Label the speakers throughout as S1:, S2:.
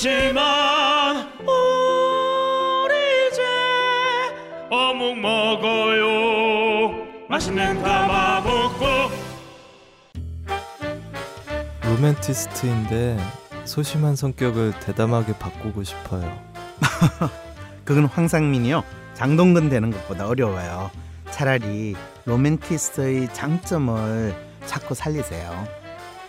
S1: 잠시만. 우리 이제 어묵 먹어요. 맛있는 가마 먹고.
S2: 로맨티스트인데 소심한 성격을 대담하게 바꾸고 싶어요.
S3: 그건 황상민이요. 장동근 되는 것보다 어려워요. 차라리 로맨티스트의 장점을 자꾸 살리세요.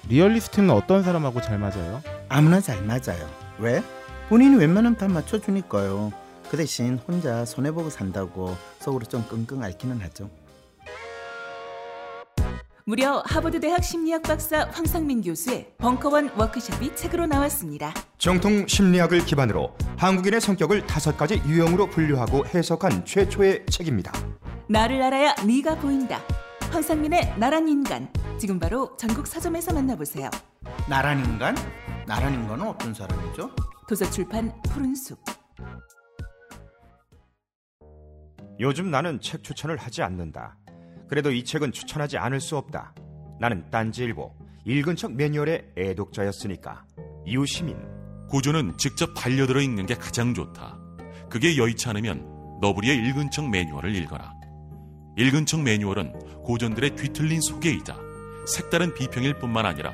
S4: 리얼리스트는 어떤 사람하고 잘 맞아요?
S3: 아무나 잘 맞아요. 왜? 본인이 웬만하면 다 맞춰주니까요. 그 대신 혼자 손해보고 산다고 속으로 좀 끙끙 앓기는 하죠.
S5: 무려 하버드대학 심리학 박사 황상민 교수의 벙커원 워크숍이 책으로 나왔습니다.
S6: 정통 심리학을 기반으로 한국인의 성격을 다섯 가지 유형으로 분류하고 해석한 최초의 책입니다.
S5: 나를 알아야 네가 보인다. 황상민의 나란 인간. 지금 바로 전국 서점에서 만나보세요.
S3: 나란 인간? 나란 인간은 어떤 사람이죠?
S5: 도서출판 푸른숲.
S6: 요즘 나는 책 추천을 하지 않는다. 그래도 이 책은 추천하지 않을 수 없다. 나는 딴지일보 읽은 척 매뉴얼의 애독자였으니까. 이웃시민
S7: 고전은 직접 반려들어 읽는 게 가장 좋다. 그게 여의치 않으면 너브리의 읽은 척 매뉴얼을 읽어라. 읽은 척 매뉴얼은 고전들의 뒤틀린 소개이자 색다른 비평일 뿐만 아니라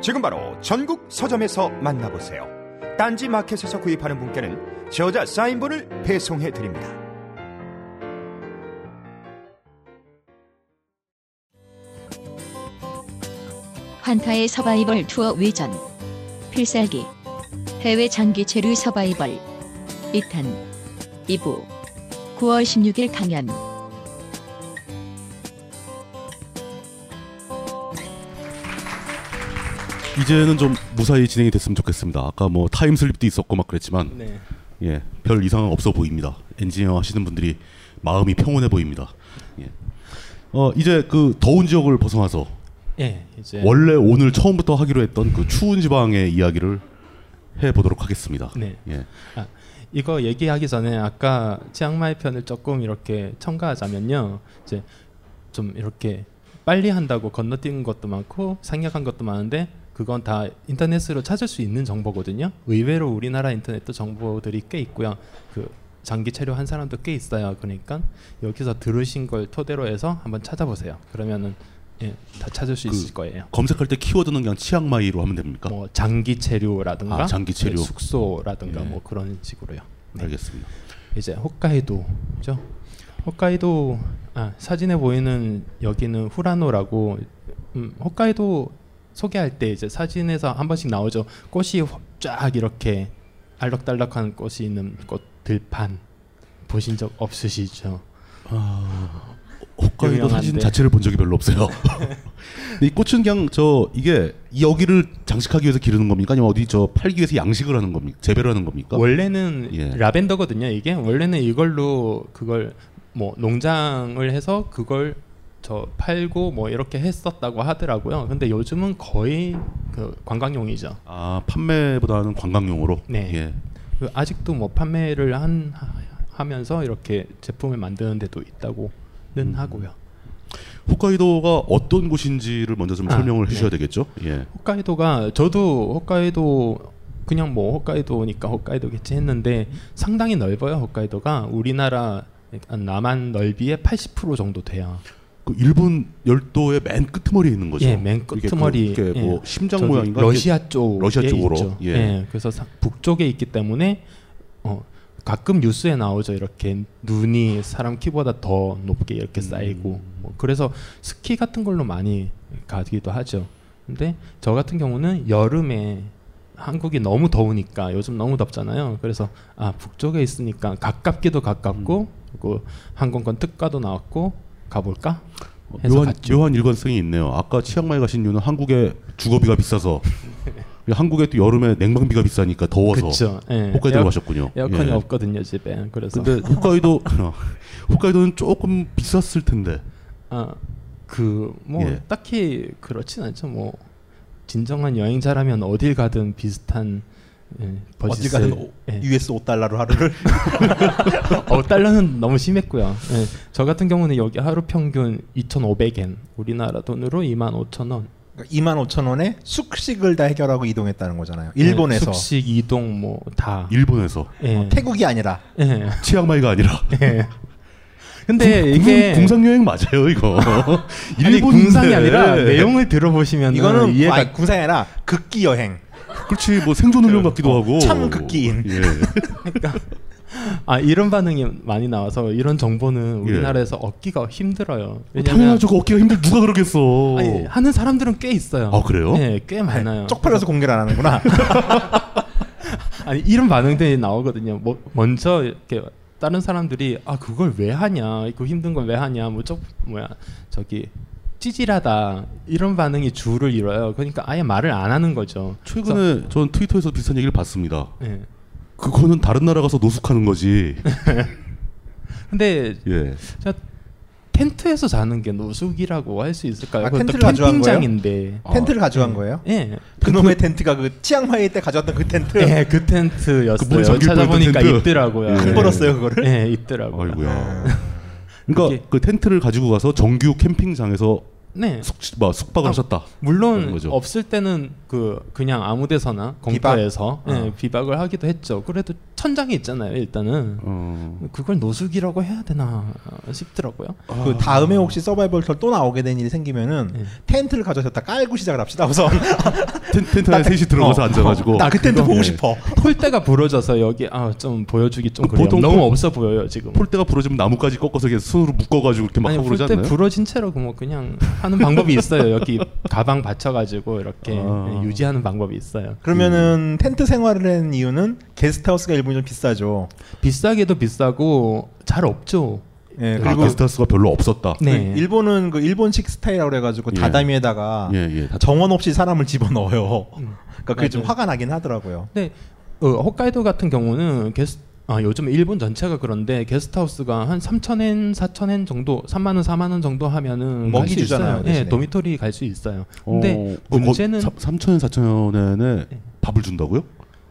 S6: 지금 바로 전국 서점에서 만나보세요. 딴지 마켓에서 구입하는 분께는 저자 사인본을 배송해 드립니다.
S8: 환타의 서바이벌 투어 외전 필살기 해외 장기 체류 서바이벌 2탄 2부 9월 16일 강연
S9: 이제는 좀 무사히 진행이 됐으면 좋겠습니다. 아까 뭐 타임슬립도 있었고 막 그랬지만 예, 별 이상은 없어 보입니다. 엔지니어 하시는 분들이 마음이 평온해 보입니다. 예. 어, 이제 그 더운 지역을 벗어나서
S10: 예, 이제
S9: 원래 오늘 처음부터 하기로 했던 그 추운 지방의 이야기를 해 보도록 하겠습니다.
S10: 네.
S9: 예.
S10: 아, 이거 얘기하기 전에 아까 치앙마이 편을 조금 이렇게 첨가하자면요. 이제 좀 이렇게 빨리 한다고 건너뛴 것도 많고 상약한 것도 많은데 그건 다 인터넷으로 찾을 수 있는 정보거든요. 의외로 우리나라 인터넷도 정보들이 꽤 있고요. 그 장기 체류한 사람도 꽤 있어요. 그러니까 여기서 들으신 걸 토대로 해서 한번 찾아보세요. 그러면은 예, 다 찾을
S9: 그
S10: 수 있을 거예요.
S9: 검색할 때 키워드는 그냥 치앙마이로 하면 됩니까?
S10: 뭐 장기 체류라든가
S9: 그러니까 아, 장기 체류.
S10: 예, 숙소라든가
S9: 예.
S10: 뭐 그런 식으로요. 네.
S9: 알겠습니다.
S10: 이제 홋카이도죠. 홋카이도 아, 사진에 보이는 여기는 후라노라고 음, 홋카이도 소개할 때 이제 사진에서 한 번씩 나오죠. 꽃이 화- 쫙 이렇게 알록달록한 꽃이 있는 꽃 들판 보신 적 없으시죠?
S9: 아, 홋카이도 사진
S10: 유명한데.
S9: 자체를 본 적이 별로 없어요. 근데 이 꽃은 그냥 저 이게 여기를 장식하기 위해서 기르는 겁니까? 아니면 어디 저 팔기 위해서 양식을 하는 겁니까? 재배를 하는 겁니까?
S10: 원래는
S9: 예.
S10: 라벤더거든요. 이게 원래는 이걸로 그걸 뭐 농장을 해서 그걸 저 팔고 뭐 이렇게 했었다고 하더라고요. 근데 요즘은 거의 그 관광용이죠.
S9: 아 판매보다는 관광용으로.
S10: 네.
S9: 예.
S10: 그 아직도 뭐 판매를 한 하- 하면서 이렇게 제품을 만드는 데도 있다고는 하고요.
S9: 홋카이도가 어떤 곳인지를 먼저 좀
S10: 아,
S9: 설명을
S10: 네.
S9: 해주셔야 되겠죠. 예.
S10: 홋카이도가 저도 홋카이도 그냥 뭐 홋카이도니까 홋카이도겠지 했는데 상당히 넓어요 홋카이도가 우리나라 남한 넓이의 80% 정도 돼요.
S9: 그 일본 열도의 맨 끝머리에 있는 거죠.
S10: 예, 맨
S9: 이게
S10: 끝머리.
S9: 그, 이게 뭐
S10: 예.
S9: 심장
S10: 저기
S9: 모양인가?
S10: 러시아
S9: 이게
S10: 쪽.
S9: 러시아 쪽으로.
S10: 예. 그래서 사- 북쪽에 있기 때문에 어, 가끔 뉴스에 나오죠. 이렇게 눈이 사람 키보다 더 높게
S9: 음.
S10: 이렇게 쌓이고. 뭐 그래서 스키 같은 걸로 많이 가기도 하죠. 근데 저 같은 경우는 여름에 한국이 너무 더우니까 요즘 너무 덥잖아요. 그래서 아 북쪽에 있으니까 가깝기도 가깝고
S9: 음.
S10: 그리고 항공권 특가도 나왔고 가볼까 해서
S9: 묘한,
S10: 갔죠.
S9: 묘한 일관성이 있네요. 아까 치앙마이 가신 이유는 한국의 주거비가 비싸서 한국에 또 여름에 냉방비가 비싸니까 더워서
S10: 그쵸, 예.
S9: 홋카이도로
S10: 에어-
S9: 가셨군요. 예.
S10: 에어컨이 없거든요, 집에. 그래서.
S9: 근데 홋카이도 어, 홋카이도는 조금 비쌌을 텐데.
S10: 아그뭐
S9: 예.
S10: 딱히 그렇진 않죠. 뭐 진정한 여행자라면 어딜 가든 비슷한 예,
S6: 어딜
S10: 버짓을-
S6: 가든 오-
S10: 예.
S6: US 5달러로 하루를
S10: 5달러는 너무 심했고요. 예, 저 같은 경우는 여기 하루 평균 2,500엔 우리나라 돈으로 25,000원.
S6: 25,000원에 숙식을 다 해결하고 이동했다는 거잖아요.
S3: 음.
S6: 일본에서
S10: 숙식 이동 뭐 다
S9: 일본에서
S6: 어, 태국이 아니라
S10: 예.
S9: 치앙마이가 아니라.
S10: 근데
S9: 궁-
S10: 예, 이게
S9: 궁상, 여행 맞아요 이거.
S10: 아니
S9: 일본인데.
S10: 궁상이 아니라 내용을 들어보시면
S4: 그
S6: 이거는
S10: 이해가
S6: 아니, 궁상이 아니라 극기 여행.
S9: 그렇지 뭐 생존 훈련 같기도 하고. 예.
S6: 참 극기인.
S10: 아 이런 반응이 많이 나와서 이런 정보는 우리나라에서 얻기가 힘들어요. 왜냐면-
S9: 당연하죠. 그 어깨가 힘들 누가 그러겠어.
S10: 아니, 하는 사람들은 꽤 있어요.
S9: 아, 그래요?
S10: 네, 꽤 많아요.
S6: 쪽팔려서 공개를 안 하는구나.
S10: 아니 이런 반응들이 나오거든요. 뭐, 먼저 이렇게 다른 사람들이 아 그걸 왜 하냐, 그 힘든 걸 왜 하냐, 뭐쪽 뭐야 저기 찌질하다 이런 반응이 주를 이뤄요. 그러니까 아예 말을 안 하는 거죠.
S9: 최근에 전 트위터에서 비슷한 얘기를 봤습니다.
S10: 예.
S9: 그거는 다른 나라 가서 노숙하는 거지.
S10: 근데
S9: 예.
S10: 제가 텐트에서 자는 게 노숙이라고 할 수 있을까요?
S6: 아,
S10: 그것도
S6: 텐트를 가져간 거예요?
S10: 캠핑장인데
S6: 텐트를 가져간 거예요?
S10: 예.
S6: 그놈의 텐트가 그 치앙마이 때 가져왔던 그 텐트.
S10: 예, 그 텐트였어요.
S6: 그 물에 잠길
S10: 찾아보니까
S6: 뻔했던 텐트.
S10: 있더라고요.
S6: 큰 벌었어요, 그거를?
S10: 예, 있더라고요.
S9: 아이고야. 그러니까 그 텐트를 가지고 가서 정규 캠핑장에서
S10: 네.
S9: 숙, 뭐, 숙박을
S10: 아,
S9: 하셨다. 그런
S10: 물론
S9: 거죠.
S10: 없을 때는 그 그냥 아무데서나 공터에서
S9: 비박?
S10: 예,
S9: 어.
S10: 비박을 하기도 했죠. 그래도 천장이 있잖아요. 일단은
S9: 어.
S10: 그걸 노숙이라고 해야 되나 싶더라고요.
S6: 그 다음에 혹시 서바이벌 또 나오게 된 일이 생기면은
S10: 네.
S6: 텐트를 가져다 깔고 시작을 합시다. 우선
S9: 텐트 안에 셋이 들어가서 앉아가지고. 그러니까
S6: 아,
S9: 예.
S6: 나그 텐트
S10: 그거-
S6: 보고 싶어.
S10: 폴대가 부러져서 여기 아 좀 보여주기 좀 그래요.
S9: 보통
S10: 너무
S9: 폴-
S10: 없어 보여요 지금.
S9: 폴대가 부러지면 나뭇가지 꺾어서 이렇게 손으로 묶어가지고 이렇게 막
S10: 아니
S9: 하고 그러지
S10: 폴대
S9: 않나요?
S10: 부러진 채로 뭐 그냥 하는 방법이 있어요. 여기 가방 받쳐가지고 이렇게
S6: 아.
S10: 예, 유지하는 방법이 있어요.
S6: 그러면은 텐트 생활을 한 이유는 게스트하우스가 일본이 좀 비싸죠.
S10: 비싸게도 비싸고 잘 없죠. 네.
S6: 예,
S9: 아,
S6: 그리고
S9: 게스트하우스가 별로 없었다.
S6: 그 일본은 그 일본식 스타일이라고 그래가지고
S9: 예.
S6: 다다미에다가
S9: 예, 예.
S6: 정원 없이 사람을 집어넣어요. 그러니까 그게 좀
S10: 맞아요.
S6: 화가 나긴 하더라고요.
S10: 근데 어, 홋카이도 같은 경우는 게스 아, 요즘 일본 전체가 그런데 게스트하우스가 한 3,000엔, 4,000엔 정도, 3만 원, 4만 원 정도 하면은
S6: 먹이
S10: 갈수
S6: 주잖아요,
S10: 있어요. 네,
S6: 대신에.
S10: 도미토리 갈 수 있어요. 근데
S9: 어,
S10: 문제는 네.
S9: 3천원 4천원에 밥을 준다고요?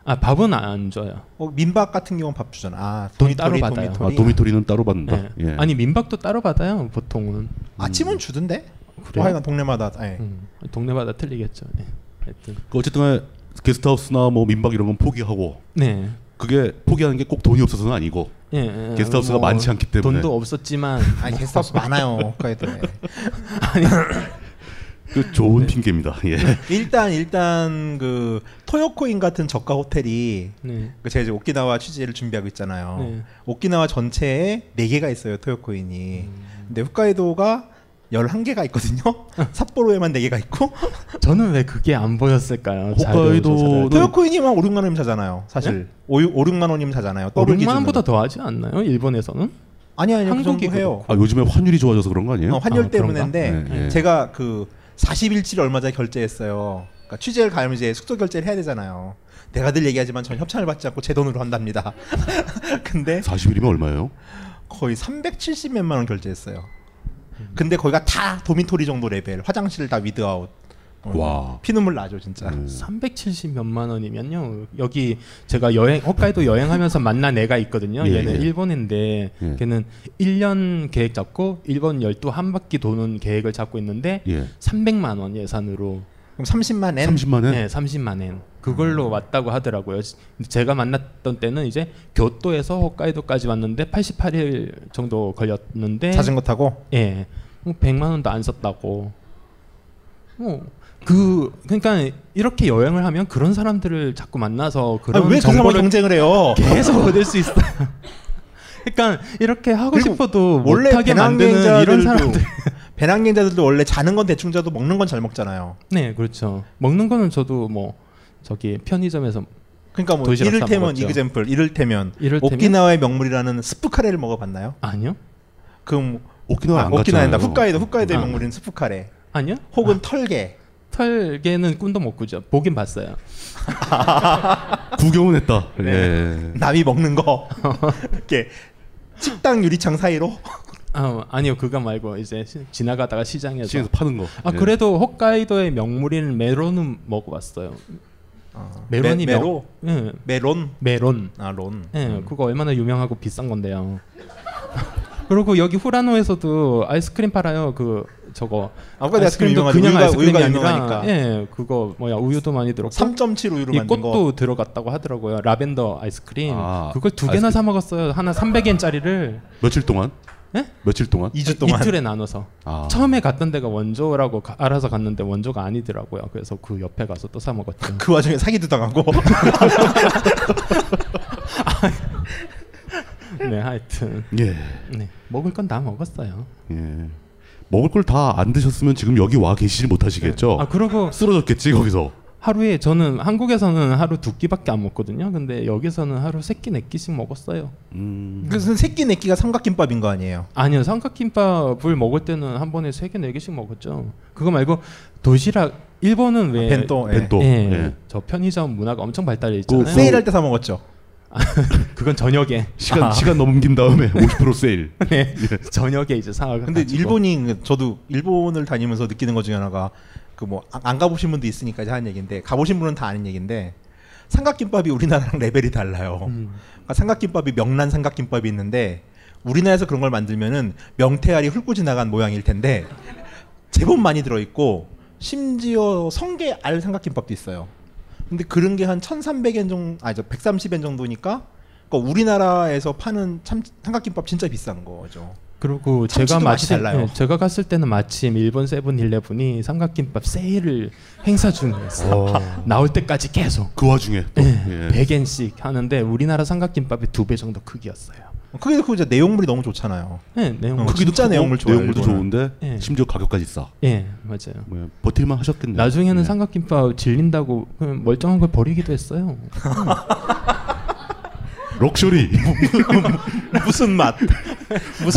S10: 아, 밥은 안 줘요.
S6: 어, 민박 같은 경우는 밥 주잖아. 아,
S10: 돈
S6: 도미토리,
S10: 따로 받아요.
S6: 도미토리.
S9: 아, 도미토리는 따로 받는다.
S10: 예.
S9: 예.
S10: 아니 민박도 따로 받아요, 보통은.
S6: 아침은 주던데?
S10: 음. 그래요?
S6: 하여간 동네마다. 예.
S10: 음, 동네마다 틀리겠죠. 네. 하여튼
S9: 그 어쨌든 간에 게스트하우스나 뭐 민박 이런 건 포기하고
S10: 네.
S9: 그게 포기하는 게 꼭 돈이 없어서는 아니고
S10: 예,
S6: 음,
S10: 예,
S9: 게스트하우스가
S10: 뭐
S9: 많지 않기 때문에
S10: 돈도 없었지만
S6: 아니, 게스트하우스 많아요, 홋카이도에.
S10: 아니
S9: 그 좋은
S6: 네.
S9: 핑계입니다. 예.
S6: 일단 일단 그 토요코인 같은 저가 호텔이
S10: 네.
S6: 그 제가 이제 오키나와 취재를 준비하고 있잖아요.
S10: 네.
S6: 오키나와 전체에 4개가 있어요, 토요코인이.
S10: 음.
S6: 근데 홋카이도가 11개가 있거든요. 삿포로에만 4개가 있고
S10: 음. 저는 왜 그게 안 보였을까요? 자료 조사를.
S6: 토요코인이만 5, 6만 원이면 사잖아요. 사실
S10: 네?
S6: 오 5, 6만 원이면 사잖아요. 더블
S10: 500만 원보다
S6: 기준으로.
S10: 더 하지 않나요? 일본에서는?
S6: 아니 아니 그
S10: 한국이
S6: 정도 해요.
S9: 아, 요즘에 환율이 좋아져서 그런 거 아니에요?
S6: 어, 환율
S9: 아, 그런가?
S6: 때문인데
S9: 예, 예.
S6: 제가 그 41일 얼마 전에 결제했어요. 그러니까 취재를 가면 이제 숙소 결제를 해야 되잖아요. 내가 늘 얘기하지만 전 협찬을 받지 않고 제 돈으로 한답니다. 근데
S9: 40일이면 얼마예요?
S6: 거의 370 몇만 원 결제했어요. 근데 거기가 다 도미토리 정도 레벨, 화장실 다 위드아웃,
S9: 와.
S6: 피눈물 나죠 진짜.
S10: 370 몇만 원이면요. 여기 제가 여행 홋카이도 여행하면서 만난 애가 있거든요.
S9: 예,
S10: 얘는
S9: 예.
S10: 일본인데
S9: 예.
S10: 걔는 1년 계획 잡고 일본 열도 한 바퀴 도는 계획을 잡고 있는데
S9: 예.
S10: 300만 원 예산으로
S6: 그럼 30만 엔?
S9: 30만 엔?
S10: 네, 30만 엔. 그걸로 왔다고 하더라고요. 근데 제가 만났던 때는 이제 교토에서 홋카이도까지 왔는데 88일 정도 걸렸는데
S6: 자전거 타고?
S10: 예. 뭐 100만 원도 안 썼다고. 뭐, 그 그러니까 이렇게 여행을 하면 그런 사람들을 자꾸 만나서 그런
S6: 아니, 왜그 사람하고
S10: 정보를
S6: 경쟁을 해요?
S10: 계속 얻을 수 있어요. 그러니까 이렇게 하고 싶어도
S6: 원래
S10: 못하게 만드는 이런 사람들.
S6: 배낭여행자들도 원래 자는 건 대충 자도 먹는 건 잘 먹잖아요.
S10: 네, 그렇죠. 먹는 거는 저도 뭐 저기 편의점에서
S6: 그러니까 뭐
S10: 도시락 사
S6: 이를테면
S10: 먹었죠.
S6: 이그잼플 이를테면,
S10: 이를테면?
S6: 오키나와의 명물이라는 스프카레를 먹어봤나요?
S10: 아니요.
S6: 그럼
S9: 오키나와 안
S6: 오키나와다
S9: 갔잖아요.
S6: 홋카이도 홋카이도의
S10: 아.
S6: 명물인 스프카레.
S10: 아니요?
S6: 혹은 털개.
S10: 털개는 꿈도 못 꾸죠. 보긴 봤어요.
S9: 구경은 했다.
S6: 네.
S9: 예.
S6: 남이 먹는 거 이렇게 식당 유리창 사이로
S10: 아, 아니요 그거 말고 이제 시- 지나가다가 시장에서
S9: 시장에서 파는 거.
S10: 아
S6: 네.
S9: 예.
S10: 그래도 홋카이도의 명물인 메론은 먹어봤어요. 메론이
S6: 아. 메- 메로?
S10: 명- 예.
S6: 메론?
S10: 메론.
S6: 아, 론.
S10: 예,
S6: 음.
S10: 그거 얼마나 유명하고 비싼 건데요. 그리고 여기 후라노에서도 아이스크림 팔아요. 그 저거
S6: 아까 내가
S10: 아이스크림도
S6: 아이스크림
S10: 그냥
S6: 유명하죠. 우유가-
S10: 아이스크림이
S6: 우유가
S10: 아니라
S6: 유명하니까.
S10: 예, 그거 뭐야 우유도 많이 들었고
S6: 3.7 우유로
S10: 이
S6: 만든 거.
S10: 꽃도 들어갔다고 하더라고요. 라벤더 아이스크림.
S9: 아,
S10: 그걸 두 개나
S9: 아이스크림.
S10: 사 먹었어요. 하나 300엔짜리를
S9: 며칠 동안?
S10: 예?
S9: 며칠 동안?
S10: 틀에 나눠서
S9: 아.
S10: 처음에 갔던 데가 원조라고 가- 알아서 갔는데 원조가 아니더라고요. 그래서 그 옆에 가서 또 사 먹었죠.
S6: 그 와중에 사기도 당하고.
S10: 네, 하여튼
S9: 예.
S10: 네, 먹을 건 다 먹었어요.
S9: 예. 먹을 걸 다 안 드셨으면 지금 여기 와 계시지
S6: 어.
S9: 못하시겠죠.
S10: 아, 그러고
S9: 쓰러졌겠지 거기서.
S10: 하루에 저는 한국에서는 하루 두 끼밖에 안 먹거든요. 근데 여기서는 하루 세 끼, 네 끼씩 먹었어요.
S9: 음.
S6: 그래서 새끼 내끼가 삼각김밥인 거 아니에요?
S10: 아니요, 삼각김밥을 먹을 때는 한 번에 세 개, 네 개씩 먹었죠. 그거 말고 도시락 일본은 왜
S6: 아, 벤또, 예. 벤또,
S10: 예,
S6: 예.
S10: 저 편의점 문화가 엄청 발달해
S6: 그
S9: 그
S10: 있잖아요.
S6: 세일할 때 사 먹었죠.
S10: 그건
S9: 뭐
S10: 저녁에 아,
S9: 시간 시간 넘긴 다음에 50% 세일.
S10: 네. 저녁에 이제 사.
S6: 예. 근데 일본이 저도 일본을 다니면서 느끼는 것 중에 하나가 그 뭐 안 가보신 분도 있으니까 이제 하는 얘기인데 가보신 분은 다 아는 얘기인데 삼각김밥이 우리나라랑 레벨이 달라요. 그러니까 삼각김밥이 명란 삼각김밥이 있는데 우리나라에서 그런 걸 만들면은 명태알이 훑고 지나간 모양일 텐데 제법 많이 들어 있고 심지어 성게 알 삼각김밥도 있어요. 근데 그런 게 한 1,300엔 정도 아니 저 130엔 정도니까 그러니까 우리나라에서 파는 참 삼각김밥 진짜 비싼 거죠.
S10: 그리고 제가
S6: 참치도 맛이
S10: 마침
S6: 달라요.
S10: 예, 제가 갔을 때는 마침 일본 세븐일레븐이 삼각김밥 세일을 행사
S9: 오.
S10: 중이었어요. 나올 때까지 계속.
S9: 그 와중에 또. 예.
S6: 네.
S10: 100엔씩 하는데 우리나라 삼각김밥이 두 배 정도 크기였어요.
S6: 그게 그 이제 내용물이 너무 좋잖아요.
S10: 네, 내용물.
S6: 어, 진짜
S9: 크고,
S6: 내용물 좋아요.
S9: 내용물도
S6: 일본은.
S9: 좋은데
S10: 예.
S9: 심지어 가격까지 싸.
S10: 예, 맞아요.
S9: 뭐 버틸만 하셨겠네요. 예.
S10: 나중에는 삼각김밥 질린다고 그냥 멀쩡한 걸 버리기도 했어요.
S9: 럭셔리
S6: 무슨 맛?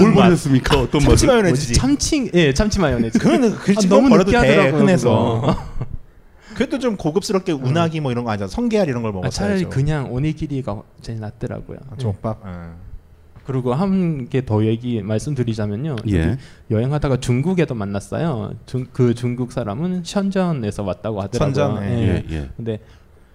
S9: 뭘 보냈습니까? 어떤 맛을?
S10: 뭐지? 참치 예, 참치 마요네즈.
S6: 그 그거는 그
S10: 아,
S6: 너무 버려도 돼
S10: 느끼하더라고요,
S6: 흔해서.
S10: 그거.
S6: 그래도 좀 고급스럽게 우나기 뭐 이런 거 아니야? 성게알 이런 걸
S10: 아, 차라리
S6: 먹었어야죠. 아,
S10: 그냥 오니기리가 제일 낫더라고요. 예.
S6: 족밥.
S10: 그리고 한 개 더 얘기 말씀드리자면요. 저기
S9: 예.
S10: 여행하다가 중국에도 만났어요. 중, 그 중국 사람은 션전에서 왔다고 하더라고요.
S6: 션전, 예.
S9: 예, 예.
S10: 근데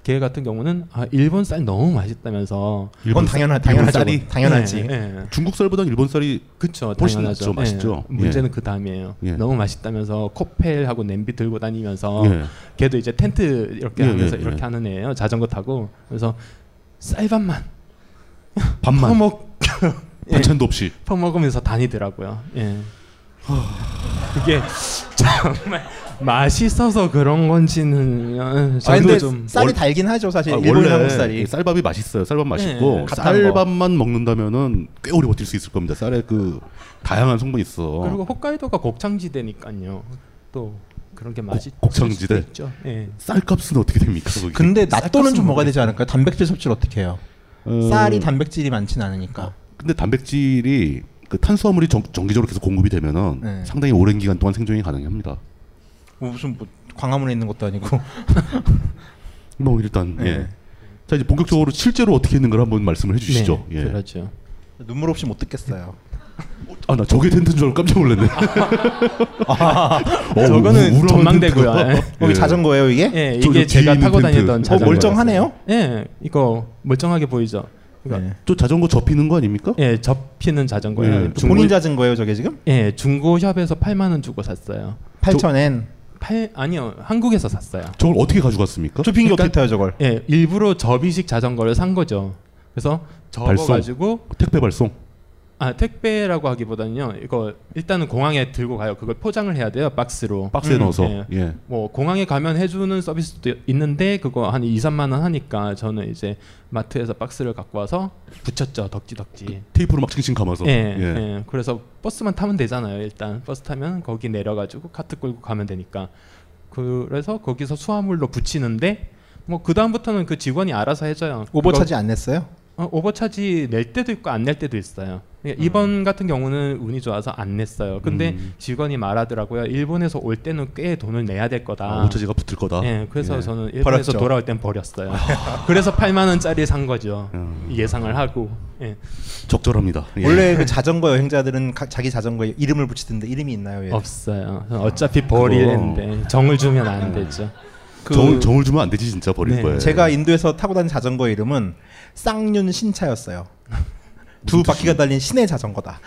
S10: 걔 같은 경우는 아, 일본 쌀 너무 맛있다면서. 예,
S6: 일본 쌀- 당연하- 당연하죠.
S10: 네.
S6: 당연하지.
S9: 중국 쌀보다 일본 쌀이
S10: 그쵸,
S9: 훨씬
S10: 당연하죠.
S9: 낫죠, 맛있죠.
S10: 예. 문제는
S9: 예.
S10: 그 다음이에요.
S9: 예.
S10: 너무 맛있다면서 코펠하고 냄비 들고 다니면서
S9: 예.
S10: 걔도 이제 텐트 이렇게
S9: 예,
S10: 하면서
S9: 예, 예.
S10: 이렇게 하는 애예요. 자전거 타고 그래서 쌀밥만
S9: 밥만.
S10: 퍼먹
S9: 뭐
S10: 예.
S9: 반찬도 없이.
S10: 퍼먹으면서 다니더라고요. 예. 그게 정말 맛있어서 그런 건지는 어, 저도
S6: 아 근데
S10: 좀
S6: 쌀이
S10: 월-
S6: 달긴 하죠 사실
S9: 아,
S6: 일본
S9: 원래
S6: 한국 쌀이.
S9: 쌀밥이 맛있어요. 쌀밥 맛있고
S6: 예, 예.
S9: 쌀밥만 먹는다면은 꽤 오래 버틸 수 있을 겁니다. 쌀에 그 다양한 성분이 있어.
S10: 그리고 홋카이도가 곡창지대니까요. 또 그런 게 맛있
S9: 곡창지대.
S10: 있죠. 예.
S9: 쌀값은 어떻게 됩니까? 거기?
S6: 근데 낫또는 좀 먹어야 되지 않을까요? 단백질 섭취를 어떻게 해요?
S9: 어,
S6: 쌀이 단백질이 많진 않으니까.
S9: 근데 단백질이 그 탄수화물이 정, 정기적으로 계속 공급이 되면은
S10: 예.
S6: 네.
S9: 상당히 오랜 기간 동안 생존이 가능합니다.
S6: 뭐 무슨 뭐 광화문에 있는 것도 아니고.
S9: 뭐 일단
S6: 네.
S9: 예. 자 이제 본격적으로 실제로 어떻게 있는 걸 한번 말씀을 해주시죠.
S10: 네,
S9: 예.
S10: 그렇죠.
S6: 눈물 없이 못 듣겠어요.
S9: 아 나 저게 텐트인 줄 알고 깜짝 놀랐네. 어,
S10: 아, 저거는
S9: 우울한
S10: 전망대고요.
S9: 텐트다.
S10: 예.
S9: 예.
S10: 예,
S9: 저-
S10: 이게
S9: 저
S10: 제가
S9: 뒤에
S10: 타고
S9: 있는 텐트.
S10: 다니던
S9: 어,
S10: 자전거.
S9: 멀쩡하네요?
S10: 예, 이거 멀쩡하게 보이죠. 그러니까
S9: 또 자전거 접히는 거 아닙니까?
S10: 예, 접히는 자전거예요.
S9: 예,
S10: 중고-
S9: 본인
S6: 자전거예요, 저게 지금?
S10: 예, 중고샵에서 8만 원 주고 샀어요.
S6: 8,000엔?
S10: 팔 아니요, 한국에서 샀어요.
S9: 저걸 어떻게 가져갔습니까?
S6: 쇼핑기 어떻게 타요 저걸?
S10: 예, 일부러 접이식 자전거를 산 거죠. 그래서 접어가지고
S9: 택배 발송.
S10: 아 택배라고 하기보다는요. 이거 일단은 공항에 들고 가요. 그걸 포장을 해야 돼요. 박스로.
S9: 박스에 넣어서, 예.
S10: 뭐 공항에 가면 해주는 서비스도 있는데 그거 한 2, 3만 원 하니까 저는 이제 마트에서 박스를 갖고 와서 붙였죠. 덕지덕지.
S9: 테이프로 막 칭칭 감아서.
S10: 예,
S9: 예.
S10: 예. 그래서 버스만 타면 되잖아요. 일단 버스 타면 거기 내려가지고 카트 끌고 가면 되니까. 그래서 거기서 수화물로 붙이는데 뭐 그 다음부터는 그 직원이 알아서 해줘요.
S6: 오버차지
S10: 그거-
S6: 안 냈어요?
S10: 어, 오버차지 낼 때도 있고 안 낼 때도 있어요.
S9: 음.
S10: 그러니까 이번 같은 경우는 운이 좋아서 안 냈어요. 근데 직원이 말하더라고요. 일본에서 올 때는 꽤 돈을 내야 될 거다.
S9: 아, 오차지가 붙을 거다.
S10: 예, 그래서
S9: 예.
S10: 저는 일본에서
S9: 버렸죠.
S10: 돌아올 땐 버렸어요. 그래서 8만 원짜리 산 거죠. 예상을 하고. 예.
S9: 적절합니다. 예.
S6: 원래 그 자전거 여행자들은 가- 자기 자전거에 이름을 붙이던데 이름이 있나요?
S10: 예.
S6: 얘?
S10: 없어요. 어차피 버리는데 정을 주면 안 되죠. 그
S9: 정을 정을 주면 안 되지 진짜 버릴
S10: 네,
S9: 거예요.
S6: 제가 인도에서 타고 다닌 자전거 이름은 쌍륜 신차였어요. 두 바퀴가 달린 신의 자전거다.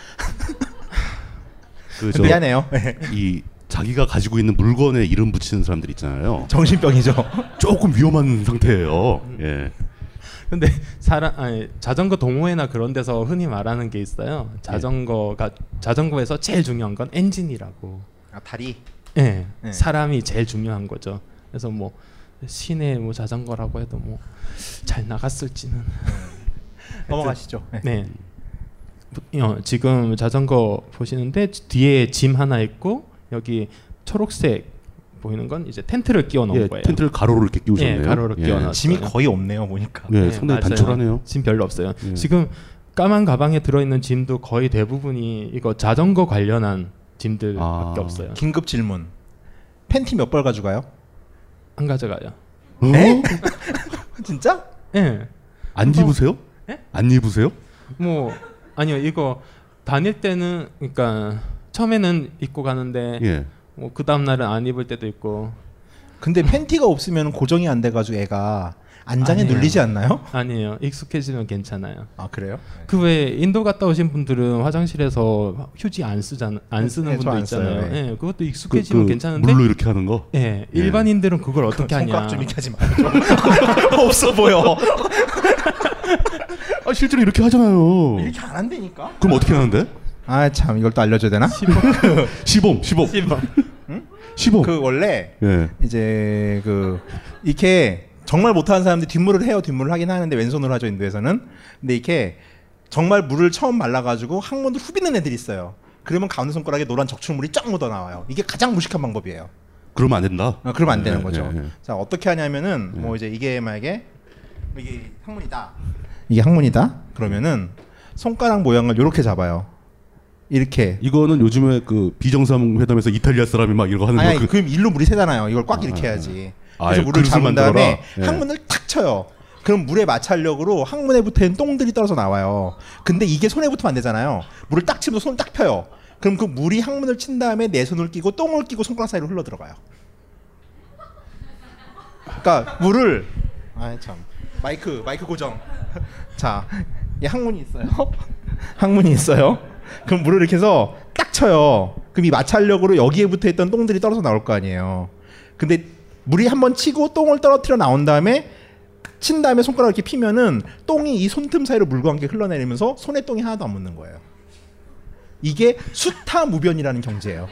S9: 그 저-
S11: 네.
S6: 미안해요.
S9: 이 자기가 가지고 있는 물건에 이름 붙이는 사람들 있잖아요.
S6: 정신병이죠.
S9: 조금 위험한 상태예요.
S10: 음.
S9: 예.
S10: 근데 사람 아니, 자전거 동호회나 그런 데서 흔히 말하는 게 있어요. 자전거가 자전거에서 제일 중요한 건 엔진이라고.
S6: 아, 다리.
S10: 예.
S6: 네.
S10: 사람이 제일 중요한 거죠. 그래서 뭐 시내 뭐 자전거라고 해도 뭐 잘 나갔을지는
S6: 넘어가시죠. 네.
S10: 네. 어, 지금 자전거 보시는데 뒤에 짐 하나 있고 여기 초록색 보이는 건 이제 텐트를 끼워 넣은
S9: 예,
S10: 거예요.
S9: 텐트를 가로로 이렇게 끼우셨네요.
S10: 예, 가로로
S9: 예.
S10: 끼워 놨어요.
S9: 짐이
S6: 거의 없네요, 보니까.
S9: 예, 상당히 단촐하네요.
S10: 짐 별로 없어요.
S9: 예.
S10: 지금 까만 가방에 들어 있는 짐도 거의 대부분이 이거 자전거 관련한 짐들밖에
S9: 아.
S10: 없어요.
S6: 긴급 질문. 팬티 몇 벌 가져가요?
S10: 안 가져가요.
S9: 어?
S6: 에? 아, 진짜?
S10: 예.
S9: 안 입으세요?
S6: 네?
S9: 안 입으세요?
S10: 뭐 아니요 이거 다닐 때는 그러니까 처음에는 입고
S6: 네.
S10: 가는데
S9: 예.
S10: 뭐 그 다음 날은 안 입을 때도 있고
S6: 근데 팬티가 없으면 고정이 안 돼가지고 애가 안장에
S10: 아니에요.
S6: 눌리지 않나요?
S10: 아니에요. 익숙해지면 괜찮아요.
S6: 아 그래요?
S10: 그 외에 인도 갔다 오신 분들은 화장실에서 휴지 안 쓰잖아 안 쓰는
S6: 네, 저안
S10: 분도 있잖아요.
S6: 써요, 네.
S10: 예, 그것도 익숙해지면
S9: 그
S10: 괜찮은데
S9: 물로 이렇게 하는 거?
S10: 예,
S9: 예.
S10: 일반인들은 그걸 어떻게
S6: 그럼
S10: 하냐?
S6: 손가락 좀 이렇게 하지 마. 네. 없어 보여.
S9: 아, 실제로 이렇게 하잖아요.
S6: 이렇게 안 한다니까.
S9: 그럼 어떻게 하는데?
S6: 아 참 이걸 또 알려줘야 되나?
S9: 시범 시범
S10: 시범
S9: 시범
S6: 그 원래
S9: 예.
S6: 이제 그 이렇게 정말 못하는 사람들이 뒷물을 해요 뒷물을 하긴 하는데 왼손으로 하죠 인도에서는 근데 이렇게 정말 물을 처음 말라가지고 항문을 후비는 애들이 있어요 그러면 가운데 손가락에 노란 적출물이 쫙 묻어 나와요 이게 가장 무식한 방법이에요
S9: 그러면 안 된다.
S6: 아, 그러면 안 되는
S9: 예,
S6: 거죠.
S9: 예, 예.
S6: 자 어떻게 하냐면은 뭐 이제 이게 만약에 이게 항문이다. 이게 항문이다 그러면은 손가락 모양을 이렇게 잡아요 이렇게
S9: 이거는 요즘에 그 비정상 회담에서 이탈리아 사람이 막 이런 거 하는
S6: 아니
S9: 거. 그,
S6: 그럼 일로 물이 새잖아요 이걸 꽉 이렇게 해야지
S9: 아,
S6: 그래서
S9: 예,
S6: 물을
S9: 그릇을
S6: 잡은
S9: 만들어라.
S6: 다음에
S9: 예.
S6: 항문을 탁 쳐요 그럼 물에 마찰력으로 항문에 붙어있는 똥들이 떨어져 나와요 근데 이게 손에 붙으면 안 되잖아요 물을 딱 치면서 손을 딱 펴요 그럼 그 물이 항문을 친 다음에 내 손을 끼고 똥을 끼고 손가락 사이로 흘러 들어가요 그러니까 물을 아참 마이크 마이크 고정 자, 이 항문이 있어요. 항문이 있어요. 그럼 물을 이렇게 해서 딱 쳐요. 그럼 이 마찰력으로 여기에 붙어 있던 똥들이 떨어져 나올 거 아니에요. 근데 물이 한번 치고 똥을 떨어뜨려 나온 다음에 친 다음에 손가락 이렇게 피면은 똥이 이 손틈 사이로 물과 함께 흘러내리면서 손에 똥이 하나도 안 묻는 거예요. 이게 수타무변이라는 경제예요.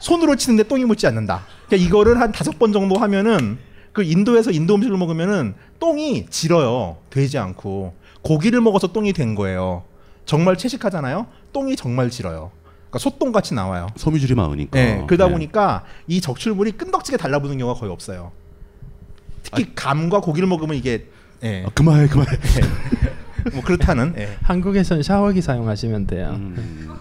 S6: 손으로 치는데 똥이 묻지 않는다. 그러니까 이거를 한 다섯 번 정도 하면은 그 인도에서 인도 음식을 먹으면은 똥이 질어요. 되지 않고 고기를 먹어서 똥이 된 거예요. 정말 채식하잖아요. 똥이 정말 질어요. 그러니까 소똥 같이 나와요.
S9: 섬유질이 많으니까.
S6: 네, 그러다
S9: 예.
S6: 보니까 이 적출물이 끈덕지게 달라붙는 경우가 거의 없어요. 특히 감과 고기를 먹으면 이게 예.
S9: 아, 그만해 그만해.
S6: 뭐 그렇다는. 예.
S10: 한국에선 샤워기 사용하시면 돼요.
S6: 음.
S9: 뭐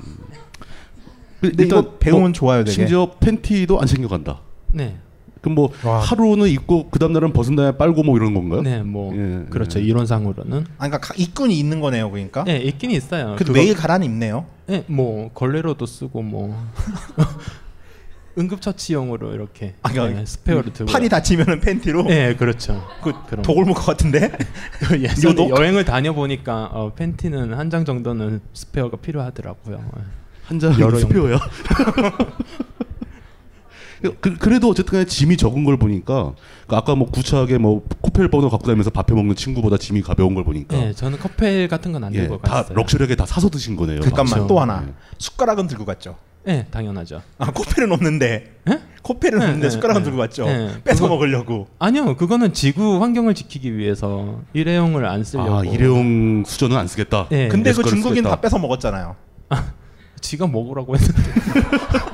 S6: 근데 뭐 이거 배우면 좋아요, 되게.
S9: 심지어 팬티도 안 챙겨간다.
S10: 네.
S9: 그럼 뭐 하루는 입고 그 다음 날은 벗은 다음에 빨고 뭐 이런 건가요?
S10: 네, 뭐
S6: 예,
S10: 그렇죠. 이론상으로는
S6: 아, 그러니까 가- 입군이 있는 거네요, 그러니까.
S10: 네, 있긴 있어요.
S6: 그래도
S10: 그거-
S6: 매일 가라는 입네요.
S10: 네, 뭐 걸레로도 쓰고 뭐 응급처치용으로 이렇게
S6: 아, 그러니까
S10: 네, 스페어를 들고
S6: 팔이 다치면은 팬티로?
S10: 네, 그렇죠.
S6: 그
S10: 그런
S6: 도골목 같은데?
S10: 거. 예전에
S6: 요독?
S10: 여행을 다녀보니까 어, 팬티는 한 장 정도는 스페어가 필요하더라고요. 네.
S9: 한 장이 스페어야? 그, 그래도 어쨌든 간에 짐이 적은 걸 보니까 그 아까 뭐 구차하게 뭐 코펠 번호 갖고 다니면서 밥 해먹는 친구보다 짐이 가벼운 걸 보니까
S10: 네, 저는 커플 같은 건 안
S9: 예,
S10: 들고
S9: 다
S10: 갔어요.
S9: 럭셔리하게 다 사서 드신 거네요.
S6: 잠깐만
S9: 그렇죠.
S6: 또 하나 숟가락은 들고 갔죠.
S10: 네, 당연하죠.
S6: 아 코펠은 없는데 코펠은
S10: 네,
S6: 없는데
S10: 네,
S6: 숟가락은
S10: 네.
S6: 들고 갔죠.
S10: 네,
S6: 뺏어
S10: 그거-
S6: 먹으려고.
S10: 아니요, 그거는 지구 환경을 지키기 위해서 일회용을 안 그렇죠. 쓰려고.
S9: 아 일회용 수저는 안 쓰겠다.
S10: 네.
S6: 근데
S9: 예,
S6: 그 중국인 다 뺏어 먹었잖아요.
S10: 지가 먹으라고 했는데.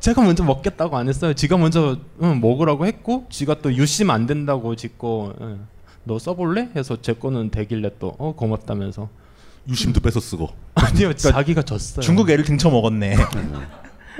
S10: 제가 먼저 먹겠다고 안 했어요. 지가 먼저 응, 먹으라고 했고, 지가 또 유심 안 된다고 짓고, 응, 너 써볼래? 해서 제 거는 되길래 또 어, 고맙다면서.
S9: 유심도 뺏어 쓰고.
S10: 아니요, 자기가 졌어요.
S6: 중국 애를 등쳐 먹었네.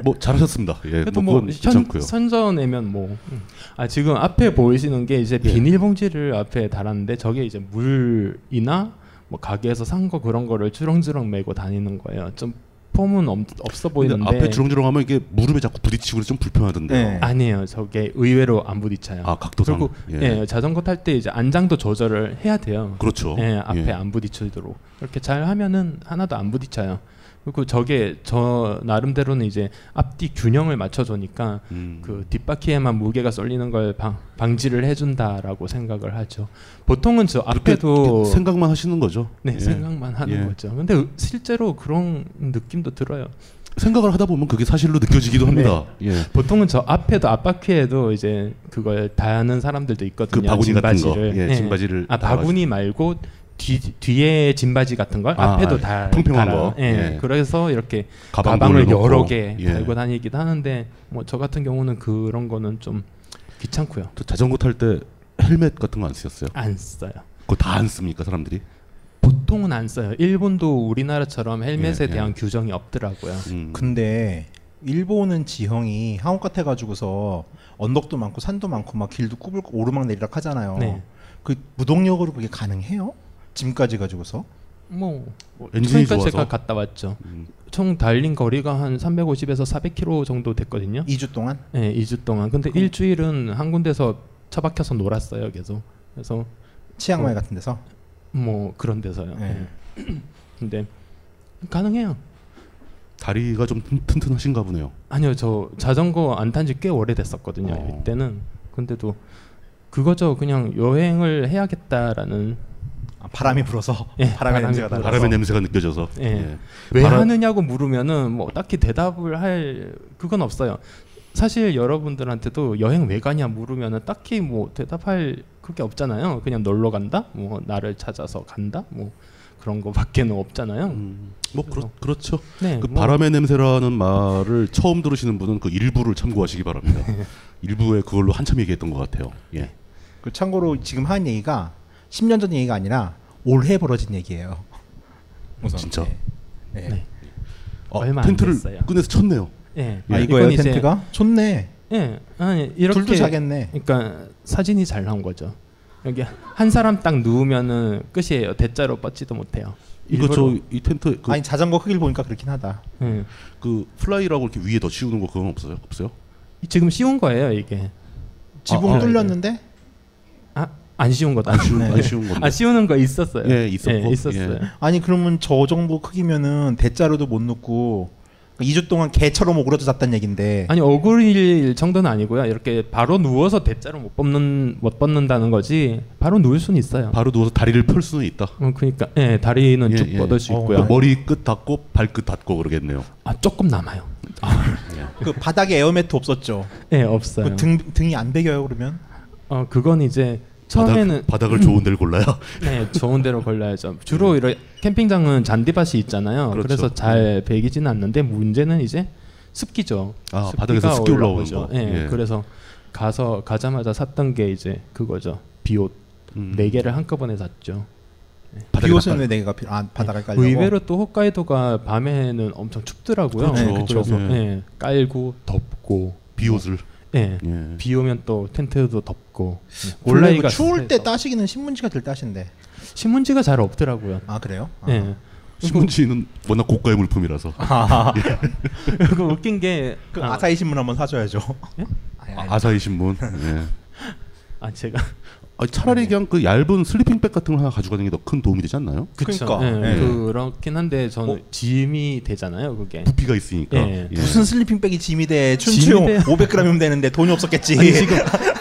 S9: 뭐 잘하셨습니다. 예,
S10: 그래도
S9: 뭐
S10: 뭐
S9: 그건
S10: 현,
S9: 괜찮고요.
S10: 선전에면 뭐. 음. 아 지금 앞에 보이시는 게 이제
S9: 예.
S10: 비닐봉지를 앞에 달았는데 저게 이제 물이나 뭐 가게에서 산 거 그런 거를 주렁주렁 메고 다니는 거예요. 좀 폼은 없, 없어
S9: 근데
S10: 보이는데
S9: 앞에 주렁주렁하면 이게 무릎에 자꾸 부딪히고 좀 불편하던데요.
S6: 네. 예.
S10: 아니에요. 저게 의외로 안 부딪혀요.
S9: 아, 각도상.
S10: 그리고
S9: 예.
S10: 예. 자전거 탈 때 이제 안장도 조절을 해야 돼요.
S9: 그렇죠.
S10: 예, 앞에
S9: 예.
S10: 안 부딪히도록 이렇게 잘 하면은 하나도 안 부딪혀요. 그리고 저게 저 나름대로는 이제 앞뒤 균형을 맞춰주니까
S9: 음.
S10: 그 뒷바퀴에만 무게가 쏠리는 걸 방, 방지를 해준다라고 생각을 하죠. 보통은 저 앞에도
S9: 그렇게 생각만 하시는 거죠.
S10: 네,
S9: 예.
S10: 생각만 하는
S9: 예.
S10: 거죠. 근데 으- 실제로 그런 느낌도 들어요.
S9: 생각을 하다 보면 그게 사실로 느껴지기도 합니다.
S10: 네.
S9: 예.
S10: 보통은 저 앞에도 앞바퀴에도 이제 그걸 다는 사람들도 있거든요.
S9: 그 바구니 같은 거.
S10: 짐바지를.
S9: 예, 짐바지를
S10: 아
S9: 달아가지고.
S10: 바구니 말고 뒤 뒤에 짐바지 같은 걸
S9: 아,
S10: 앞에도
S9: 아,
S10: 다
S9: 평평한
S10: 달아.
S9: 거.
S10: 예.
S9: 예.
S10: 그래서 이렇게
S9: 가방도
S10: 가방을
S9: 올려놓고.
S10: 여러 개
S9: 예.
S10: 달고 다니기도 하는데 뭐 저 같은 경우는 그런 거는 좀 귀찮고요.
S9: 저 자전거 탈 때 헬멧 같은 거 안 쓰셨어요?
S10: 안 써요.
S9: 그거 다 안 씁니까 사람들이?
S10: 보통은 안 써요. 일본도 우리나라처럼 헬멧에
S9: 예, 예.
S10: 대한 규정이 없더라고요.
S9: 음.
S6: 근데 일본은 지형이 한옥 같아 가지고서 언덕도 많고 산도 많고 막 길도 꾸불고 오르막 내리락 하잖아요.
S10: 네.
S6: 그 무동력으로 그게 가능해요? 짐까지 가지고서?
S10: 뭐,
S9: 어,
S10: 뭐
S6: 엔진이
S10: 그러니까 제가
S6: 좋아서? 음.
S10: 갔다 왔죠. 총 달린 거리가 한 350에서 400km 정도 됐거든요.
S6: 2주 동안?
S10: 네, 2주 동안. 근데 일주일은 한 군데서 처박혀서 놀았어요, 계속. 그래서
S6: 치앙마이
S10: 뭐,
S6: 같은 데서?
S10: 뭐 그런 데서요.
S6: 네.
S10: 네. 근데 가능해요.
S9: 다리가 좀 튼- 튼튼하신가 보네요.
S10: 아니요, 저 자전거 안 탄 지 꽤 오래됐었거든요.
S6: 어.
S10: 이때는. 근데도 그거죠. 그냥 여행을 해야겠다라는
S6: 아, 바람이 불어서
S10: 예,
S6: 바람의
S10: 바람이
S6: 냄새가
S10: 불어서.
S6: 나서
S9: 바람의 냄새가 느껴져서.
S10: 예.
S9: 예.
S10: 왜
S9: 바람-
S10: 하느냐고 물으면은 뭐 딱히 대답을 할 그건 없어요. 사실 여러분들한테도 여행 왜 가냐 물으면은 딱히 뭐 대답할 그게 없잖아요. 그냥 놀러 간다, 뭐 나를 찾아서 간다, 뭐 그런 거밖에는 없잖아요.
S6: 음.
S9: 뭐 그렇, 그렇죠.
S10: 네,
S9: 그
S10: 뭐.
S9: 바람의 냄새라는 말을 처음 들으시는 분은 그 일부를 참고하시기 바랍니다. 일부에 그걸로 한참 얘기했던 것 같아요. 예.
S6: 그 참고로 지금 하는 얘기가 10년 전 얘기가 아니라 올해 벌어진 얘기예요. 우선.
S9: 어, 진짜.
S6: 네.
S9: 아,
S10: 얼마 안
S9: 텐트를
S10: 됐어요.
S9: 꺼내서 쳤네요.
S10: 예.
S6: 아, 이거
S10: 이건 이제-
S6: 에어텐트가 좋네.
S10: 예, 아니 이렇게
S6: 둘도 자겠네.
S10: 그러니까 사진이 잘 나온 거죠. 여기 한 사람 딱 누우면은 끝이에요. 대자로 뻗지도 못해요.
S9: 이거
S10: 일부러-
S9: 저 이 텐트 그,
S6: 아니 자전거 크기를 보니까 그렇긴 하다.
S10: 예.
S9: 그 플라이라고 이렇게 위에 더 씌우는 거 그건 없어요? 없어요?
S10: 지금 씌운 거예요 이게. 아,
S6: 지붕 뚫렸는데?
S10: 안 씌운 거다.
S9: 안 씌운- 안 씌운 건데.
S10: 아 씌우는 거 있었어요.
S9: 예, 있었고.
S10: 있었어요.
S9: 예.
S6: 아니 그러면 저 정도 크기면은 대자로도 못 넣고 2주 동안 개처럼 오그라져 잤단
S9: 예.
S6: 얘긴데.
S10: 아니 억울일 정도는 아니고요. 이렇게 바로 누워서 대자로 못 뽑는 못 뽑는다는 거지. 바로 누울 수는 있어요.
S9: 바로 누워서 다리를 펼 수는 있다.
S10: 어, 그러니까 예, 다리는 쭉 뻗을 수 있고요.
S9: 그 머리 끝 닿고 발끝 닿고 그러겠네요.
S10: 아 조금 남아요.
S6: 그 바닥에 에어매트 없었죠.
S10: 예, 없어요.
S6: 그 등, 등이 안 베겨요 그러면?
S10: 어 그건 이제 처음에는
S9: 바닥, 바닥을 좋은 데를 골라요.
S10: 네, 좋은 데로 걸려야죠.
S9: 예.
S10: 주로 이런 캠핑장은 잔디밭이 있잖아요.
S9: 그렇죠.
S10: 그래서잘 베기지는 않는데 문제는 이제 습기죠.
S9: 예. 아,
S10: 습기가
S9: 바닥에서 습기 올라오는
S10: 올라오죠.
S9: 거.
S10: 예,
S9: 예.
S10: 그래서 가서 가자마자 샀던 게 이제 그거죠. 비옷
S9: 음.
S10: 네 개를 한꺼번에 샀죠.
S6: 음. 비옷은 왜 내가 필요? 아 바닥에 깔려.
S10: 의외로 또 홋카이도가 밤에는 엄청 춥더라고요.
S9: 네.
S6: 그렇죠.
S10: 래서 네,
S6: 그렇죠.
S10: 깔고 덥고
S9: 비옷을
S10: 예.
S9: 네.
S6: 네.
S10: 비 오면 또 텐트도 덥고
S6: 원래 그
S10: 플레이가 네.
S6: 추울 때 따시기는 신문지가 들 따신데
S10: 신문지가 잘 없더라고요.
S6: 아 그래요?
S10: 예.
S9: 신문지는 워낙 고가의 물품이라서.
S6: 아.
S9: 예.
S10: 그 웃긴 게
S6: 그 아. 사히 신문 한번 사줘야죠.
S9: 아, 사히 신문. 예.
S10: 아 제가
S9: 아, 차라리 그냥 그 얇은 슬리핑백 같은 걸 하나 가져가는 게 더 큰 도움이 되지 않나요?
S6: 그러니까.
S10: 그쵸.
S6: 네.
S10: 예,
S9: 예.
S10: 그렇긴 한데
S6: 어?
S10: 저는 짐이 되잖아요, 그게.
S9: 부피가 있으니까.
S10: 예.
S6: 무슨 슬리핑백이 짐이 돼?
S10: 짐이
S6: 춘추용
S10: 돼요.
S6: 500g이면 되는데 돈이 없었겠지.
S10: 아니, 지금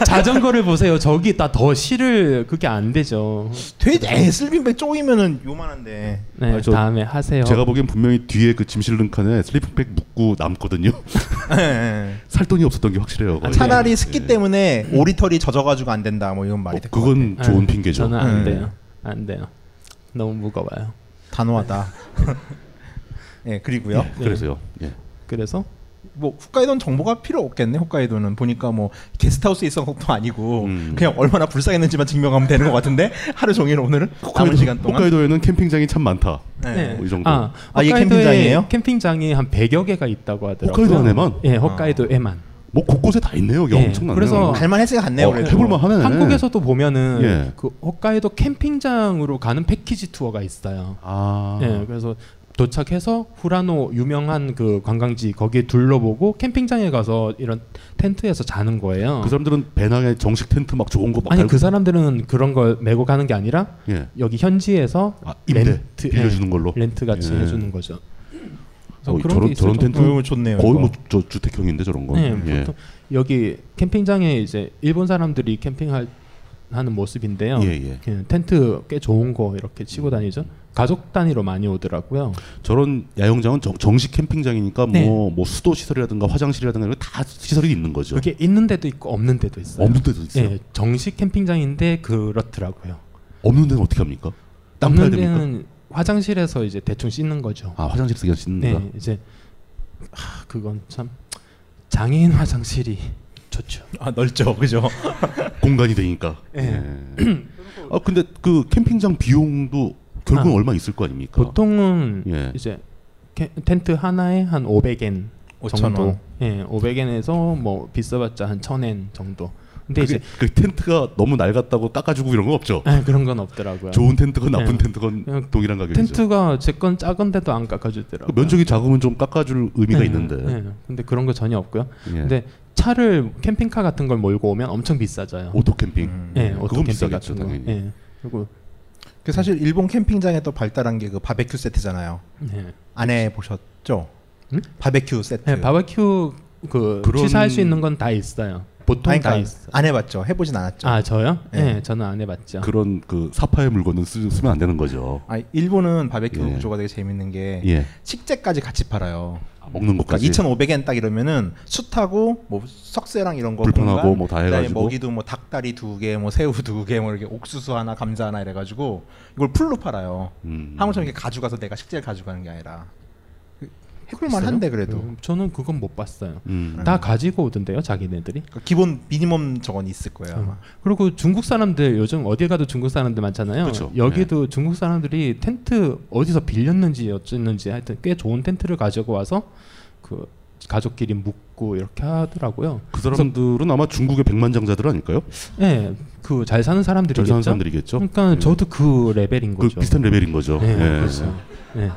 S10: 자전거를 보세요. 저기 다 더 실을 그게 안 되죠.
S6: 되게 슬리핑백 쪼이면은 요만한데.
S10: 네,
S9: 아, 저-
S10: 다음에 하세요.
S9: 제가 보기엔 분명히 뒤에 그 짐실른 칸에 슬리핑백 묶고 남거든요. 살 돈이 없었던 게 확실해요. 거의.
S6: 네, 아, 차라리
S9: 예.
S6: 습기 때문에 오리털이 젖어가지고 안 된다 뭐 이런 말이 될 것
S9: 그건
S6: 같아.
S9: 좋은 핑계죠.
S10: 네, 저는 안
S6: 음.
S10: 돼요. 안 돼요. 너무 무거워요.
S6: 단호하다. 예 그리고요.
S9: 네.
S10: 예, 그래서요. 예. 그래서
S6: 뭐 홋카이도는 정보가 필요 없겠네. 홋카이도는 보니까 뭐 게스트하우스에 있었던 것도 아니고 그냥 얼마나 불쌍했는지만 증명하면 되는 것 같은데 하루 종일 오늘은 남은 시간 동안.
S9: 홋카이도에는 캠핑장이 참 많다.
S6: 네.
S9: 뭐이 정도.
S10: 아,
S6: 아, 이게
S10: 홋카이도에
S6: 캠핑장이에요?
S10: 캠핑장이 한 100여 개가 있다고 하더라고요.
S9: 홋카이도 안에만?
S10: 예, 홋카이도에만.
S9: 뭐 곳곳에 다 있네요. 이게 엄청나네요.
S10: 그래서
S6: 갈만했으니까 갔네요, 어, 그래도.
S9: 해볼만 아. 하네.
S10: 한국에서도 보면은
S9: 예.
S10: 그 홋카이도 캠핑장으로 가는 패키지 투어가 있어요.
S9: 아.
S10: 예, 그래서 도착해서 후라노 유명한 그 관광지 거기에 둘러보고 캠핑장에 가서 이런 텐트에서 자는 거예요.
S9: 그 사람들은 뭐 배낭에 정식 텐트 막 좋은 거막
S10: 아니 그 사람들은 그런 걸 메고 가는 게 아니라
S9: 예. 아,
S10: 여기 현지에서
S9: 임대,
S10: 네.
S9: 빌려주는 걸로?
S10: 렌트 같이
S9: 예.
S10: 해주는 거죠. 그래서
S9: 어,
S10: 그런 게
S9: 저런
S10: 있어요.
S9: 저런 텐트
S10: 음, 좋네요,
S9: 거의
S10: 이거.
S9: 뭐 저, 주택형인데 저런 예. 거.
S10: 네, 보통 여기 캠핑장에 이제 일본 사람들이 캠핑할 하는 모습인데요.
S9: 예, 음. 예.
S10: 예, 텐트 꽤 좋은 거 이렇게 치고 다니죠. 가족 단위로 많이 오더라고요.
S9: 저런 야영장은 정, 정식 캠핑장이니까
S10: 네.
S9: 뭐, 뭐 수도 시설이라든가 화장실이라든가 이런 거다 시설이 있는 거죠.
S10: 그게 있는 데도 있고 없는 데도 있어요.
S9: 없는 데도 있어요?
S10: 예, 정식 캠핑장인데 그렇더라고요.
S9: 없는 데는 어떻게 합니까? 땅 파야
S10: 없는
S9: 됩니까?
S10: 데는 화장실에서 이제 대충 씻는 거죠.
S9: 아 화장실에서 그냥 씻는다.
S10: 네, 이제 하, 그건 참 장애인 화장실이 좋죠.
S6: 아 넓죠, 그죠?
S9: 공간이 되니까.
S10: 예.
S9: 아 근데 그 캠핑장 비용도 결국은
S10: 아,
S9: 얼마 있을 거 아닙니까?
S10: 보통은
S9: 예.
S10: 이제 캐- 텐트 하나에 한 500엔
S9: 5,000
S10: 정도.
S9: 원.
S10: 예, 500엔에서 뭐 비싸봤자 한 1,000엔 정도. 근데
S9: 그게-
S10: 이제
S9: 그 텐트가 너무 낡았다고 닦아주고 이런 건 없죠.
S10: 아, 그런 건 없더라고요.
S9: 좋은 텐트건 나쁜
S10: 예.
S9: 텐트건 동일한 가격이죠.
S10: 텐트가 제 건 작은데도 안 깎아주더라고요.
S9: 그 면적이 작으면 좀 깎아줄 의미가
S10: 예, 네.
S9: 있는데.
S10: 예. 근데 그런 거 전혀 없고요.
S9: 예.
S10: 근데 차를 캠핑카 같은 걸 몰고 오면 엄청 비싸져요.
S9: 오토 캠핑.
S10: 예,
S9: 음.
S10: 오토
S9: 그건
S10: 캠핑
S9: 비싸겠죠,
S10: 같은 거.
S9: 당연히.
S10: 예. 그리고
S6: 그 사실 일본 캠핑장에 또 발달한 게 그 바베큐 세트잖아요.
S10: 네.
S6: 안 해 보셨죠? 바베큐 세트.
S9: 네.
S10: 예, 바베큐 그
S6: 그런-
S10: 취사할 수 있는 건 다 있어요. 보통
S6: 아니,
S10: 다
S6: 그러니까
S10: 있어요.
S6: 안 해봤죠. 해보진 않았죠.
S10: 아 저요? 예,
S9: 네.
S6: 예.
S10: 저는 안 해봤죠.
S9: 그런 그 사파의 물건은 쓰, 쓰면 안 되는 거죠.
S6: 아, 일본은 바베큐
S9: 예.
S6: 구조가 되게 재밌는 게
S9: 예.
S6: 식재까지 같이 팔아요.
S9: 먹는
S10: 그러니까
S9: 것까지?
S6: 2,500엔 그러니까 딱 이러면은 숯하고 뭐 석쇠랑 이런 거
S9: 불판하고
S6: 공간,
S9: 뭐다
S6: 그다음에
S9: 해가지고.
S6: 먹이도 뭐 닭다리 두 개, 뭐 새우 두 개, 뭐 이렇게 옥수수 하나, 감자 하나 이래가지고 이걸 풀로 팔아요.
S9: 음.
S6: 한국처럼 이렇게 가져가서 내가 식재를 가져가는 게 아니라 해볼만
S10: 있어요?
S6: 한데 그래도
S10: 음, 저는 그건 못 봤어요.
S9: 음.
S10: 다 가지고 오던데요, 자기네들이.
S6: 그러니까 기본 미니멈 저건 있을 거예요. 아마.
S10: 그리고 중국 사람들 요즘 어디 가도 중국 사람들 많잖아요.
S6: 그쵸.
S10: 여기도 중국 사람들이 텐트 어디서 빌렸는지 어쨌는지 하여튼 꽤 좋은 텐트를 가지고 와서 그 가족끼리 묵고 이렇게 하더라고요.
S9: 그
S10: 그래서
S9: 사람들은 아마 중국의 백만장자들 아닐까요?
S10: 네, 그 잘 사는 사람들이겠죠.
S9: 잘 사는 사람들이겠죠.
S10: 그러니까
S9: 예.
S10: 저도 그 레벨인
S9: 그
S10: 거죠.
S9: 비슷한 레벨인 거죠.
S10: 네,
S9: 예.
S10: 그렇죠. 네.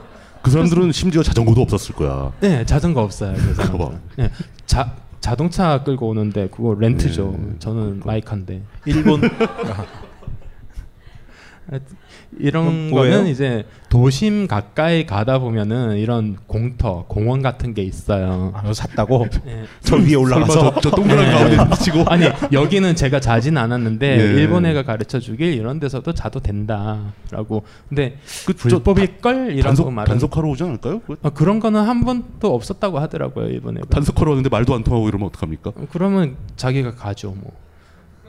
S9: 그 사람들은 심지어 자전거도 없었을 거야.
S10: 네, 자전거 없어요. 그 사람들은.
S9: 봐봐.
S10: 네, 자 자동차 끌고 오는데 그거 렌트죠. 저는 마이카인데.
S6: 일본
S10: 이런
S6: 뭐- 뭐예요?
S10: 거는 이제 도심 가까이 가다 보면은 이런 공터, 공원 같은 게 있어요.
S6: 아, 샀다고?
S10: 네.
S6: 저 위에 올라가서? 네.
S10: 설마
S6: 저 동그란 가운데 비치고?
S10: 네. 아니 여기는 제가 자진 않았는데
S6: 예.
S10: 일본 애가 가르쳐 주길 이런 데서도 자도 된다라고. 근데
S9: 그
S10: 불법일 걸 이라고
S9: 단속-
S10: 말은
S9: 단속하러 오지 않을까요? 그-
S10: 아, 그런 거는 한 번도 없었다고 하더라고요 일본 애가.
S9: 단속하러 왔는데 말도 안 통하고 이러면 어떡합니까?
S10: 그러면 자기가 가죠 뭐.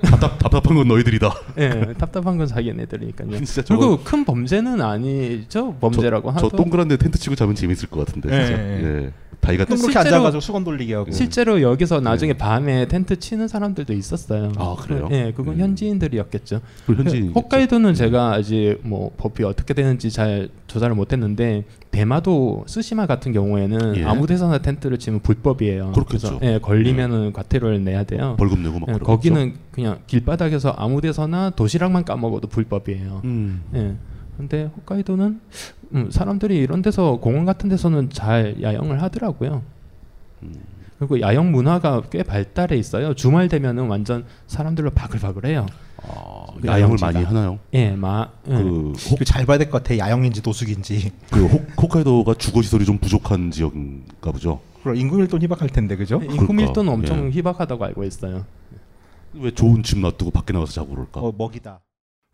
S9: 답답, 답답한 건 너희들이다.
S10: 예, 답답한 건 자기네들이니까요.
S9: 진짜 저거-
S10: 그리고 큰 범죄는 아니죠. 범죄라고
S9: 저,
S10: 하도.
S9: 저 동그란데 텐트 치고 자면 재밌을 것 같은데.
S10: 예,
S9: 진짜.
S10: 예.
S9: 예. 다이가
S6: 또 이렇게 앉아가지고 수건 돌리게
S9: 예.
S6: 하고.
S10: 실제로 여기서 나중에 밤에 텐트 치는 사람들도 있었어요.
S9: 네. 아, 그래요?
S10: 예, 그건 현지인들이었겠죠.
S9: 그
S10: 네,
S9: 현지인이겠죠.
S10: 홋카이도는 제가 아직 뭐 법이 어떻게 되는지 잘 조사를 못했는데 대마도 스시마 같은 경우에는
S9: 예.
S10: 아무 데서나 텐트를 치면 불법이에요.
S9: 그렇겠죠.
S10: 그래서, 예, 걸리면은 과태료를 내야 돼요.
S9: 벌금 내고 막
S10: 예,
S9: 그러겠죠.
S10: 거기는 그냥 길바닥에서 아무 데서나 도시락만 까먹어도 불법이에요.
S9: 음.
S10: 예. 근데 홋카이도는 음, 사람들이 이런 데서 공원 같은 데서는 잘 야영을 하더라고요.
S9: 음.
S10: 그리고 야영 문화가 꽤 발달해 있어요. 주말 되면은 완전 사람들로 바글바글해요. 그
S9: 아, 야영을
S10: 야영지가.
S9: 많이 하나요?
S10: 예, 마. 예.
S6: 잘 봐야 될 것 같아. 야영인지 도숙인지.
S9: 그 홋- 홋카이도가 주거 시설이 좀 부족한 지역인가 보죠.
S6: 그럼 인구 밀도 희박할 텐데 그죠?
S10: 네, 인구 밀도는
S9: 어, 그럴까?
S10: 엄청
S9: 예.
S10: 희박하다고 알고 있어요.
S9: 왜 좋은 집 놔두고 밖에 나와서 자고 그럴까?
S6: 어, 먹이다.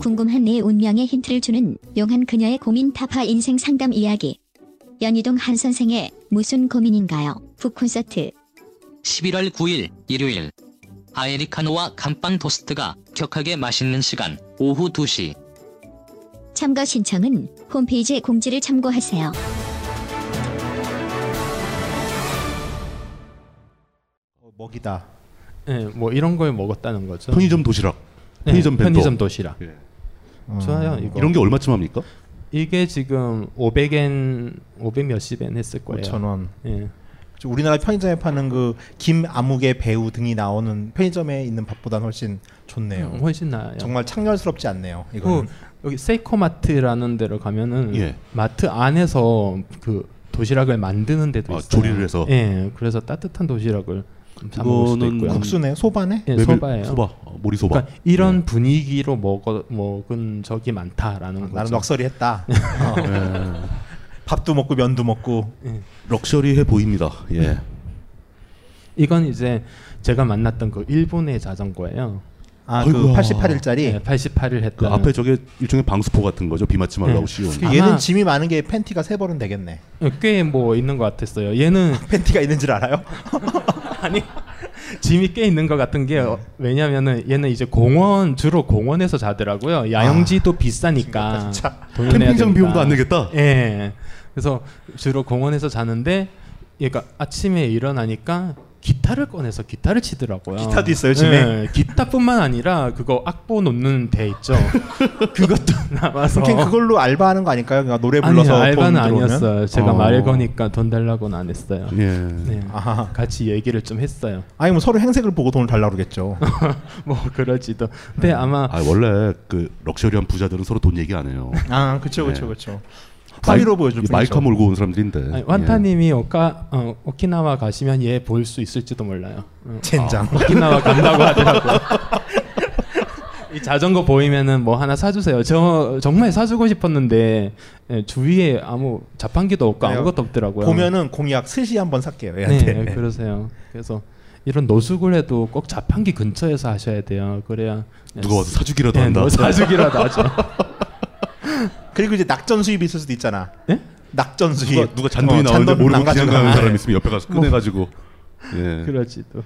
S8: 궁금한 내 운명의 힌트를 주는 용한 그녀의 고민 타파 인생 상담 이야기. 연희동 한 선생의 무슨 고민인가요? 북콘서트
S12: 11월 9일 일요일 아에리카노와 감빵 토스트가 격하게 맛있는 시간 오후 2시
S8: 참가 신청은 홈페이지 공지를 참고하세요.
S6: 뭐 먹이다.
S10: 예, 뭐 이런 걸 먹었다는 거죠.
S9: 편의점 도시락,
S10: 예,
S9: 편의점 벤더,
S10: 편의점 도시락.
S9: 예.
S6: 음.
S10: 좋아요. 이거.
S9: 이런 게 얼마쯤 합니까?
S10: 이게 지금 500엔 500 몇십엔 했을 거예요.
S6: 5,000원.
S10: 예.
S6: 저 우리나라 편의점에 파는 그 김 아무개 배우 등이 나오는 편의점에 있는 밥보다는 훨씬 좋네요.
S10: 음, 훨씬 나아요.
S6: 정말 창렬스럽지 않네요.
S10: 그
S6: 이거
S10: 여기 세이코마트라는 데로 가면은
S6: 예.
S10: 마트 안에서 그 도시락을 만드는 데도
S9: 아,
S10: 있어요.
S9: 조리를 해서?
S10: 예, 그래서 따뜻한 도시락을 사 먹을 수도
S9: 그거는
S10: 있고요.
S6: 국수네? 소바네?
S10: 예,
S9: 메밀-
S10: 소바예요.
S9: 소바, 어, 모리소바. 예.
S10: 그러니까 이런 분위기로 먹어 먹은 적이 많다라는 거죠.
S6: 아,
S10: 음.
S6: 나는 넉살이했다. 어.
S10: 예.
S6: 밥도 먹고 면도 먹고
S9: 럭셔리해 보입니다. 예.
S10: 네. 이건 이제 제가 만났던 그 일본의 자전거예요.
S6: 아, 그 아이고야. 88 일짜리?
S10: 네, 88일 했다.
S9: 그 앞에 저게 일종의 방수포 같은 거죠. 비 맞지 말라고
S10: 네.
S9: 씌운.
S10: 그
S6: 얘는
S10: 아마-
S6: 짐이 많은 게 팬티가 세 벌은 되겠네.
S10: 꽤 뭐 있는 것 같았어요. 얘는
S6: 팬티가 있는 줄 알아요?
S10: 아니 짐이 꽤 있는 것 같은 게 어,
S6: 네.
S10: 왜냐면은 얘는 이제 공원 주로 공원에서 자더라고요.
S6: 아,
S10: 야영지도 비싸니까 돈을 내야
S9: 캠핑장
S10: 되니까.
S9: 비용도 안 내겠다?
S10: 예. 그래서 주로 공원에서 자는데 얘가 아침에 일어나니까 기타를 꺼내서 기타를 치더라고요.
S6: 기타도 있어요, 집에?
S10: 예, 기타뿐만 아니라 그거 악보 놓는 데 있죠. 그것도 남아서.
S6: 그냥 그걸로 알바하는 거 아닐까요? 그냥 노래 불러서
S10: 어. 아니요, 알바는
S6: 돈 들어오면?
S10: 아니었어요. 제가
S6: 어. 음.
S10: 말을 거니까 돈 달라고는 안 했어요.
S9: 예.
S10: 네. 같이 얘기를 좀 했어요.
S6: 아니 뭐 서로 행색을 보고 돈을 달라 그러겠죠.
S10: 뭐 그럴지도.
S6: 음.
S10: 근데 아마
S9: 아, 원래 그 럭셔리한 부자들은 서로 돈 얘기 안 해요.
S6: 아, 그쵸,
S9: 예.
S6: 그쵸,
S10: 네.
S6: 그쵸.
S9: 마이-
S6: 파리로 보여줄 뿐이죠.
S9: 마이카 몰고 온
S6: 네.
S9: 사람들인데. 예.
S10: 아니, 환타님이 오카, 어, 오키나와 가시면 얘 볼 수 있을지도 몰라요. 응.
S6: 젠장.
S10: 아, 오키나와 간다고 하더라고요. 이 자전거 보이면은 뭐 하나 사주세요. 저 정말 사주고 싶었는데 예, 주위에 아무 자판기도 없고
S6: 그래요.
S10: 아무것도 없더라고요.
S6: 보면은 공약 스시 한번 살게요. 얘한테.
S10: 네, 그러세요. 그래서 이런 노숙을 해도 꼭 자판기 근처에서 하셔야 돼요. 그래야
S9: 누가 와서 사주기라도
S10: 예,
S9: 한다.
S10: 뭐 사주기라도 하죠.
S6: 그리고 이제 낙전 수입이 있을 수도
S10: 네?
S6: 있잖아. 낙전 수입.
S10: 어,
S6: 어, 아, 네.
S9: 누가, 누가 잔돈이 나오는데 모르고 그냥 가는 사람 있으면 옆에 가서
S6: 뭐.
S9: 꺼내가지고 예.
S10: 그럴지도.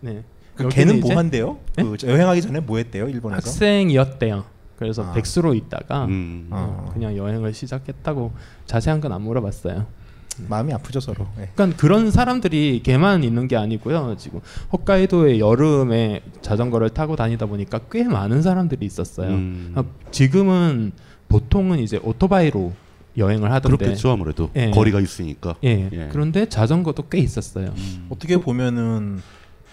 S10: 네.
S6: 그
S10: 여기는
S6: 걔는 뭐
S10: 이제-
S6: 한대요?
S10: 네?
S6: 그 여행하기 전에 뭐 했대요? 일본에서?
S10: 학생이었대요. 그래서
S6: 아.
S10: 백수로 있다가
S6: 음.
S10: 어, 그냥 여행을 시작했다고 자세한 건 안 물어봤어요.
S6: 마음이 아프죠 서로. 네.
S10: 그러니까 그런 사람들이 걔만 있는 게 아니고요. 지금 홋카이도의 여름에 자전거를 타고 다니다 보니까 꽤 많은 사람들이 있었어요.
S9: 음.
S10: 아, 지금은 보통은 이제 오토바이로 여행을 하던데.
S9: 그렇겠죠, 아무래도. 거리가 있으니까.
S10: 예.
S9: 예.
S10: 그런데 자전거도 꽤 있었어요.
S6: 어떻게 보면은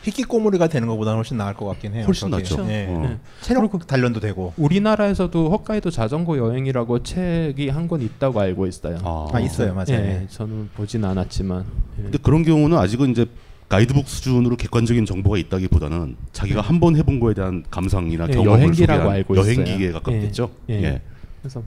S6: 히키꼬모리가 되는 것보다는 훨씬 나을 것 같긴 해요.
S10: 훨씬
S6: 저게.
S10: 낫죠.
S6: 예.
S10: 어. 네.
S6: 체력 단련도 되고.
S10: 우리나라에서도 홋카이도 자전거 여행이라고 책이 한 권 있다고 알고 있어요. 아,
S6: 아, 있어요. 맞아요.
S10: 예, 저는 보진 않았지만. 예.
S9: 근데 그런 경우는 아직은 이제 가이드북 수준으로 객관적인 정보가 있다기보다는 자기가
S10: 네.
S9: 한 번 해본 거에 대한 감상이나
S10: 예,
S9: 경험을
S10: 여행기라고
S9: 소개한
S10: 알고 있어요.
S9: 여행기에
S10: 예,
S9: 가깝겠죠.
S10: 예.
S9: 예.
S10: 그래서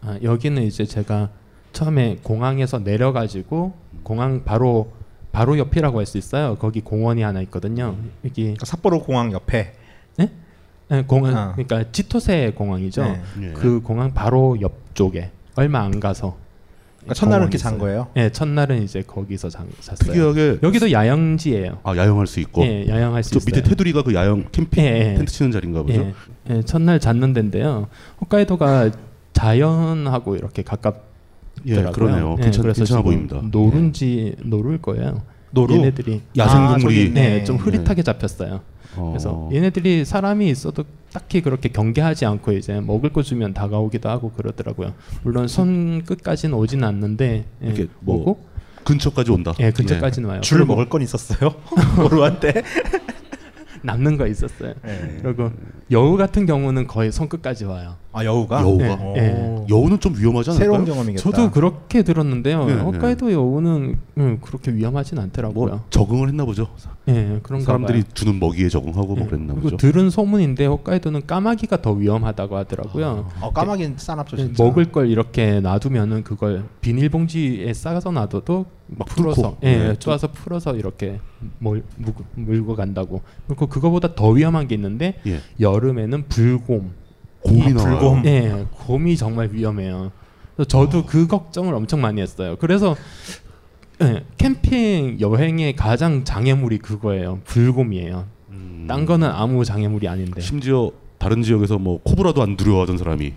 S10: 아, 여기는 이제 제가 처음에 공항에서 내려가지고 공항 바로 바로 옆이라고 할 수 있어요. 거기 공원이 하나 있거든요. 여기
S6: 그러니까 삿포로 공항 옆에.
S10: 네? 네, 공항
S6: 아.
S10: 그러니까 치토세 공항이죠.
S6: 네.
S9: 예.
S10: 그 공항 바로 옆쪽에 얼마 안 가서.
S6: 그러니까 첫날은
S10: 공원이
S6: 이렇게 잔
S10: 있어요.
S6: 거예요?
S10: 네, 첫날은 이제 거기서 잔, 잤어요.
S9: 특이하게
S10: 여기도 야영지예요.
S9: 아 야영할 수 있고.
S10: 예, 야영할 수
S9: 저 밑에
S10: 있어요.
S9: 테두리가 그 야영 캠핑
S10: 예, 예.
S9: 텐트 치는 자리인가 보죠.
S10: 예, 예, 첫날 잤는 데인데요. 홋카이도가 자연하고 이렇게 가깝더라고요.
S9: 예, 그러네요. 괜찮-
S10: 그래서
S9: 괜찮아
S10: 지금
S9: 보입니다.
S10: 노른지 노를 거예요.
S9: 노루?
S10: 얘네들이
S9: 야생 아, 동물이- 저기 있네.
S10: 네, 좀 흐릿하게 잡혔어요.
S9: 어.
S10: 그래서 예. 얘네들이 사람이 있어도 딱히 그렇게 경계하지 않고 이제 먹을 거 주면 다가오기도 하고 그러더라고요. 물론 손 끝까지는 오진 않는데 예,
S9: 이렇게 뭐 아,
S10: 오고
S9: 근처까지 온다. 네.
S10: 예, 근처까지는 와요.
S6: 줄
S10: 그리고-
S6: 먹을 건 있었어요? 오루한테?
S10: 남는 거 있었어요.
S9: 예.
S10: 그리고 여우 같은 경우는 거의 손끝까지 와요.
S6: 아, 여우가?
S9: 여우가?
S10: 예,
S9: 오.
S10: 예.
S9: 여우는 좀 위험하지 않을까요? 그러니까? 새로운 경험이겠다.
S10: 저도 그렇게 들었는데요.
S9: 네, 네.
S10: 홋카이도 여우는 음, 그렇게 위험하진 않더라고요.
S9: 뭐 적응을 했나 보죠.
S10: 예, 그런가
S9: 사람들이
S10: 봐요.
S9: 주는 먹이에 적응하고 뭐
S10: 예.
S9: 그랬나
S10: 그리고
S9: 보죠.
S10: 들은 소문인데 홋카이도는 까마귀가 더 위험하다고
S9: 아,
S10: 하더라고요.
S6: 어, 까마귀는 싸납죠,
S9: 그렇죠, 네,
S10: 예,
S6: 진짜.
S10: 먹을 걸 이렇게 놔두면은 그걸 비닐봉지에 싸서 놔둬도
S9: 막
S10: 풀어서
S9: 뚫고.
S10: 예,
S9: 네.
S10: 쪼아서 풀어서 이렇게 몰, 물, 물고 간다고. 그리고 그거보다 더 위험한 게 있는데
S9: 예.
S10: 여름에는 불곰.
S9: 곰이 아, 나와요? 불곰.
S10: 예, 곰이 정말 위험해요.
S9: 아.
S10: 그래서 저도 그 걱정을 엄청 많이 했어요. 그래서 예, 캠핑 여행의 가장 장애물이 그거예요. 불곰이에요.
S9: 음.
S10: 딴 거는 아무 장애물이 아닌데.
S9: 심지어 다른 지역에서 뭐 코브라도 안 두려워하던 사람이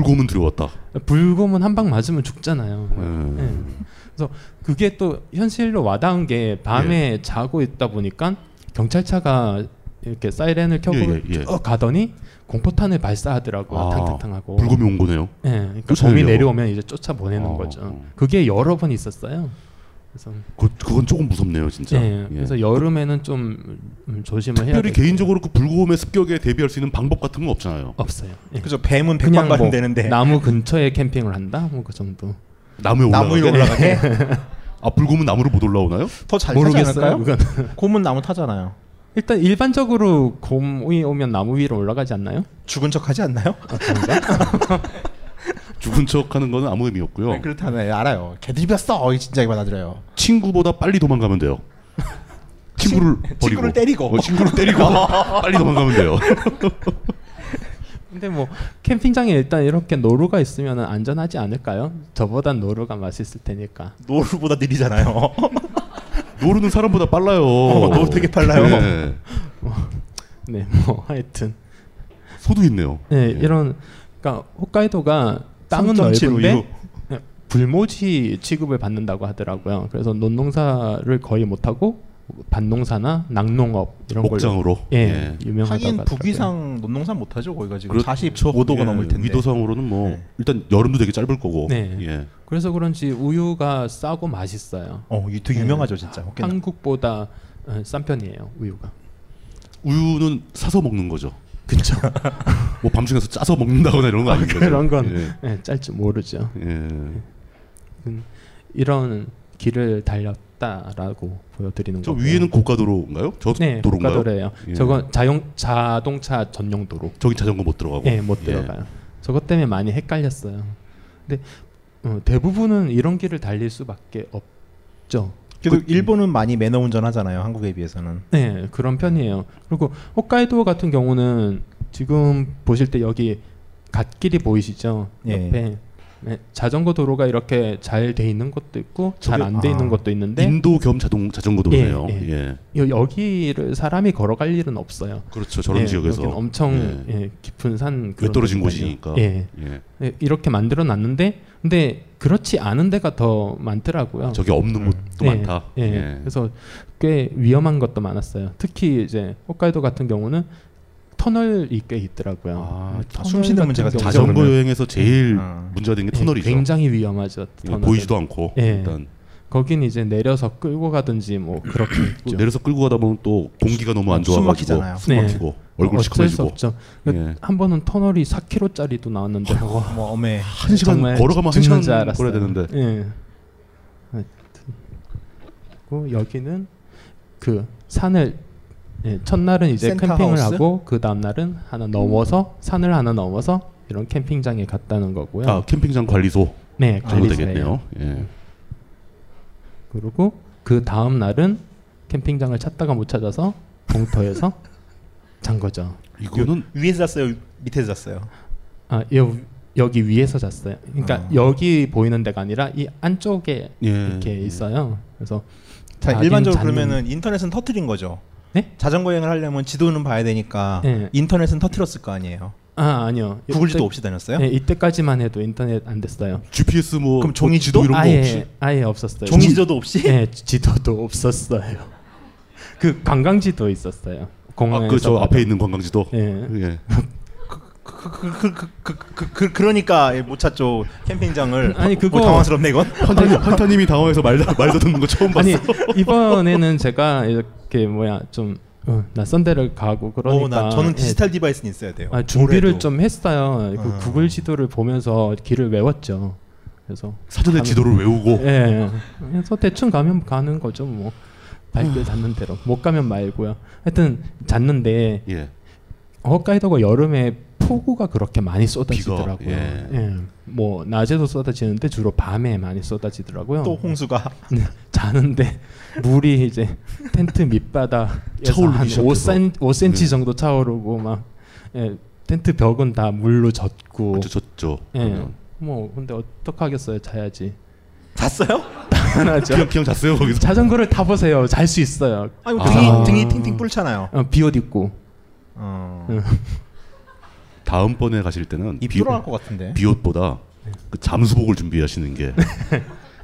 S9: 불곰은 두려웠다.
S10: 불곰은 한 방 맞으면 죽잖아요.
S9: 음.
S10: 예. 그래서 그게 또 현실로 와닿은 게 밤에
S9: 예.
S10: 자고 있다 보니까 경찰차가 이렇게 사이렌을 켜고
S9: 예, 예, 예.
S10: 쭉 가더니 공포탄을 발사하더라고요.
S9: 아,
S10: 탕탕탕하고.
S9: 불곰이 온 거네요.
S10: 예, 그러니까
S9: 그렇잖아요.
S10: 곰이 내려오면 이제 쫓아 보내는
S9: 아,
S10: 거죠. 그게 여러 번 있었어요. 그래서
S9: 그 그건 조금 무섭네요, 진짜.
S10: 예,
S9: 예.
S10: 그래서 여름에는 좀 음, 조심을 해야
S9: 특별히
S10: 돼요.
S9: 개인적으로 그 불곰의 습격에 대비할 수 있는 방법 같은 건 없잖아요.
S10: 없어요. 예.
S6: 그죠,
S10: 그냥
S6: 뱀은 백만 가면
S10: 뭐
S6: 되는데.
S10: 나무 근처에 캠핑을 한다? 뭐 그 정도.
S9: 나무에
S6: 나무 위로
S9: 올라가게?
S6: 올라가게?
S9: 아 불곰은 나무로 못 올라오나요?
S6: 더잘 타지
S10: 모르겠어요.
S6: 않을까요?
S10: 그건.
S6: 곰은 나무 타잖아요.
S10: 일단 일반적으로 곰이 오면 나무 위로 올라가지 않나요? 아,
S6: 죽은 척하지 않나요?
S9: 죽은 척하는 거는 아무 의미 없고요.
S6: 네, 그렇다네 알아요. 개들이었어. 어이 진작에 받아들여요.
S9: 친구보다 빨리 도망가면 돼요. 친구를 버리고
S6: 친구를 때리고.
S9: 어, 친구를 때리고 빨리 도망가면 돼요.
S10: 근데 뭐 캠핑장에 일단 이렇게 노루가 있으면 안전하지 않을까요? 저보단 노루가 맛있을 테니까.
S6: 노루보다 느리잖아요.
S9: 노루는 사람보다 빨라요.
S10: 어, 노루 되게 빨라요.
S9: 네.
S10: 네, 뭐 하여튼
S9: 소도 있네요.
S10: 네, 이런 그러니까 홋카이도가 땅은
S9: 3.75 이후.
S10: 넓은데 네, 불모지 취급을 받는다고 하더라고요. 그래서 논농사를 거의 못 하고 밭농사나 낙농업 이런
S9: 목장으로?
S10: 걸로 예,
S9: 예.
S10: 유명하다고
S6: 하긴
S10: 하더라고요.
S6: 북위상 논농산 못하죠 거기가 지금
S9: 그렇죠.
S6: 45도가
S9: 예,
S6: 넘을 텐데.
S9: 위도상으로는 뭐 일단 여름도 되게 짧을 거고.
S10: 네.
S9: 예.
S10: 그래서 그런지 우유가 싸고 맛있어요.
S6: 어, 유- 되게 유명하죠, 진짜.
S10: 하-
S6: 홋카이도.
S10: 한국보다 어, 싼 편이에요, 우유가.
S9: 우유는 사서 먹는 거죠. 그렇죠. 뭐 밤중에서 짜서 먹는다거나 이런 거
S10: 아,
S9: 아닌 거죠.
S10: 그런 건 네.
S9: 예.
S10: 예, 짤지 모르죠.
S9: 예.
S10: 음, 이런 길을 달렸다라고 보여드리는
S9: 저
S10: 거고.
S9: 위에는 고가도로인가요? 저
S10: 네,
S9: 도로인가요?
S10: 고가도로예요.
S9: 예.
S10: 저건 자용 자동차 전용 도로.
S9: 저기 자전거 못 들어가고.
S10: 예, 못
S9: 예.
S10: 들어가요. 저것 때문에 많이 헷갈렸어요. 근데 어, 대부분은 이런 길을 달릴 수밖에 없죠.
S6: 그래도 일본은 많이 매너 운전하잖아요. 한국에 비해서는.
S10: 네, 그런 편이에요. 그리고 홋카이도 같은 경우는 지금 보실 때 여기 갓길이 보이시죠?
S6: 예.
S10: 옆에 네, 자전거 도로가 이렇게 잘 돼 있는 것도 있고 잘 안 돼
S9: 저게-
S10: 있는
S9: 아,
S10: 것도 있는데
S9: 인도 겸 자동 자전거 도로네요.
S10: 예,
S9: 예.
S10: 여- 여기를 사람이 걸어갈 일은 없어요. 예,
S9: 그렇죠, 저런 지역에서.
S10: 네, 여긴 엄청 예, 깊은 산 그런
S9: 외떨어진
S10: 데거든요.
S9: 곳이니까.
S10: 예.
S9: 예.
S10: 예, 이렇게 만들어 놨는데 근데 그렇지 않은 데가 더 많더라고요.
S9: 저기 없는 곳도
S10: 예,
S9: 많다.
S10: 예.
S9: 예.
S10: 그래서 꽤 위험한 것도 많았어요. 특히 이제 홋카이도 같은 경우는 터널이 꽤 있더라고요.
S6: 아,
S9: 다
S10: 터널
S9: 숨 쉬는
S10: 같은
S9: 문제가
S10: 경우는-
S9: 자전거 그러면. 여행에서
S6: 네.
S9: 제일
S6: 어.
S9: 문제가 되는 게
S10: 예,
S9: 터널이죠.
S10: 굉장히 위험하죠.
S9: 예,
S10: 터널은.
S9: 보이지도 않고,
S10: 예.
S9: 일단.
S10: 거긴 이제 내려서 끌고 가든지 뭐 그렇게
S9: 또
S10: 있죠.
S9: 내려서 끌고 가다 보면 또 공기가 너무 안 좋아가지고 숨 막히고 얼굴
S10: 어쩔 수
S9: 시커매지고. 예.
S10: 없죠. 한 번은 터널이 4km짜리도 나왔는데
S6: 뭐 어메.
S9: 한 시간 걸어가면 한 시간 걸어야 되는데.
S10: 예. 하여튼. 그리고 여기는 그 산을 예, 첫날은 이제
S6: 센터
S10: 캠핑을
S6: 하우스?
S10: 하고 그 다음 날은 하나 넘어서 산을 하나 넘어서 이런 캠핑장에 갔다는 거고요.
S9: 아 캠핑장 관리소.
S10: 네,
S9: 정도
S10: 관리소예요.
S9: 되겠네요. 예.
S10: 그리고 그 다음 날은 캠핑장을 찾다가 못 찾아서 봉터에서 잔 거죠.
S9: 이거는
S6: 위에서 잤어요, 밑에서 잤어요.
S10: 아 여, 여기 위에서 잤어요. 그러니까
S9: 아.
S10: 여기 보이는 데가 아니라 이 안쪽에
S6: 예,
S10: 이렇게 있어요. 그래서
S6: 자,
S10: 자긴
S6: 일반적으로
S10: 잤는-
S6: 그러면은 인터넷은 터트린 거죠. 자전거 여행을 하려면 지도는 봐야 되니까
S10: 네.
S6: 인터넷은 터트렸을 거 아니에요.
S10: 아 아니요
S6: 구글 지도
S10: 이때-
S6: 없이 다녔어요?
S10: 네, 이때까지만 해도 인터넷 안 됐어요.
S9: GPS 뭐
S6: 그럼 종이 지도 이런 거
S10: 아예,
S6: 없이?
S10: 아예 없었어요.
S6: 종이 지도도 없이?
S10: 네 지도도 없었어요. 그 관광 지도 있었어요. 공항에서
S9: 아그 저
S10: 받은.
S9: 앞에 있는 관광지도.
S10: 예.
S9: 예.
S6: 그, 그 그러니까 못 찾죠 캠핑장을.
S10: 아니,
S6: 어,
S10: 그거-
S6: 어, 당황스럽네 이건.
S10: 헌터님- 헌터님이
S9: 당황해서 말 말다듣는 거 처음
S10: 아니 이번에는 제가 이렇게 뭐야 좀 어, 낯선 데를 가고 그러니까
S6: 어, 나 저는
S10: 예,
S6: 디지털 디바이스는 있어야 돼요.
S10: 아, 준비를
S6: 올해도.
S10: 좀 했어요. 그
S6: 어.
S10: 구글 지도를 보면서 길을 외웠죠. 그래서
S9: 사전에
S10: 가면-
S9: 지도를 외우고?
S10: 예. 그래서 대충 가면 가는 거죠 뭐.
S9: 아휴.
S10: 발길 닿는 대로 못 가면 말고요. 하여튼 잤는데
S9: 예.
S10: 홋카이도가 여름에 폭우가 그렇게 많이 쏟아지더라고요.
S9: 비가, 예.
S10: 뭐 낮에도 쏟아지는데 주로 밤에 많이 쏟아지더라고요.
S6: 또 홍수가.
S10: 네, 자는데 물이 이제 텐트 밑바닥
S9: 차오르기
S10: 한
S9: 시작해서.
S10: 5cm, 5cm
S9: 네.
S10: 정도 차오르고 막 예, 텐트 벽은 다 물로 젖고
S9: 완전 젖죠.
S10: 예.
S9: 그러면.
S10: 뭐 근데 어떡하겠어요 자야지
S6: 잤어요?
S10: 당연하죠
S9: 그냥- 그냥 잤어요, 거기서?
S10: 자전거를 타보세요 잘 수 있어요
S6: 아니, 등이- 등이 팅팅 뿔잖아요. 어.
S10: 어, 비옷 입고 응.
S9: 다음번에 가실 때는
S6: 입
S9: 비-
S6: 돌아갈 것 같은데.
S9: 비옷보다 그 잠수복을 준비하시는 게.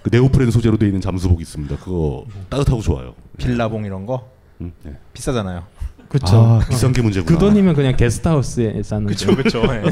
S9: 그 네오프렌 소재로 되어 있는 잠수복 있습니다. 그거 따뜻하고 좋아요.
S6: 빌라봉 이런 거
S9: 음, 예.
S6: 비싸잖아요.
S10: 그쵸
S9: 아, 비싼 게
S10: 어.
S9: 문제구나.
S10: 그 돈이면 그냥 게스트하우스에 사는
S6: 그쵸, 그쵸, 예.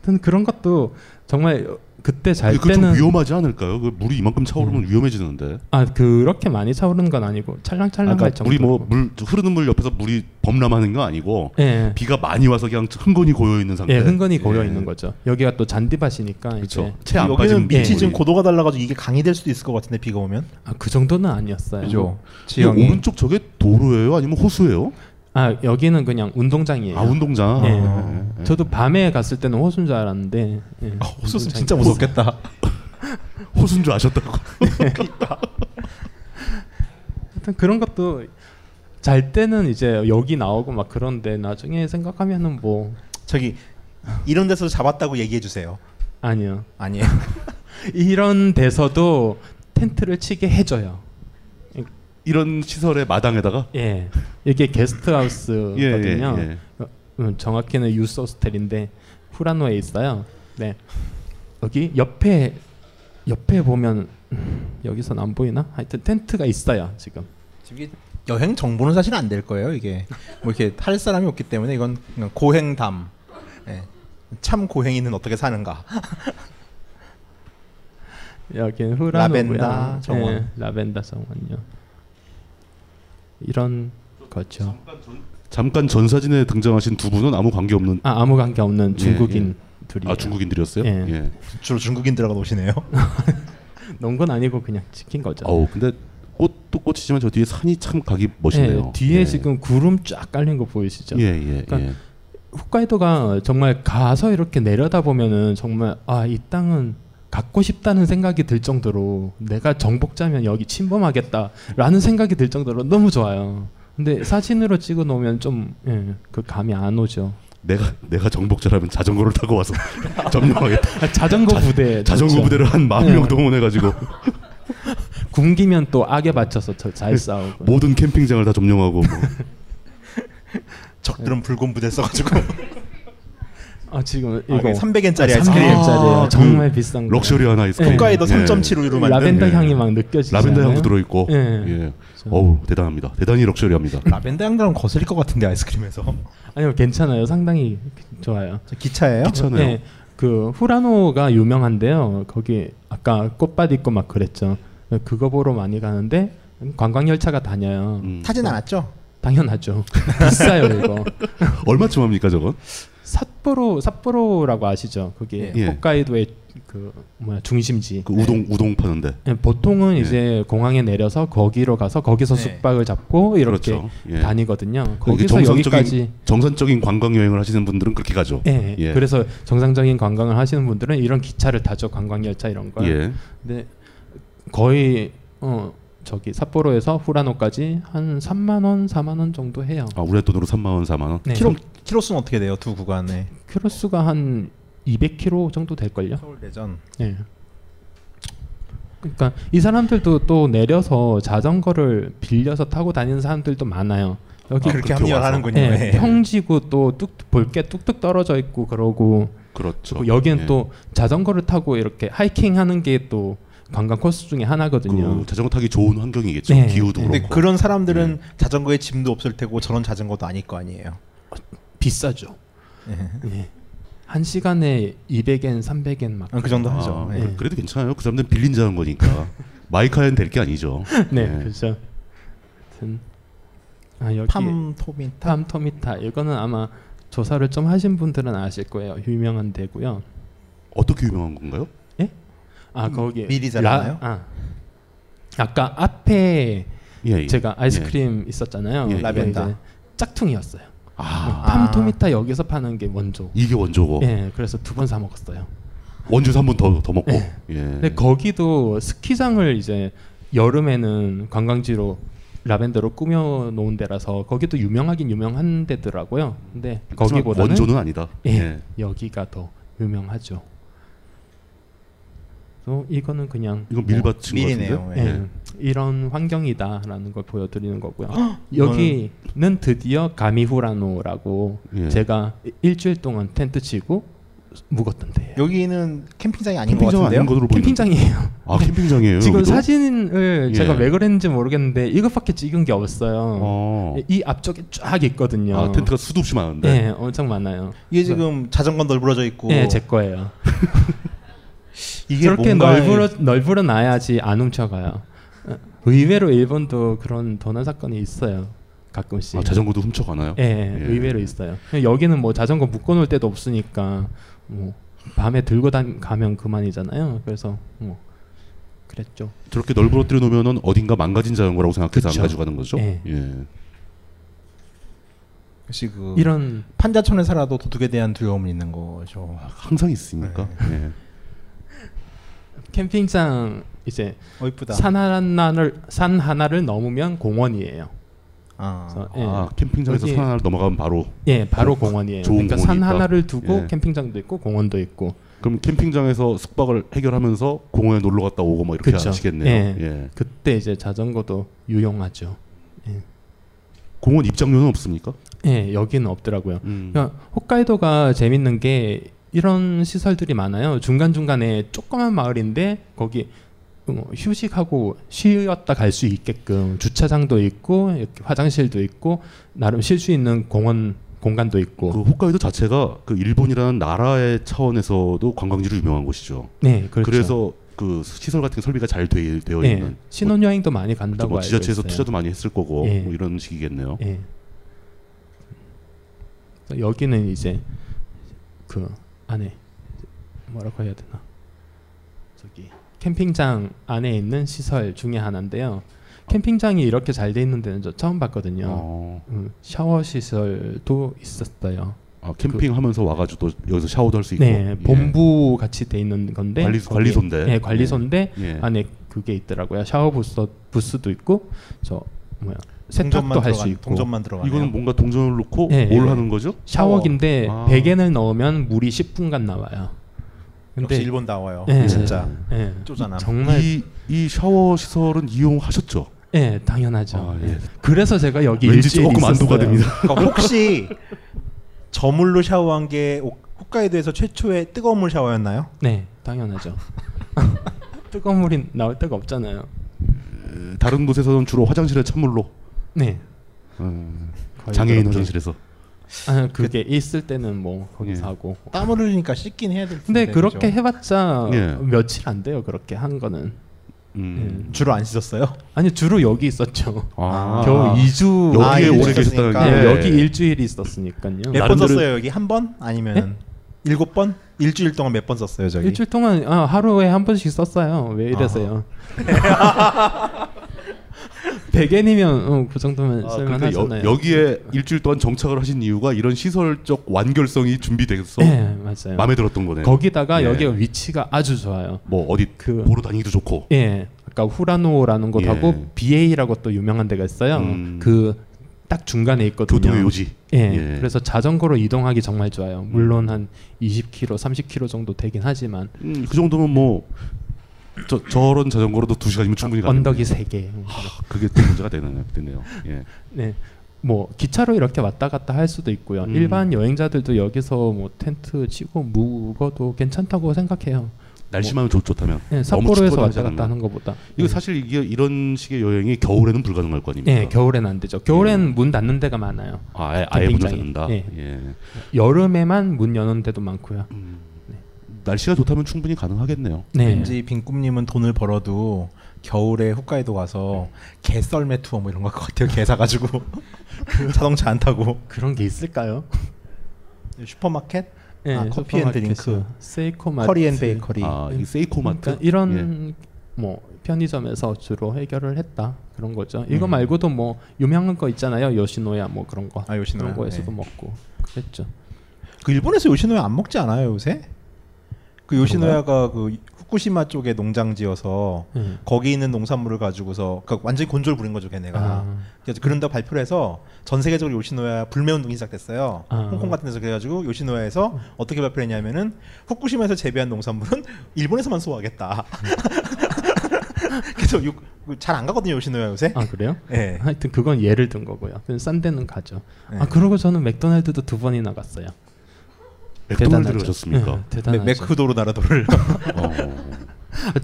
S10: 하여튼 그런 것도 정말 그때 잘
S9: 그게 좀
S10: 때는
S9: 위험하지 않을까요? 그 물이 이만큼 차오르면 위험해지는데.
S10: 아 그렇게 많이 차오르는 건 아니고 찰랑찰랑 할
S9: 그러니까
S10: 정도.
S9: 물이 뭐 물 흐르는 물 옆에서 물이 범람하는 거 아니고
S10: 예.
S9: 비가 많이 와서 그냥 흥건히 고여 있는 상태.
S10: 예, 흥건히 고여
S9: 예.
S10: 있는 거죠. 여기가 또 잔디밭이니까 이제 예.
S6: 여기는 밑이 지금 고도가 달라가지고 이게 강이 될 수도 있을 것 같은데 비가 오면.
S10: 아, 그 정도는 아니었어요.
S6: 그죠.
S9: 지형이. 오른쪽 저게 도로예요? 아니면 호수예요?
S10: 아 여기는 그냥 운동장이에요.
S9: 아, 운동장.
S10: 예.
S9: 아, 예, 예.
S10: 저도 밤에 갔을 때는 호수인 줄 알았는데. 예,
S9: 아, 호수는
S10: 운동장이-
S9: 진짜 무섭겠다. 호수인 줄 아셨다고.
S10: 하여튼 그런 것도 잘 때는 이제 여기 나오고 막 그런데 나중에 생각하면은 뭐
S6: 저기 이런 데서 잡았다고 얘기해 주세요.
S10: 아니요.
S6: 아니에요.
S10: 이런 데서도 텐트를 치게 해줘요.
S9: 이런 시설의 마당에다가
S10: 예. 이게 게스트하우스거든요.
S9: 예, 예, 예.
S10: 어, 음, 정확히는 유스 호스텔인데 후라노에 있어요. 네. 여기 옆에 옆에 보면 음, 여기선 안 보이나? 하여튼 텐트가 있어요 지금.
S6: 여행 정보는 사실 안 될 거예요. 이게 뭐 이렇게 할 사람이 없기 때문에 이건 그냥 고행담. 예. 참 고행인은 어떻게 사는가.
S10: 여기는 후라노고요.
S6: 라벤더 정원.
S10: 예, 라벤더 정원요. 이런 거죠.
S9: 그렇죠. 잠깐 전 사진에 등장하신 두 분은 아무 관계 없는
S10: 아, 아무 관계 없는 중국인
S9: 둘이 네, 아 중국인들이었어요?
S10: 예.
S9: 예.
S6: 주로 중국인들하고 노시네요.
S10: 넣은 건 아니고 그냥 찍힌 거죠.
S9: 어우 근데 꽃도 꽃이지만 저 뒤에 산이 참 가기 멋있네요.
S10: 예, 뒤에
S9: 예.
S10: 지금 구름 쫙 깔린 거 보이시죠? 그러니까
S9: 예, 예, 예.
S10: 홋카이도가 정말 가서 이렇게 내려다 보면은 정말 아 이 땅은 갖고 싶다는 생각이 들 정도로 내가 정복자면 여기 침범하겠다라는 생각이 들 정도로 너무 좋아요. 근데 사진으로 찍어 놓으면 좀 그 감이 예, 안 오죠.
S9: 내가 내가 정복자라면 자전거를 타고 와서 점령하겠다.
S10: 아, 자전거
S9: 자-
S10: 부대.
S9: 자전거
S10: 진짜.
S9: 부대를 한 만
S10: 네.
S9: 명 동원해가지고
S10: 굶기면 또 악에 맞춰서 더
S9: 네.
S10: 잘 싸우고.
S9: 모든 캠핑장을 다 점령하고 뭐.
S10: 그러니까
S6: 적들은 붉은 부대 써가지고
S10: 아 지금
S6: 아,
S10: 이거
S6: 이게 300엔짜리
S10: 아, 300
S6: 아이스크림.
S10: 엔짜리예요.
S6: 아,
S10: 정말
S6: 그
S10: 비싼 거.
S9: 럭셔리한 아이스크림.
S6: 고가에도
S9: 예.
S6: 3.75 유로 만든?
S10: 라벤더 향이 막 느껴지지.
S9: 라벤더
S10: 않아요?
S9: 향도 들어있고.
S10: 예.
S9: 예. 어우 대단합니다. 대단히 럭셔리합니다.
S6: 라벤더 향랑 거슬릴 것 같은데 아이스크림에서.
S10: 아니요 괜찮아요. 상당히 좋아요.
S6: 기차예요?
S9: 기차네요.
S10: 그 후라노가 유명한데요. 거기 아까 꽃밭 있고 막 그랬죠. 그거 보러 많이 가는데 관광 열차가 다녀요.
S9: 음.
S6: 타진 않았죠?
S10: 당연하죠. 비싸요 이거.
S9: 얼마쯤 합니까 저건?
S10: 삿포로 삿포로라고 아시죠? 그게
S9: 예.
S10: 홋카이도의 그 뭐야 중심지.
S9: 그 우동 우동 파는데.
S10: 예, 보통은 이제 공항에 내려서 거기로 가서 거기서
S9: 네.
S10: 숙박을 잡고 이렇게
S9: 그렇죠. 예.
S10: 다니거든요.
S9: 거기
S10: 거기서 여기까지.
S9: 정상적인 정상적인 관광 여행을 하시는 분들은 그렇게 가죠.
S10: 예,
S9: 예.
S10: 그래서 정상적인 관광을 하시는 분들은 이런 기차를 타죠. 관광 열차 이런 거.
S9: 예.
S10: 근데 거의 어 저기 삿포로에서 후라노까지 한 3만 원, 4만 원 정도 해요.
S9: 아 우리 돈으로 3만 원, 4만 원.
S10: 네.
S6: 키로 키로수는 어떻게 돼요? 두 구간에.
S10: 키로수가 한 200km 정도 될 걸요.
S6: 서울 대전.
S10: 예. 그러니까 이 사람들도 또 내려서 자전거를 빌려서 타고 다니는 사람들도 많아요. 여기
S6: 아, 그렇게 합리화를 하는군요.
S10: 예,
S6: 예.
S10: 평지고 또뚝볼게 뚝뚝 떨어져 있고 그러고
S9: 그렇죠.
S10: 그리고 여기는
S9: 예.
S10: 또 자전거를 타고 이렇게 하이킹하는 게 또 관광 코스 중에 하나거든요.
S9: 그 자전거 타기 좋은 환경이겠죠.
S10: 네.
S9: 기후도
S6: 근데
S9: 그렇고.
S6: 그런 사람들은 자전거에 짐도 없을 테고 저런 자전거도 아닐 거 아니에요. 네.
S10: 비싸죠. 예. 한 시간에 200엔, 300엔 막.
S6: 아, 그 정도
S9: 아,
S10: 네.
S9: 그래- 그래도 괜찮아요. 그 사람들은 빌린 자전거니까 마이카엔 될 게 아니죠.
S10: 네,
S9: 예.
S10: 그렇죠. 아무튼 아, 여기
S6: 팜토미타?
S10: 팜토미타 이거는 아마 조사를 좀 하신 분들은 아실 거예요. 유명한 데고요.
S9: 어떻게 유명한 건가요?
S10: 예?
S9: 음,
S10: 아 거기
S6: 미리
S10: 라-
S6: 자르나요?
S10: 아 아까 앞에
S9: 예, 예.
S10: 제가 아이스크림 있었잖아요.
S9: 예, 예.
S10: 라벤더.
S9: 라벤더.
S10: 짝퉁이었어요.
S9: 아.
S10: 팜토미타 여기서 파는 게 원조.
S9: 이게 원조고.
S10: 예, 그래서 두 번 사
S9: 예.
S10: 먹었어요.
S9: 원주에서 한 번 더 더 먹고. 예.
S10: 네. 근데 거기도 스키장을 이제 여름에는 관광지로 라벤더로 꾸며 놓은 데라서 거기도 유명하긴 유명한 데더라고요. 근데
S9: 하지만
S10: 거기보다는
S9: 원조는 아니다.
S10: 예,
S9: 예.
S10: 여기가 더 유명하죠. 또 이거는 그냥
S9: 이건 밀밭인 것 밀이네요.
S10: 요
S9: 같은데요?
S10: 예. 이런 환경이다라는 걸 보여드리는 거고요.
S9: 헉!
S10: 여기는 드디어 가미후라노라고
S9: 예.
S10: 제가 일- 일주일 동안 텐트 치고 묵었던 데예요.
S6: 여기는 캠핑장이 아닌 것
S9: 캠핑장
S6: 같은데요?
S9: 아닌 것으로 보이는.
S10: 캠핑장이에요. 네.
S9: 아 캠핑장이에요.
S10: 지금
S9: 여기도?
S10: 사진을
S9: 예.
S10: 제가 왜 그랬는지 모르겠는데 이것밖에 찍은 게 없어요.
S9: 어.
S10: 이 앞쪽에 쫙 있거든요.
S9: 아, 텐트가 수도 없이 많은데.
S10: 네, 엄청 많아요.
S6: 이게 지금 자전거 널브러져 있고.
S10: 네, 제 거예요.
S6: 이게
S10: 저렇게
S6: 뭔가의-
S10: 널브러 널브러 놔야지 안 훔쳐가요. 어, 의외로 일본도 그런 도난 사건이 있어요. 가끔씩.
S9: 아, 자전거도 훔쳐가나요?
S10: 예, 예,
S9: 예.
S10: 의외로 있어요. 여기는 뭐 자전거 묶어놓을 데도 없으니까 뭐 밤에 들고 다 가면 그만이잖아요. 그래서 뭐 그랬죠.
S9: 저렇게 널브러뜨려 놓으면은 어딘가 망가진 자전거라고 생각해서
S10: 그쵸.
S9: 안 가져가는 거죠.
S10: 예.
S6: 역시
S9: 어.
S6: 그
S10: 이런-
S6: 판자촌에 살아도 도둑에 대한 두려움은 있는 거죠.
S9: 항상 있으니까. 예.
S10: 캠핑장 이제
S6: 어, 이쁘다.
S10: 산 하나를 산 하나를 넘으면 공원이에요.
S6: 아,
S10: 그래서,
S9: 아, 캠핑장에서
S10: 여기-
S9: 산 하나를 넘어가면 바로
S10: 예 바로
S9: 그-
S10: 공원이에요.
S9: 좋은
S10: 그러니까 산
S9: 공원이 있다.
S10: 하나를 두고
S9: 예.
S10: 캠핑장도 있고 공원도 있고
S9: 그럼 캠핑장에서 숙박을 해결하면서 공원에 놀러 갔다 오고 뭐 이렇게
S10: 그쵸.
S9: 하시겠네요.
S10: 예.
S9: 예.
S10: 그때 이제 자전거도 유용하죠. 예.
S9: 공원 입장료는 없습니까?
S10: 예, 여기는 없더라고요.
S9: 음.
S10: 그러니까 홋카이도가 재밌는 게 이런 시설들이 많아요. 중간 중간에 조그만 마을인데 거기 어, 휴식하고 쉬었다 갈 수 있게끔 주차장도 있고 이렇게 화장실도 있고 나름 쉴 수 있는 공원 공간도 있고.
S9: 그 홋카이도 자체가 그 일본이라는 나라의 차원에서도 관광지로 유명한 곳이죠.
S10: 네, 그렇죠.
S9: 래서그 시설 같은 게 설비가 잘 되, 되어
S10: 예,
S9: 있는
S10: 신혼여행도 많이
S9: 그렇죠.
S10: 간다고
S9: 뭐
S10: 알고
S9: 지자체에서
S10: 있어요.
S9: 투자도 많이 했을 거고
S10: 예.
S9: 뭐 이런 식이겠네요.
S10: 예. 여기는 이제 그 안에 뭐라고 해야 되나 저기 캠핑장 안에 있는 시설 중에 하나인데요. 캠핑장이 이렇게 잘 돼 있는 데는 저 처음 봤거든요.
S9: 어.
S10: 음, 샤워 시설도 있었어요.
S9: 아, 캠핑하면서 와가지고 또 여기서 샤워도 할 수 있고.
S10: 네,
S9: 예.
S10: 본부 같이 돼 있는 건데
S9: 관리-
S10: 거기에-
S9: 관리소인데.
S10: 네, 관리소인데
S9: 예. 예.
S10: 안에 그게 있더라고요. 샤워 부스 부스도 있고 저 뭐야 세탁도 할 수 있고
S6: 동전만 들어가네요.
S9: 이거는 뭔가 동전을 놓고
S10: 예,
S9: 뭘
S10: 예.
S9: 하는 거죠?
S10: 샤워기인데
S9: 아.
S10: 베겐을 넣으면 물이 10분간 나와요.
S6: 역시 일본다워요.
S10: 예,
S6: 진짜.
S10: 예.
S6: 쪼잔함.
S10: 정말
S9: 이, 이 샤워 시설은 이용하셨죠?
S10: 예, 당연하죠.
S9: 아, 예.
S10: 그래서 제가 여기
S9: 왠지
S10: 일주일
S9: 조금 안도가
S10: 있었어요.
S9: 됩니다.
S6: 그러니까 혹시 저물로 샤워한 게 오- 홋카이도에서 최초의 뜨거운 물 샤워였나요?
S10: 네, 당연하죠. 뜨거운 물이 나올 데가 없잖아요.
S9: 에, 다른 곳에서는 주로 화장실에 찬물로.
S10: 네.
S9: 음,
S10: 거의
S9: 장애인
S10: 그렇게.
S9: 화장실에서.
S10: 아, 그게 있을 때는 뭐
S9: 예.
S10: 거기서 하고.
S6: 땀을 흘리니까 씻긴 해야 될 텐데.
S10: 근데 그렇게
S6: 그죠?
S10: 해봤자
S9: 네, 예.
S10: 며칠 안 돼요. 그렇게 한 거는.
S9: 음.
S10: 예.
S6: 주로 안 씻었어요?
S10: 아니 주로 여기 있었죠.
S9: 아.
S10: 겨우 2주
S9: 여기에 아, 오래 계셨다는 게.
S10: 네,
S9: 예.
S10: 여기 일주일 있었으니까요.
S6: 몇 번 썼어요 여기 한 번? 아니면 일곱 번? 일주일 동안 몇 번 썼어요 저기?
S10: 네? 일주일 동안 아, 하루에 한 번씩 썼어요.
S9: 아.
S10: 왜 이래서요? 백엔이면 어, 그 정도면
S9: 아, 근데
S10: 쓸만하잖아요.
S9: 여, 기에 일주일 동안 정착을 하신 이유가 이런 시설적 완결성이 준비돼서
S10: 네, 맞아요.
S9: 마음에 들었던 거네요.
S10: 거기다가
S9: 예.
S10: 여기가 위치가 아주 좋아요. 그,
S9: 뭐 어디 보러 다니기도 좋고.
S10: 예, 아까 후라노라는 곳하고
S9: 예.
S10: BA라고 또 유명한 데가 있어요.
S9: 음.
S10: 그 딱 중간에 있거든요.
S9: 교통의 요지.
S10: 예,
S9: 예.
S10: 그래서 자전거로 이동하기 정말 좋아요. 물론 한 20km, 30km 정도 되긴 하지만
S9: 음, 그 정도면 뭐 저, 저런 자전거로도 두 시간이면 충분히 가는
S10: 언덕이
S9: 거네요. 아,
S10: 세 개.
S9: 하, 그게 또 문제가 되네요. 되네요. 예.
S10: 네. 뭐 기차로 이렇게 왔다 갔다 할 수도 있고요.
S9: 음.
S10: 일반 여행자들도 여기서 뭐 텐트 치고 묵어도 괜찮다고 생각해요.
S9: 날씨만 좋 좋다면
S10: 네,
S9: 너무
S10: 삿포로에서
S9: 춥거나 하지
S10: 왔다 갔다
S9: 않으면.
S10: 하는 것보다.
S9: 이거 사실 이게 이런 식의 여행이 겨울에는 불가능할 거 아닙니까?
S10: 네, 겨울엔 안 되죠. 겨울엔
S6: 예.
S10: 문 닫는 데가 많아요.
S9: 아, 아예, 아예 문을
S10: 캠핑장에.
S9: 닫는다.
S10: 네.
S9: 예.
S10: 여름에만 문 여는 데도 많고요.
S9: 날씨가 좋다면 충분히 가능하겠네요.
S6: 음, 왠지 빈꿈님은 돈을 벌어도 겨울에 홋카이도 가서 개썰매 투어 뭐 이런 거 할 것 같아요. 개 사가지고 그 자동차 안 타고
S10: 그런 게 있을까요?
S6: 슈퍼마켓?
S10: 예,
S6: 아, 커피앤드링크,
S10: 슈퍼마켓이요. 세이코마트,
S6: 커리앤 예. 베이커리,
S9: 아, 이 세이코마트?
S10: 네.
S9: 예.
S10: 그러니까 이런 뭐 편의점에서 주로 해결을 했다 그런 거죠. 이거
S6: 음.
S10: 말고도 뭐 유명한 거 있잖아요. 요시노야 뭐 그런 거.
S6: 아, 요시노야.
S10: 그런 거에서도
S6: 네.
S10: 먹고 그랬죠.
S6: 그 일본에서 요시노야 안 먹지 않아요 요새? 그 요시노야가 그 후쿠시마 쪽에 농장지여서
S10: 음.
S6: 거기 있는 농산물을 가지고서 그러니까 완전히 곤졸 부린 거죠 걔네가
S10: 아.
S6: 그래서 그런다 고 발표를 해서 전 세계적으로 요시노야 불매 운동이 시작됐어요
S10: 아.
S6: 홍콩 같은 데서 그래가지고 요시노야에서 어떻게 발표했냐면은 후쿠시마에서 재배한 농산물은 일본에서만 소화하겠다 그래서 잘 안 가거든요 요시노야 요새
S10: 아 그래요?
S6: 네.
S10: 하여튼 그건 예를 든 거고요. 그냥 싼 데는 가죠.
S6: 네.
S10: 아 그러고 저는 맥도날드도 두 번이나 갔어요.
S9: 맥도날드를
S10: 대단하죠.
S9: 가셨습니까? 어.
S10: 네, 대단하죠. 네, 아,
S6: 맥- 맥크도로 나라도를.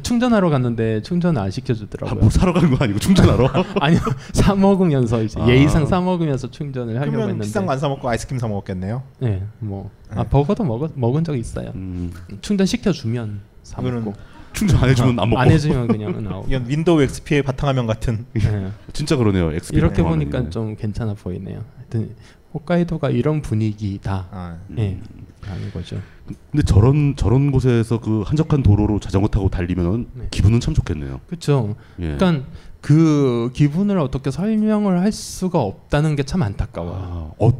S10: 충전하러 갔는데 충전 안 시켜주더라고요.
S9: 아, 뭐 사러 간 거 아니고 충전하러?
S10: 아니요, 사 먹으면서 이제
S6: 아.
S10: 예의상 사 먹으면서 충전을 하려고
S6: 그러면
S10: 했는데.
S6: 비싼 거 예. 안 사 먹고 아이스크림 사 먹었겠네요
S10: 네, 뭐. 아 버거도 먹 먹은 적 있어요. 충전 시켜 주면 사
S6: 이거는
S10: 먹고.
S9: 음, 충전 안 해주면 안 먹고.
S10: 안 해주면 그냥 아웃.
S6: 이건 윈도우 XP의 바탕화면 같은
S9: 진짜 그러네요. XP
S10: 이렇게
S9: 바탕화면이네.
S10: 보니까 좀 괜찮아 보이네요. 하여튼 홋카이도가 이런 분위기다.
S6: 아, 음.
S10: 예, 라는 거죠.
S9: 근데 저런 저런 곳에서 그 한적한 도로로 자전거 타고 달리면 기분은 참 좋겠네요.
S10: 네. 그렇죠.
S9: 예.
S10: 그러니까 그 기분을 어떻게 설명을 할 수가 없다는 게 참 안타까워요.
S9: 어,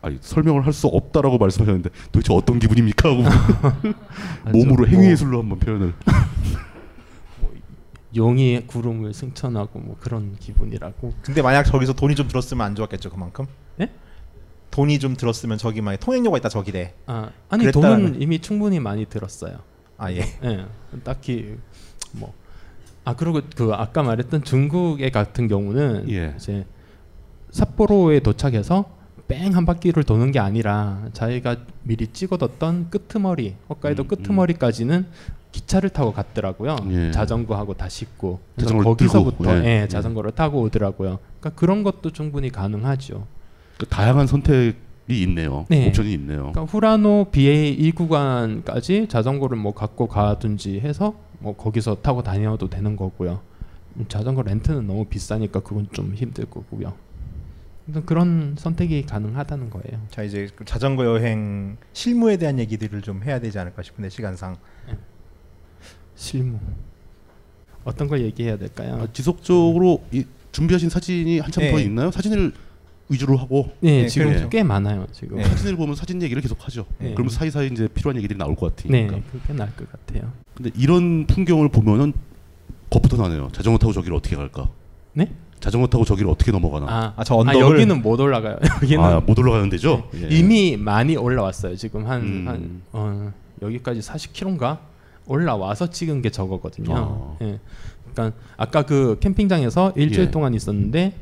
S9: 아니 설명을 할 수 없다라고 말씀하셨는데 도대체 어떤 기분입니까 하고
S10: 아,
S9: 아,
S10: 그렇죠. 뭐
S9: 몸으로 행위
S10: 어.
S9: 예술로 한번 표현을.
S10: 용이 구름을 승천하고 뭐 그런 기분이라고.
S6: 근데 만약 저기서 돈이 좀 들었으면 안 좋았겠죠 그만큼?
S10: 예?
S6: 돈이 좀 들었으면 저기 만약 통행료가 있다 저기래.
S10: 아, 아니 돈은 이미 충분히 많이 들었어요.
S6: 아, 예.
S10: 딱히 뭐. 아 그리고 그 아까 말했던 중국의 같은 경우는
S9: 예.
S10: 이제 삿포로에 도착해서 뺑 한 바퀴를 도는 게 아니라 자기가 미리 찍어뒀던 끄트머리 홋카이도 끄트머리까지는 기차를 타고 갔더라고요.
S9: 음, 예.
S10: 자전거하고 다 싣고 그래서
S9: 자전거를
S10: 거기서부터
S9: 들고, 예.
S10: 예, 자전거를 타고 오더라고요. 그러니까 그런 것도 충분히 가능하죠.
S9: 그 다양한 선택이 있네요.
S10: 네.
S9: 옵션이 있네요.
S10: 그러니까 후라노 BA 1 구간까지 자전거를 뭐 갖고 가든지 해서 뭐 거기서 타고 다녀도 되는 거고요. 자전거 렌트는 너무 비싸니까 그건 좀 힘들 거고요. 아무튼 그런 선택이 가능하다는 거예요.
S6: 자 이제 그 자전거 여행 실무에 대한 얘기들을 좀 해야 되지 않을까 싶은데 시간상.
S10: 실무. 어떤 걸 얘기해야 될까요?
S9: 아, 지속적으로 이 준비하신 사진이 한참
S10: 네.
S9: 더 있나요? 사진을 위주로 하고.
S10: 네, 네, 지금 그렇죠. 꽤 많아요, 지금. 네.
S9: 사진을 보면 사진 얘기를 계속 하죠.
S10: 네.
S9: 그러면 사이사이 이제 필요한 얘기들이 나올 것 같으니까.
S10: 네, 그게 나을 것 같아요.
S9: 근데 이런 풍경을 보면은 겁부터 나네요. 자전거 타고 저기를 어떻게 갈까?
S10: 네?
S9: 자전거 타고 저기를 어떻게 넘어가나?
S10: 아, 아, 여기는 못 올라가요. 여기는
S9: 아, 못 올라가는 데죠?
S10: 네.
S9: 예.
S10: 이미 많이 올라왔어요. 지금 한,
S9: 음.
S10: 한 어, 여기까지 40km인가 올라와서 찍은 게 저거거든요.
S9: 아.
S10: 예. 그러니까 아까 그 캠핑장에서 일주일
S9: 예.
S10: 동안 있었는데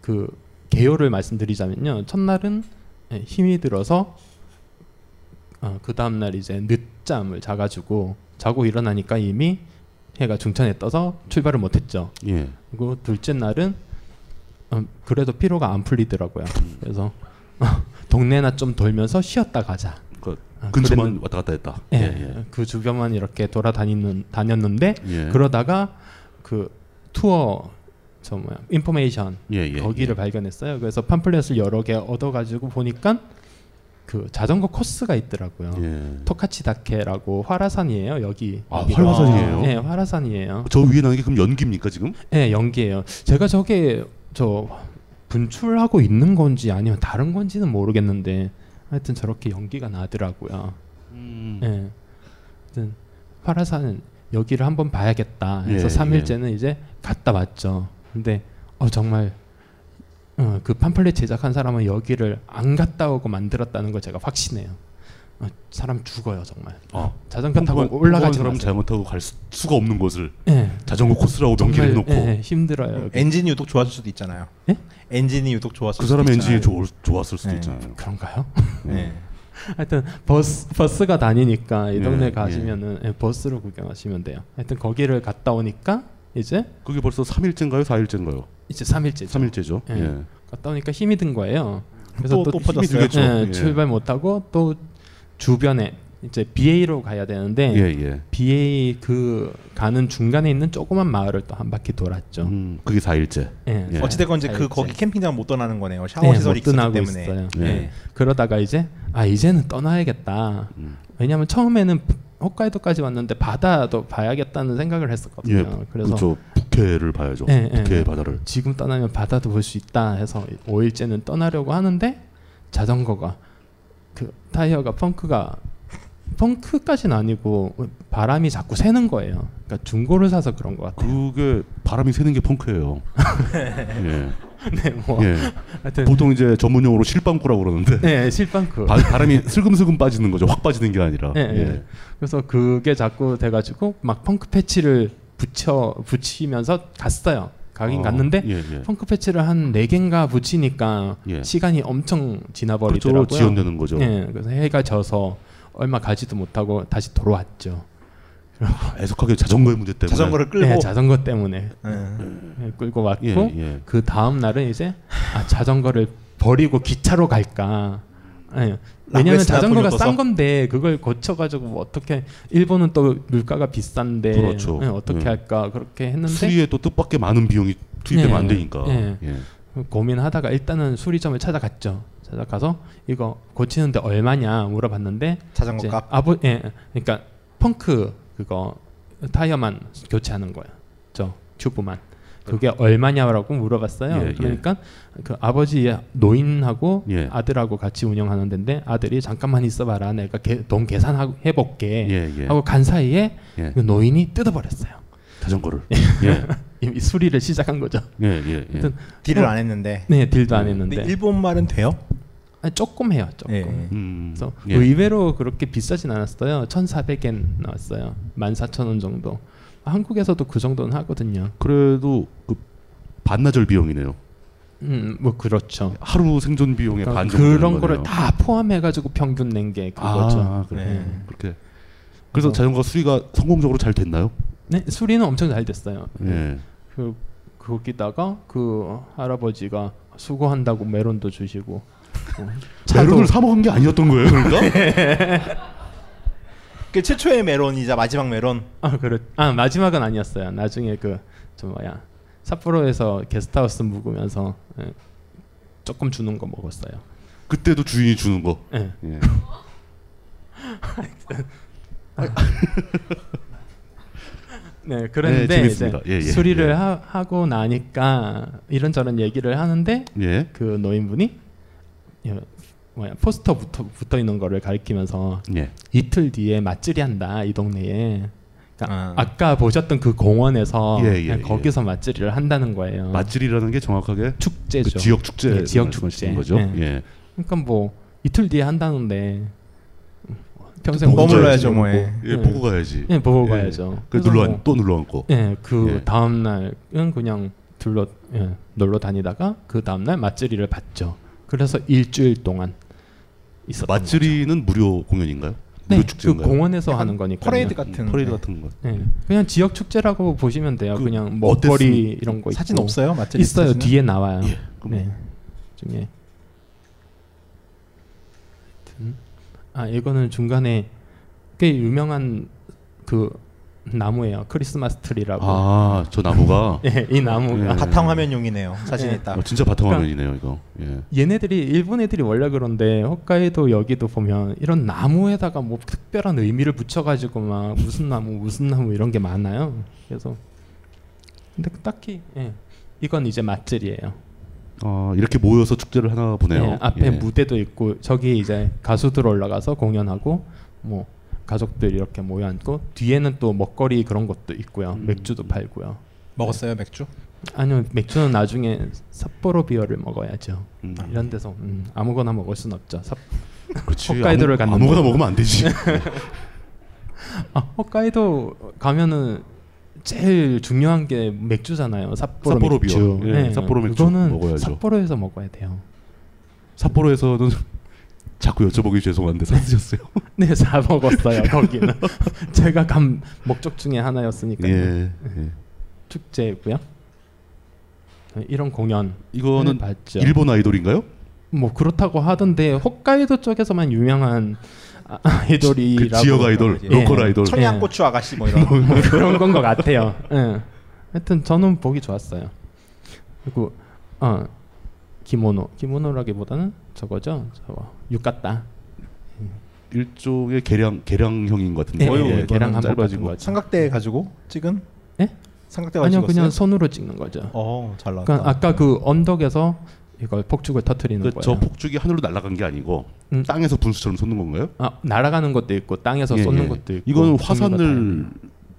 S10: 그 개요를 말씀드리자면요. 첫날은 예, 힘이 들어서 어, 그 다음 날 이제 늦잠을 자가지고 자고 일어나니까 이미 해가 중천에 떠서 출발을 못했죠.
S9: 예.
S10: 그리고 둘째 날은 어, 그래도 피로가 안 풀리더라고요. 그래서 어, 동네나 좀 돌면서 쉬었다 가자.
S9: 그
S10: 아,
S9: 근처만
S10: 그랬는-
S9: 왔다 갔다 했다.
S10: 예,
S9: 예, 예.
S10: 그 주변만 이렇게 돌아다니는 다녔는데
S9: 예.
S10: 그러다가 그 투어 저 뭐야 인포메이션
S9: 예, 예,
S10: 거기를 발견했어요. 그래서 팜플렛을 여러 개 얻어가지고 보니까 그 자전거 코스가 있더라고요. 토카치다케라고 화라산이에요. 여기
S9: 예. 아,
S10: 여기가.
S9: 활화산이에요?
S10: 네, 화라산이에요.
S9: 저 위에 나는 게 그럼 연기입니까 지금?
S10: 네, 연기예요. 제가 저게 저 분출하고 있는 건지 아니면 다른 건지는 모르겠는데 하여튼 저렇게 연기가 나더라고요.
S9: 음.
S10: 예. 하여튼 파라산 여기를 한번 봐야겠다.
S9: 예,
S10: 해서 삼 3일째는 이제 갔다 왔죠. 근데 어 정말 어, 그 팜플렛 제작한 사람은 여기를 안 갔다 오고 만들었다는 걸 제가 확신해요. 어, 사람 죽어요 정말.
S9: 아,
S10: 자전거 타고
S9: 평범한- 평범한
S10: 올라가지
S9: 사람은
S10: 마세요.
S9: 잘못하고 갈 수, 수가 없는 곳을
S10: 예.
S9: 자전거 코스라고 명기를
S10: 정말,
S9: 해놓고
S10: 예, 힘들어요.
S6: 엔진이 유독 좋았을 수도 있잖아요.
S10: 예?
S6: 엔진이 유독 좋았을
S9: 그
S6: 수도
S9: 사람의
S10: 그렇죠.
S9: 엔진이
S6: 있잖아요.
S9: 좋- 좋았을 수도
S6: 네.
S9: 있잖아요. 예.
S10: 그런가요?
S6: 네.
S10: 하여튼 버스 버스가 다니니까 이 동네
S9: 예,
S10: 가시면은 예, 버스로 구경하시면 돼요. 하여튼 거기를 갔다 오니까 이제
S9: 그게 벌써 3일째인가요? 4일째인가요?
S10: 이제 3일째죠.
S9: 3일째죠.
S10: 예.
S9: 예.
S10: 갔다 오니까 힘이 든 거예요. 그래서
S9: 또-
S10: 또,
S9: 또 퍼졌어요. 힘이 들겠죠.
S10: 예,
S9: 예.
S10: 출발 못 하고 또 주변에 이제 BA로 가야 되는데
S9: 예, 예.
S10: BA 그 가는 중간에 있는 조그만 마을을 또 한 바퀴 돌았죠.
S9: 음, 그게 4일째.
S10: 예.
S9: 예.
S6: 어찌됐건 이제 그 거기 캠핑장 못 떠나는 거네요. 샤워 시설이
S10: 못 떠나고
S6: 있었기 때문에.
S10: 있어요.
S6: 네.
S10: 예. 그러다가 이제 아 이제는 떠나야겠다.
S9: 음.
S10: 왜냐하면 처음에는 홋카이도까지 왔는데 바다도 봐야겠다는 생각을 했었거든요.
S9: 예,
S10: 그래서
S9: 그렇죠. 북해를 봐야죠.
S10: 예, 예,
S9: 북해의
S10: 예.
S9: 바다를.
S10: 지금 떠나면 바다도 볼 수 있다 해서 5일째는 떠나려고 하는데 자전거가 그 타이어가 펑크가 펑크까지는 아니고 바람이 자꾸 새는 거예요. 그러니까 중고를 사서 그런 것 같아요.
S9: 그게 바람이 새는 게 펑크예요. 예.
S10: 네, 뭐
S9: 예.
S10: 하여튼
S9: 보통 이제 전문용어로 실방구라고 그러는데.
S10: 네, 실방구.
S9: 바, 바람이 슬금슬금 빠지는 거죠. 확 빠지는 게 아니라.
S10: 예, 예. 그래서 그게 자꾸 돼가지고 막 펑크 패치를 붙여 붙이면서 갔어요. 가긴
S9: 어,
S10: 갔는데
S9: 예, 예.
S10: 펑크 패치를 한 네 개인가 붙이니까
S9: 예.
S10: 시간이 엄청 지나버리더라고요.
S9: 그렇죠. 지연되는 거죠.
S10: 예, 그래서 해가 져서 얼마 가지도 못하고 다시 돌아왔죠.
S9: 애석하게 자전거의 문제 때문에.
S10: 자전거를 끌고? 예, 자전거 때문에.
S9: 예.
S6: 네.
S10: 예, 끌고 왔고
S9: 예, 예.
S10: 그 다음 날은 이제 아, 자전거를 버리고 기차로 갈까. 예. 왜냐면
S6: 라구에스나
S10: 자전거가
S6: 돌려둬서?
S10: 싼 건데 그걸 고쳐가지고 뭐 어떻게 일본은 또 물가가 비싼데
S9: 그렇죠.
S10: 예, 어떻게
S9: 예.
S10: 할까 그렇게 했는데
S9: 수리에 또 뜻밖의 많은 비용이 투입되면
S10: 예,
S9: 안 되니까.
S10: 예.
S9: 예.
S10: 고민하다가 일단은 수리점을 찾아갔죠. 찾아가서 이거 고치는데 얼마냐 물어봤는데
S9: 뭐
S6: 자전거
S10: 이제
S6: 값?
S10: 아버 예 그러니까 펑크 그거 타이어만 교체하는 거야. 저 튜브만 그게 얼마냐라고 물어봤어요.
S9: 예, 예.
S10: 그러니까 그 아버지 노인하고
S9: 예.
S10: 아들하고 같이 운영하는 데인데 아들이 잠깐만 있어봐라 내가 개, 돈 계산하고 해볼게
S9: 예, 예.
S10: 하고 간 사이에
S9: 예.
S10: 그 노인이 뜯어버렸어요.
S9: 자전거를. 예.
S10: 이미 수리를 시작한 거죠.
S9: 예, 예, 예.
S10: 하여튼
S6: 딜을
S10: 어,
S6: 안 했는데.
S10: 네, 딜도 안
S6: 근데
S10: 했는데.
S6: 일본 말은 돼요?
S10: 아니, 조금 해요, 조금. 네.
S9: 음,
S10: 그래서
S6: 예.
S9: 뭐
S10: 의외로 그렇게 비싸진 않았어요. 1,400엔 나왔어요. 14,000원 정도. 한국에서도 그 정도는 하거든요.
S9: 그래도 그 반나절 비용이네요.
S10: 음, 뭐 그렇죠.
S9: 하루 생존 비용의
S10: 그러니까
S9: 예, 반 정도 되는
S10: 그런 거를
S9: 거네요.
S10: 다 포함해가지고 평균 낸 게 그거죠.
S9: 아, 그래.
S10: 네.
S9: 그렇게. 그래서 자전거 수리가 성공적으로 잘 됐나요?
S10: 네, 수리는 엄청 잘 됐어요.
S9: 예.
S10: 그 거기다가 그 할아버지가 수고한다고 메론도 주시고 어, 차도-
S9: 예. 메론을 사 먹은 게 아니었던 거예요,
S6: 그러니까? 그 최초의 메론이자 마지막 메론.
S10: 아 그래 아 마지막은 아니었어요 나중에 그 저 뭐야 삿포로에서 게스트하우스 묵으면서 예, 조금 주는 거 먹었어요
S9: 그때도 주인이 주는 거.
S10: 예.
S9: 예.
S10: 네
S9: 네,
S10: 그런데 이제
S9: 재밌습니다. 예, 예,
S10: 수리를
S9: 예.
S10: 하, 고 나니까 이런저런 얘기를 하는데
S9: 예.
S10: 그 노인분이 예, 뭐야 포스터 붙어, 붙어 있는 거를 가리키면서
S9: 예.
S10: 이틀 뒤에 맞질이 한다 이 동네에 그러니까 아까 보셨던 그 공원에서
S9: 예, 예,
S10: 그냥
S9: 예.
S10: 거기서 맛집을 한다는 거예요.
S9: 맛질이라는 게 정확하게
S10: 축제죠.
S9: 그 지역 축제
S10: 어. 예, 지역
S9: 말씀하시는
S10: 축제
S9: 거죠.
S10: 예.
S9: 예.
S10: 그러니까 뭐 이틀 뒤에 한다는데
S9: 그
S10: 평생
S9: 보고
S10: 못
S9: 가야지,
S10: 가죠,
S9: 뭐. 예, 보고 가야지.
S10: 예, 보고
S9: 예.
S10: 가야죠.
S9: 그
S10: 그래서 뭐
S9: 눌러 앉- 또 눌러 앉고.
S10: 예, 그
S9: 예.
S10: 다음 날은 그냥 둘러 예, 놀러 다니다가 그 다음 날 맛질이를 봤죠. 그래서 일주일 동안 있었던
S9: 맛질이는 무료 공연인가요?
S10: 네,
S9: 무료 축제인가요? 음,
S10: 그 공원에서 하는 거니까
S9: 퍼레이드
S6: 네.
S9: 같은 거.
S10: 그냥 지역 축제라고 보시면 돼요. 그냥 뭐
S9: 어땠습니까?
S10: 먹거리 이런 거 있고.
S9: 사진 없어요? 맛집
S10: 있어요.
S9: 사진은?
S10: 뒤에 나와요.
S9: 예, 그럼.
S10: 네. 중에 하여튼. 아 이거는 중간에 꽤 유명한 그 나무예요. 크리스마스 트리라고.
S9: 아, 저 나무가?
S10: 예, 이 나무가
S9: 예.
S6: 바탕화면용이네요, 사진이
S10: 예. 뭐
S6: 딱.
S9: 어, 진짜 바탕화면이네요, 이거. 예.
S10: 얘네들이 일본 애들이 원래 그런데 홋카이도 여기도 보면 이런 나무에다가 뭐 특별한 의미를 붙여가지고 막 무슨 나무 무슨 나무 이런 게 많아요. 그래서 근데 딱히 예. 이건 이제 맛질이에요.
S9: 어, 이렇게 모여서 축제를 하나 보네요.
S10: 예, 앞에
S9: 예.
S10: 무대도 있고 저기 이제 가수들 올라가서 공연하고 뭐 가족들 이렇게 모여 앉고 뒤에는 또 먹거리 그런 것도 있고요.
S9: 음.
S10: 맥주도 팔고요.
S6: 먹었어요 맥주?
S10: 아니요 맥주는 나중에 삿포로 비어를 먹어야죠.
S9: 아.
S10: 이런 데서 음, 아무거나 먹을 순 없죠. 삿...
S9: 그렇지.
S10: 홋카이도를
S9: 아무-
S10: 갔는데
S9: 아무거나 먹으면 안 되지.
S10: 아, 홋카이도 가면은 제일 중요한 게 맥주잖아요. 삿포로,
S9: 삿포로
S10: 맥주. 네.
S9: 비어. 예, 삿포로 맥주
S10: 그거는
S9: 먹어야죠.
S10: 삿포로에서 먹어야 돼요.
S9: 삿포로에서는 자꾸 여쭤보기 죄송한데 사 드셨어요?
S10: 네, 사 먹었어요. 거기는 제가 간 목적 중에 하나였으니까.
S9: 예, 예.
S10: 네. 축제고요. 네, 이런 공연 네,
S9: 이거는
S10: 봤죠.
S9: 일본 아이돌인가요?
S10: 뭐 그렇다고 하던데 홋카이도 쪽에서만 유명한 아- 아이돌이라고 예.
S9: 그 지역 아이돌, 로컬 아이돌.
S6: 청양고추 아가씨 뭐 이런.
S10: 네. 뭐 그런 건 것 같아요. 예. 하여튼 저는 보기 좋았어요. 그리고 어 기모노 기모노라기보다는 저거죠. 저거 육갔다.
S9: 일종의 계량 계량형인 것 같은데.
S10: 예, 예, 계량 한복 같은
S9: 뭐 짧아지고.
S10: 거죠.
S6: 삼각대 가지고 찍은?
S10: 예?
S6: 삼각대 가지고
S10: 아니요 그냥
S6: 찍었어요?
S10: 손으로 찍는 거죠.
S6: 어, 잘 나왔다.
S10: 그러니까 아까 그 언덕에서 이걸 폭죽을 터트리는
S9: 그러니까 저
S10: 거예요.
S9: 폭죽이 하늘로 날아간 게 아니고
S10: 음.
S9: 땅에서 분수처럼 쏟는 건가요?
S10: 아, 날아가는 것도 있고 땅에서 쏟는 것도 있고
S9: 예, 이거는
S10: 종류가
S9: 화산을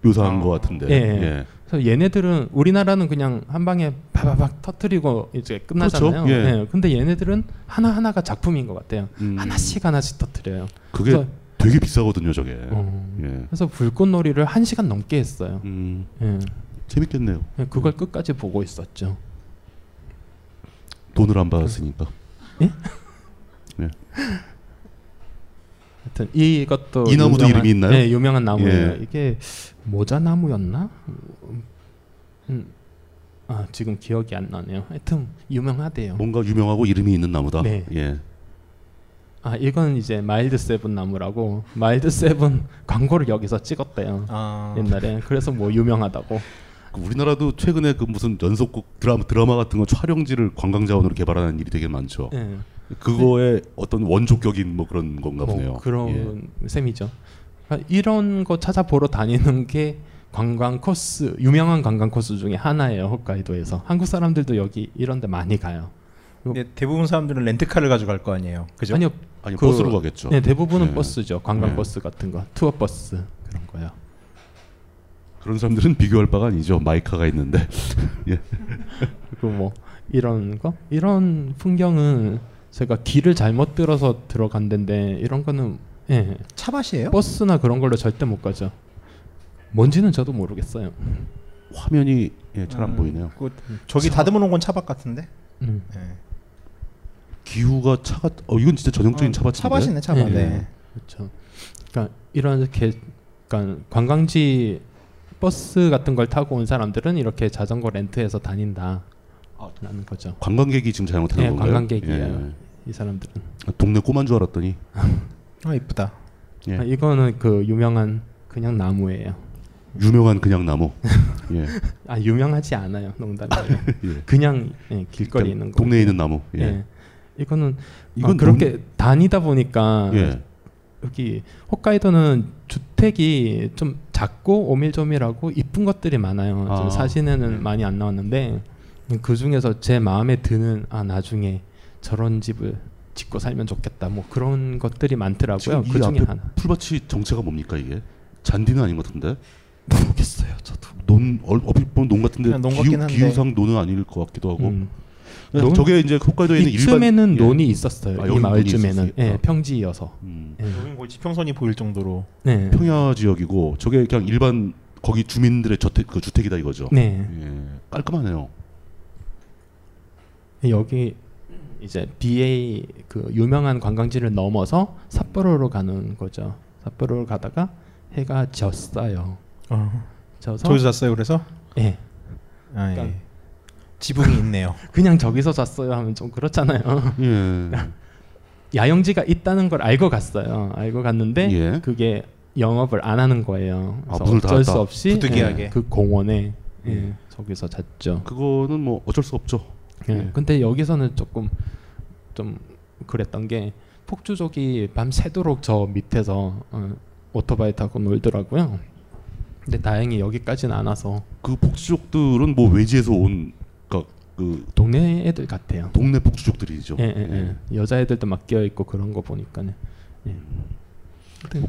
S9: 묘사한 것 같은데.
S10: 예, 예. 그래서 얘네들은 우리나라는 그냥 한 방에 바바박 터트리고 이제 끝나잖아요.
S9: 그렇죠. 예.
S10: 예, 근데 얘네들은 하나 하나가 작품인 것 같아요.
S9: 음.
S10: 하나씩 하나씩 터트려요.
S9: 그게
S10: 그래서, 어.
S9: 되게 비싸거든요, 저게. 예.
S10: 그래서 불꽃놀이를 한 시간 넘게 했어요.
S9: 음.
S10: 예.
S9: 재밌겠네요.
S10: 예, 그걸 끝까지 보고 있었죠.
S9: 돈을 안 받았으니까.
S10: 예?
S9: 예.
S10: 하여튼 이것도
S9: 이 나무도 이름이 있나요?
S10: 네, 유명한 나무예요.
S9: 예.
S10: 이게 모자 나무였나? 음, 아 지금 기억이 안 나네요. 하여튼 유명하대요.
S9: 뭔가 유명하고 이름이 있는 나무다.
S10: 네.
S9: 예.
S10: 아 이건 이제 마일드 세븐 나무라고 마일드 세븐 광고를 여기서 찍었대요.
S6: 아.
S10: 옛날에 그래서 뭐 유명하다고.
S9: 그 우리나라도 최근에 그 무슨 연속극 드라마, 드라마 같은 거 촬영지를 관광 자원으로 개발하는 일이 되게 많죠.
S10: 예.
S9: 그거의 어떤 원조격인 뭐 그런 건가
S10: 뭐
S9: 보네요. 예.
S10: 그런 셈이죠. 아, 이런 거 찾아 보러 다니는 게 관광 코스 유명한 관광 코스 중에 하나예요 홋카이도에서 한국 사람들도 여기 이런데 많이 가요.
S6: 근데 대부분 사람들은 렌트카를 가지고 갈 거 아니에요. 그죠?
S10: 아니요, 그- 네, 대부분은 버스죠. 관광
S6: 네.
S10: 버스 같은 거, 투어 버스 그런 거요.
S9: 그런 사람들은 비교할 바가 아니죠. 마이카가 있는데. 예.
S10: 그리고 뭐 이런 거, 이런 풍경은 제가 길을 잘못 들어서 들어간 데인데 이런 거는 예.
S6: 차밭이에요?
S10: 버스나 그런 걸로 절대 못 가죠. 뭔지는 저도 모르겠어요.
S9: 화면이 예, 잘 안
S6: 음,
S9: 보이네요.
S6: 그 저기 다듬어 놓은 건 차박 같은데. 네.
S10: 음.
S9: 기후가 차가 어 이건 진짜 전형적인
S10: 어,
S9: 차밭인데.
S6: 차밭이네, 차밭.
S9: 예.
S6: 네.
S10: 그렇죠. 그러니까 이런 이렇게 그러니까 관광지 버스 같은 걸 타고 온 사람들은 이렇게 자전거 렌트해서 다닌다.
S9: 아.
S10: 라는 거죠.
S9: 관광객이 지금 잘못하는
S10: 예,
S9: 건가요? 예.
S10: 관광객이에요. 이 사람들은.
S9: 동네 꼬만 줄 알았더니
S6: 아 이쁘다.
S9: 예.
S10: 아, 이거는 그 유명한 그냥 나무예요.
S9: 유명한 그냥 나무. 예.
S10: 아 유명하지 않아요. 농담이에요.
S9: 예.
S10: 그냥 예, 길거리
S9: 그냥
S10: 있는 거.
S9: 동네에 있는 나무. 예.
S10: 이거는
S9: 이건
S10: 아, 그렇게 다니다 보니까
S9: 예.
S10: 여기 홋카이도는 주택이 좀 작고 오밀조밀하고 이쁜 것들이 많아요.
S9: 아.
S10: 좀 사진에는 많이 안 나왔는데 그 중에서 제 마음에 드는 아 나중에 저런 집을 짓고 살면 좋겠다. 뭐 그런 것들이
S9: 지금
S10: 많더라고요. 그
S9: 이
S10: 중에
S9: 앞에
S10: 하나.
S9: 풀밭이 정체가 뭡니까 이게? 잔디는 아닌 것 같은데. 모르겠어요. 저도 논 얼- 얼핏 보면 논 같은데
S10: 그냥 논 같긴
S9: 기후,
S10: 한데.
S9: 기후상 논은 아닐 것 같기도 하고.
S10: 음.
S9: 그래서
S10: 논-
S9: 저게 이제 홋카이도에 있는 일반
S10: 이쯤에는
S9: 예.
S10: 논이 있었어요.
S9: 아, 여기
S10: 이
S9: 논이
S10: 마을쯤에는
S9: 있었어요.
S10: 예, 평지여서. 예.
S6: 여긴 거의 지평선이 보일 정도로
S10: 네.
S9: 음. 평야 지역이고 저게 그냥 일반 거기 주민들의 저택 그 주택이다 이거죠.
S10: 네.
S9: 예, 깔끔하네요.
S10: 여기 이제 BA 그 유명한 관광지를 넘어서 삿포로로 가는 거죠. 삿포로를 가다가 해가 졌어요.
S6: 어.
S10: 져서
S6: 저기서 잤어요 그래서?
S10: 예.
S6: 아, 예.
S10: 그러니까
S6: 지붕이 있네요.
S10: 그냥 저기서 잤어요 하면 좀 그렇잖아요.
S9: 예.
S10: 야영지가 있다는 걸 알고 갔어요. 알고 갔는데
S9: 예.
S10: 그게 영업을 안 하는 거예요.
S9: 아,
S10: 그래서
S9: 문을
S10: 어쩔 수
S9: 닫았다.
S10: 없이
S9: 부득이하게.
S10: 예, 그 공원에 예,
S9: 예.
S10: 저기서 잤죠.
S9: 그거는 뭐 어쩔 수 없죠.
S10: 예.
S9: 예.
S10: 근데 여기서는 조금 좀 그랬던 게 폭주족이 밤새도록 저 밑에서 어, 오토바이 타고 놀더라고요. 근데 다행히 여기까지는 안 와서
S9: 그 폭주족들은 뭐 외지에서 온 그러니까 그
S10: 동네 애들 같아요.
S9: 동네 폭주족들이죠.
S10: 예, 예, 예. 여자애들도 막 끼어 있고 그런 거 보니까는 예.
S9: 뭐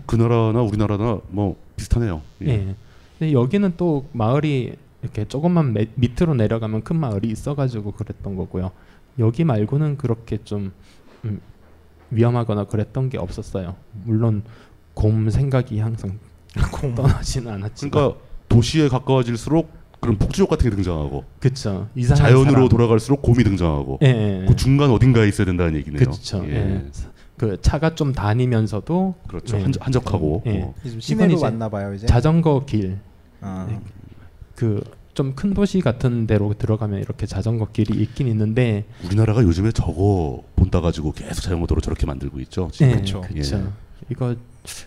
S9: 그 나라나 우리나라나 뭐 비슷하네요. 예.
S10: 예. 근데 여기는 또 마을이 이렇게 조금만 매- 밑으로 내려가면 큰 마을이 있어가지고 그랬던 거고요. 여기 말고는 그렇게 좀 음, 위험하거나 그랬던 게 없었어요. 물론 곰 생각이 항상 떠나지는 않았지만
S9: 그러니까 도시에 가까워질수록 그런 폭주족 같은 게 등장하고
S10: 그쵸. 이상한
S9: 자연으로
S10: 사람.
S9: 돌아갈수록 곰이 등장하고
S10: 예, 예, 예.
S9: 그 중간 어딘가에 있어야 된다는 얘기네요.
S10: 그렇죠. 예. 그 차가 좀 다니면서도
S9: 그렇죠. 한적- 한적하고. 어.
S6: 이제 좀
S10: 이건
S6: 시내로
S10: 이제
S6: 왔나 봐요,
S9: 네.
S6: 이제?
S10: 자전거 네. 길.
S6: 아.
S10: 그 좀 큰 도시 같은 데로 들어가면 이렇게 자전거 길이 있긴 있는데
S9: 우리나라가 요즘에 저거 본다 가지고 계속 자전거도로 저렇게 만들고 있죠. 지금.
S10: 네, 그렇죠.
S9: 예.
S10: 이거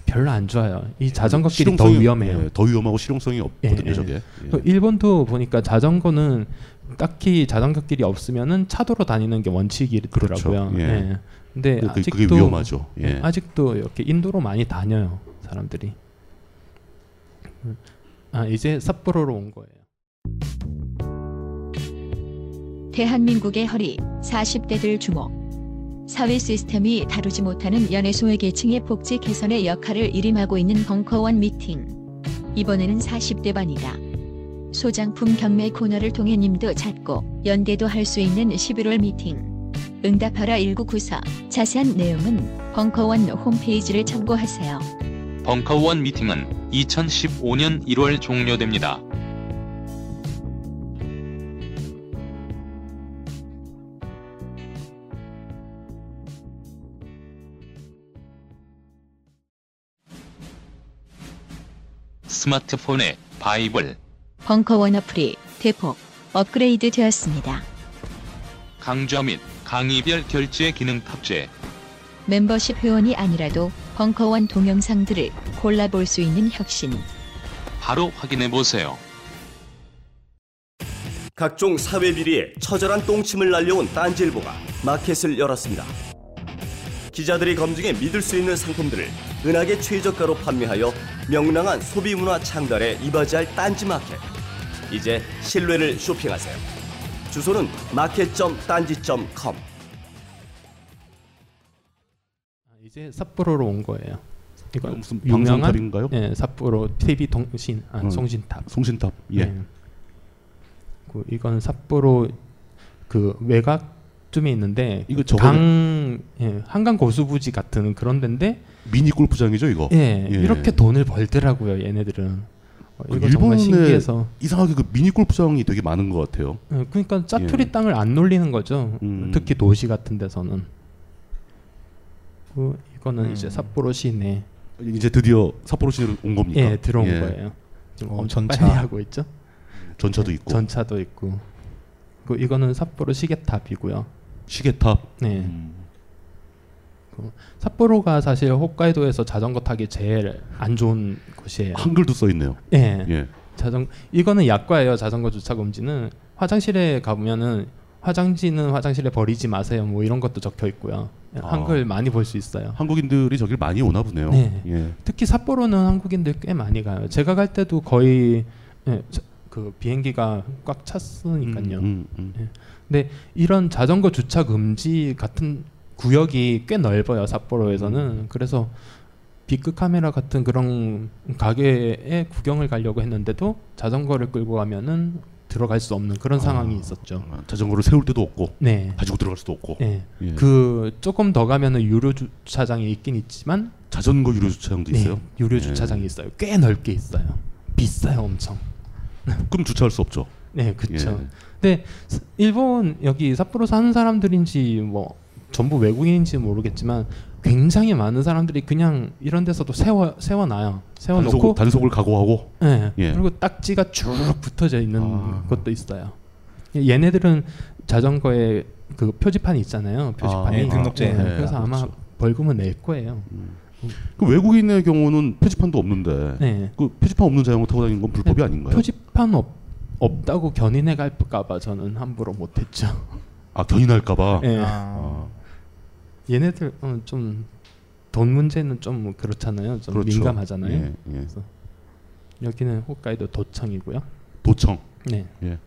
S10: 별로 안 좋아요. 이 자전거 길이 더
S9: 실용성이-
S10: 위험해요.
S9: 예, 더 위험하고 실용성이 없거든요, 저게. 예.
S10: 그 일본도 보니까 자전거는 딱히 자전거 길이 없으면은 차도로 다니는 게 원칙이더라고요.
S9: 그렇죠. 예.
S10: 예. 근데
S9: 근데 그-
S10: 아직도
S9: 그게 위험하죠. 예.
S10: 아직도 이렇게 인도로 많이 다녀요, 사람들이. 음. 아, 이제 삿포로로 온 거예요.
S8: 대한민국의 허리 40대들 주목 사회 시스템이 다루지 못하는 연애소외 계층의 복지 개선의 역할을 일임하고 있는 벙커원 미팅 이번에는 40대 반이다 소장품 경매 코너를 통해 님도 찾고 연대도 할 수 있는 11월 미팅 응답하라 1994 자세한 내용은 벙커원 홈페이지를 참고하세요
S13: 벙커원 미팅은 2015년 1월 종료됩니다.
S12: 스마트폰에 바이블,
S8: 벙커원 어플이 대폭 업그레이드 되었습니다
S13: 강좌 및 강의별 결제 기능 탑재.
S8: 멤버십 회원이 아니라도 벙커원 동영상들을 골라볼 수 있는 혁신.
S13: 바로 확인해 보세요.
S11: 각종 사회 비리에 처절한 똥침을 날려온 딴지일보가 마켓을 열었습니다. 기자들이 검증해 믿을 수 있는 상품들을 은하계 최저가로 판매하여 명랑한 소비 문화 창달에 이바지할 딴지 마켓. 이제 신뢰를 쇼핑하세요. 주소는 마켓.딴지.com.
S10: 아, 이제 삿포로로 온 거예요. 이거
S9: 어, 무슨
S10: 유명한-
S9: 방송탑인가요?
S10: 예, 삿포로 TV 통신 아,
S9: 어,
S10: 송신탑.
S9: 송신탑, 예.
S10: 음. 그 이건 삿포로 그 외곽 쯤에 있는데
S9: 이거
S10: 강 예, 한강 고수부지 같은 그런 데인데
S9: 미니 골프장이죠, 이거.
S10: 예,
S9: 예.
S10: 이렇게 돈을 벌더라고요, 얘네들은. 어,
S9: 그
S10: 이거 정말
S9: 일본에
S10: 신기해서.
S9: 이상하게 그 미니 골프장이 되게 많은 것 같아요.
S10: 예, 그러니까 짜투리 땅을 안 놀리는 거죠.
S9: 음.
S10: 특히 도시 같은 데서는. 그 이거는
S9: 음.
S10: 이제 삿포로 시내
S9: 이제 드디어 삿포로 시내로 온 겁니까?
S10: 예, 들어온
S9: 예.
S10: 거예요. 지금
S9: 어,
S10: 엄청
S9: 전차.
S10: 빨리 하고 있죠.
S9: 전차도 있고.
S10: 예. 전차도 있고. 그 이거는 삿포로 시계탑이고요.
S9: 시계탑.
S10: 네. 그 삿포로가 사실 홋카이도에서 자전거 타기 제일 안 좋은 곳이에요.
S9: 한글도 써 있네요.
S10: 예.
S9: 예.
S10: 자전 이거는 약과예요. 자전거 주차 금지는 화장실에 가보면은 화장지는 화장실에 버리지 마세요. 뭐 이런 것도 적혀 있고요. 예, 한글 많이 볼 수 있어요.
S9: 한국인들이 저길 많이 오나 보네요.
S10: 네.
S9: 예.
S10: 특히 삿포로는 한국인들 꽤 많이 가요. 제가 갈 때도 거의 예, 저- 그 비행기가 꽉 찼으니까요.
S9: 음,
S10: 예. 근데 이런 자전거
S9: 음.
S10: 주차 금지 같은 구역이 꽤 넓어요 삿포로에서는. 그래서 비크 카메라 같은 그런 가게에 구경을 가려고 했는데도 자전거를 끌고 가면은 들어갈 수 없는 그런
S9: 아,
S10: 상황이 있었죠.
S9: 자전거를 세울 때도 없고
S10: 네.
S9: 가지고 들어갈 수도 없고
S10: 네.
S9: 예.
S10: 그 조금 더 가면은 유료 주차장이 있긴 있지만
S9: 자전거 유료 주차장도
S10: 네,
S9: 있어요?
S10: 유료
S9: 예.
S10: 주차장이 있어요. 꽤 넓게 있어요. 비싸요, 엄청.
S9: 그럼 주차할 수 없죠.
S10: 네, 그렇죠.
S9: 예.
S10: 근데 스- 일본 여기 삿포로 사는 사람들인지 뭐 전부 외국인인지 모르겠지만 굉장히 많은 사람들이 그냥 이런 데서도 세워 세워놔요. 세워놓고
S9: 단속, 단속을 각오하고
S10: 네.
S9: 예. 아.
S10: 그리고 딱지가 쭉 붙어져 있는 것도 있어요. 얘네들은 자전거에 그 표지판이 있잖아요. 표지판이
S9: 예, 등록제.
S10: 네,
S9: 예,
S10: 그래서 아마
S9: 그렇죠.
S10: 벌금은 낼 거예요.
S9: 그 외국인의 경우는 표지판도 없는데
S10: 네.
S9: 그 표지판 없는 자전거 타고 다니는 건 불법이 아닌가요?
S10: 표지판 없, 없다고 견인해 갈까봐 저는 함부로 못했죠.
S9: 아 견인할까봐.
S10: 예.
S9: 아.
S10: 얘네들 어, 좀돈 문제는 좀 그렇잖아요. 좀
S9: 그렇죠.
S10: 민감하잖아요.
S9: 예, 예.
S10: 그래서 여기는 홋카이도 도청이고요.
S9: 도청.
S10: 네.
S9: 예.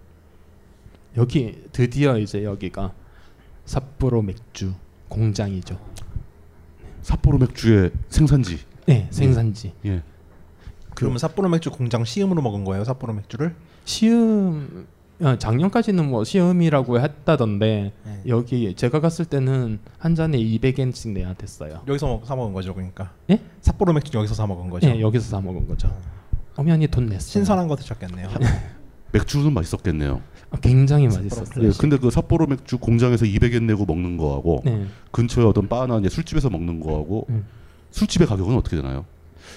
S10: 여기 드디어 이제 여기가 삿포로 맥주 공장이죠.
S9: 삿포로 맥주의 생산지.
S10: 네, 생산지.
S9: 예. 예.
S6: 그러면 삿포로 맥주 공장 시음으로 먹은 거예요, 삿포로 맥주를?
S10: 시음 아, 작년까지는 뭐 시음이라고 했다던데 여기 제가 갔을 때는 한 잔에 200엔씩 내야 됐어요.
S6: 여기서 먹- 사 먹은 거죠, 그러니까.
S10: 예?
S6: 삿포로 맥주 여기서 사 먹은 거죠.
S10: 네, 여기서 사 먹은 거죠. 엄연히 돈 냈어요.
S6: 신선한 거 드셨겠네요.
S9: 맥주는 맛있었겠네요.
S10: 아, 굉장히 맛있었어요.
S9: 예, 근데 그 삿포로 맥주 공장에서 200엔 내고 먹는 거하고
S10: 네.
S9: 근처에 어떤 바나 이제 술집에서 먹는 거하고
S10: 음.
S9: 술집의 가격은 어떻게 되나요?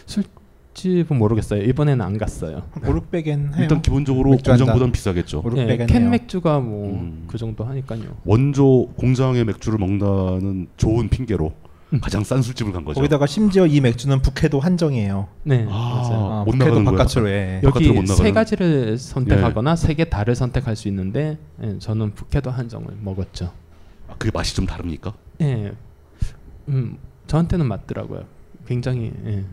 S10: 술집은 모르겠어요. 이번에는 안 갔어요.
S6: 오륙백엔
S9: 일단 기본적으로 공장보단 비싸겠죠.
S10: 네, 캔 맥주가 뭐 그 정도 하니까요.
S9: 원조 공장의 맥주를 먹는다는 좋은 핑계로 가장 싼 술집을 간 거죠.
S6: 거기다가 심지어 이 맥주는 북해도 한정이에요.
S10: 네,
S6: 맞아요.
S9: 못
S6: 북해도
S9: 나가는 거야.
S6: 바깥으로 예.
S9: 바깥으로 못
S10: 여기
S9: 나가는.
S10: 세 가지를 선택하거나 세 개 다를 선택할 수 있는데 예, 저는 북해도 한정을 먹었죠.
S9: 아, 그게 맛이 좀 다릅니까?
S10: 예, 음, 저한테는 맞더라고요. 굉장히 예.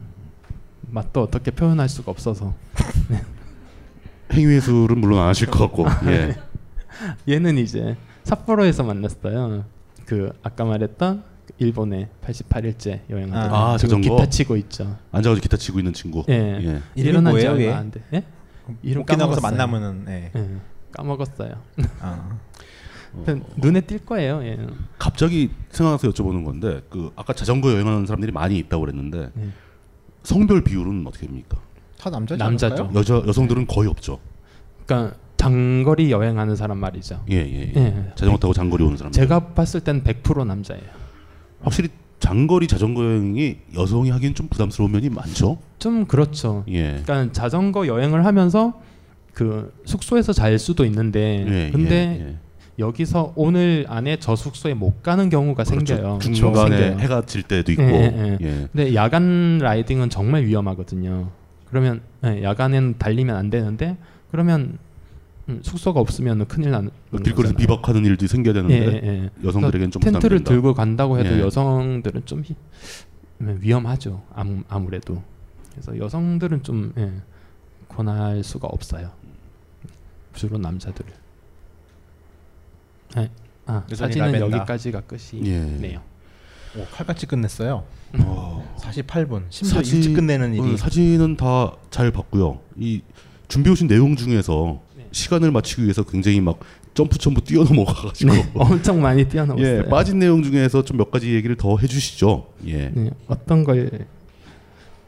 S10: 맛도 어떻게 표현할 수가 없어서
S9: 행위술은 물론 안 하실 것 같고. 예.
S10: 얘는 이제 삿포로에서 만났어요. 그 아까 말했던 그 일본의 88일째 여행하던
S9: 아,
S10: 지금
S9: 자전거.
S10: 기타 치고 있죠.
S9: 앉아가지고 기타 치고 있는 친구.
S10: 예.
S6: 이름이
S10: 일어난 지
S6: 뭐예요,
S10: 얼마
S6: 얘?
S10: 안 돼. 예? 이름
S6: 음, 오키나와에서
S10: 까먹었어요.
S6: 만나면은, 예.
S10: 까먹었어요.
S6: 아.
S10: 하여튼 눈에 띌 거예요. 예.
S9: 갑자기 생각나서 여쭤보는 건데 그 아까 자전거 여행하는 사람들이 많이 있다고 그랬는데
S10: 네.
S9: 성별 비율은 어떻게 됩니까?
S6: 다 남자지
S10: 남자죠.
S6: 않을까요?
S9: 여자 여성들은 거의 없죠.
S10: 그러니까 장거리 여행하는 사람 말이죠.
S9: 예, 예, 예. 자전거 타고 장거리 오는 사람들.
S10: 제가 봤을 땐 100% 남자예요.
S9: 확실히 장거리 자전거 여행이 여성이 하기엔 좀 부담스러운 면이 많죠.
S10: 좀 그렇죠.
S9: 예.
S10: 그러니까 자전거 여행을 하면서 그 숙소에서 잘 수도 있는데
S9: 예,
S10: 근데
S9: 예, 예.
S10: 여기서 오늘 안에 저 숙소에 못 가는 경우가
S9: 그렇죠.
S10: 생겨요.
S9: 중간에
S10: 생겨요.
S9: 해가 질 때도 있고.
S10: 어, 예, 예, 예.
S9: 예.
S10: 근데 야간 라이딩은 정말 위험하거든요. 그러면 예, 야간엔 달리면 안 되는데 그러면 음, 숙소가 없으면 큰일 나는
S9: 길거리에서
S10: 거잖아요.
S9: 뭐
S10: 예,
S9: 비박하는 일도 생겨야 되는데 여성들에게는 좀
S10: 텐트를
S9: 부담된다.
S10: 들고 간다고 해도
S9: 예.
S10: 여성들은 좀 히- 네, 위험하죠. 아무, 아무래도 그래서 여성들은 좀 예, 권할 수가 없어요. 주로 남자들. 네. 아
S6: 여전히
S10: 사진은
S6: 라벤더.
S10: 여기까지가
S9: 예.
S10: 끝이네요.
S6: 오, 칼같이 끝냈어요. 48분. 심지어
S9: 사진-
S6: 일찍 끝내는 일이.
S9: 어, 사진은 다 잘 봤고요. 이 준비해 오신 내용 중에서
S10: 네.
S9: 시간을 맞추기 위해서 굉장히 막 점프 점프 뛰어넘어가 가지고
S10: 네, 엄청 많이 뛰어넘었어요.
S9: 예, 빠진 내용 중에서 좀 몇 가지 얘기를 더 해주시죠. 예.
S10: 네, 어떤 걸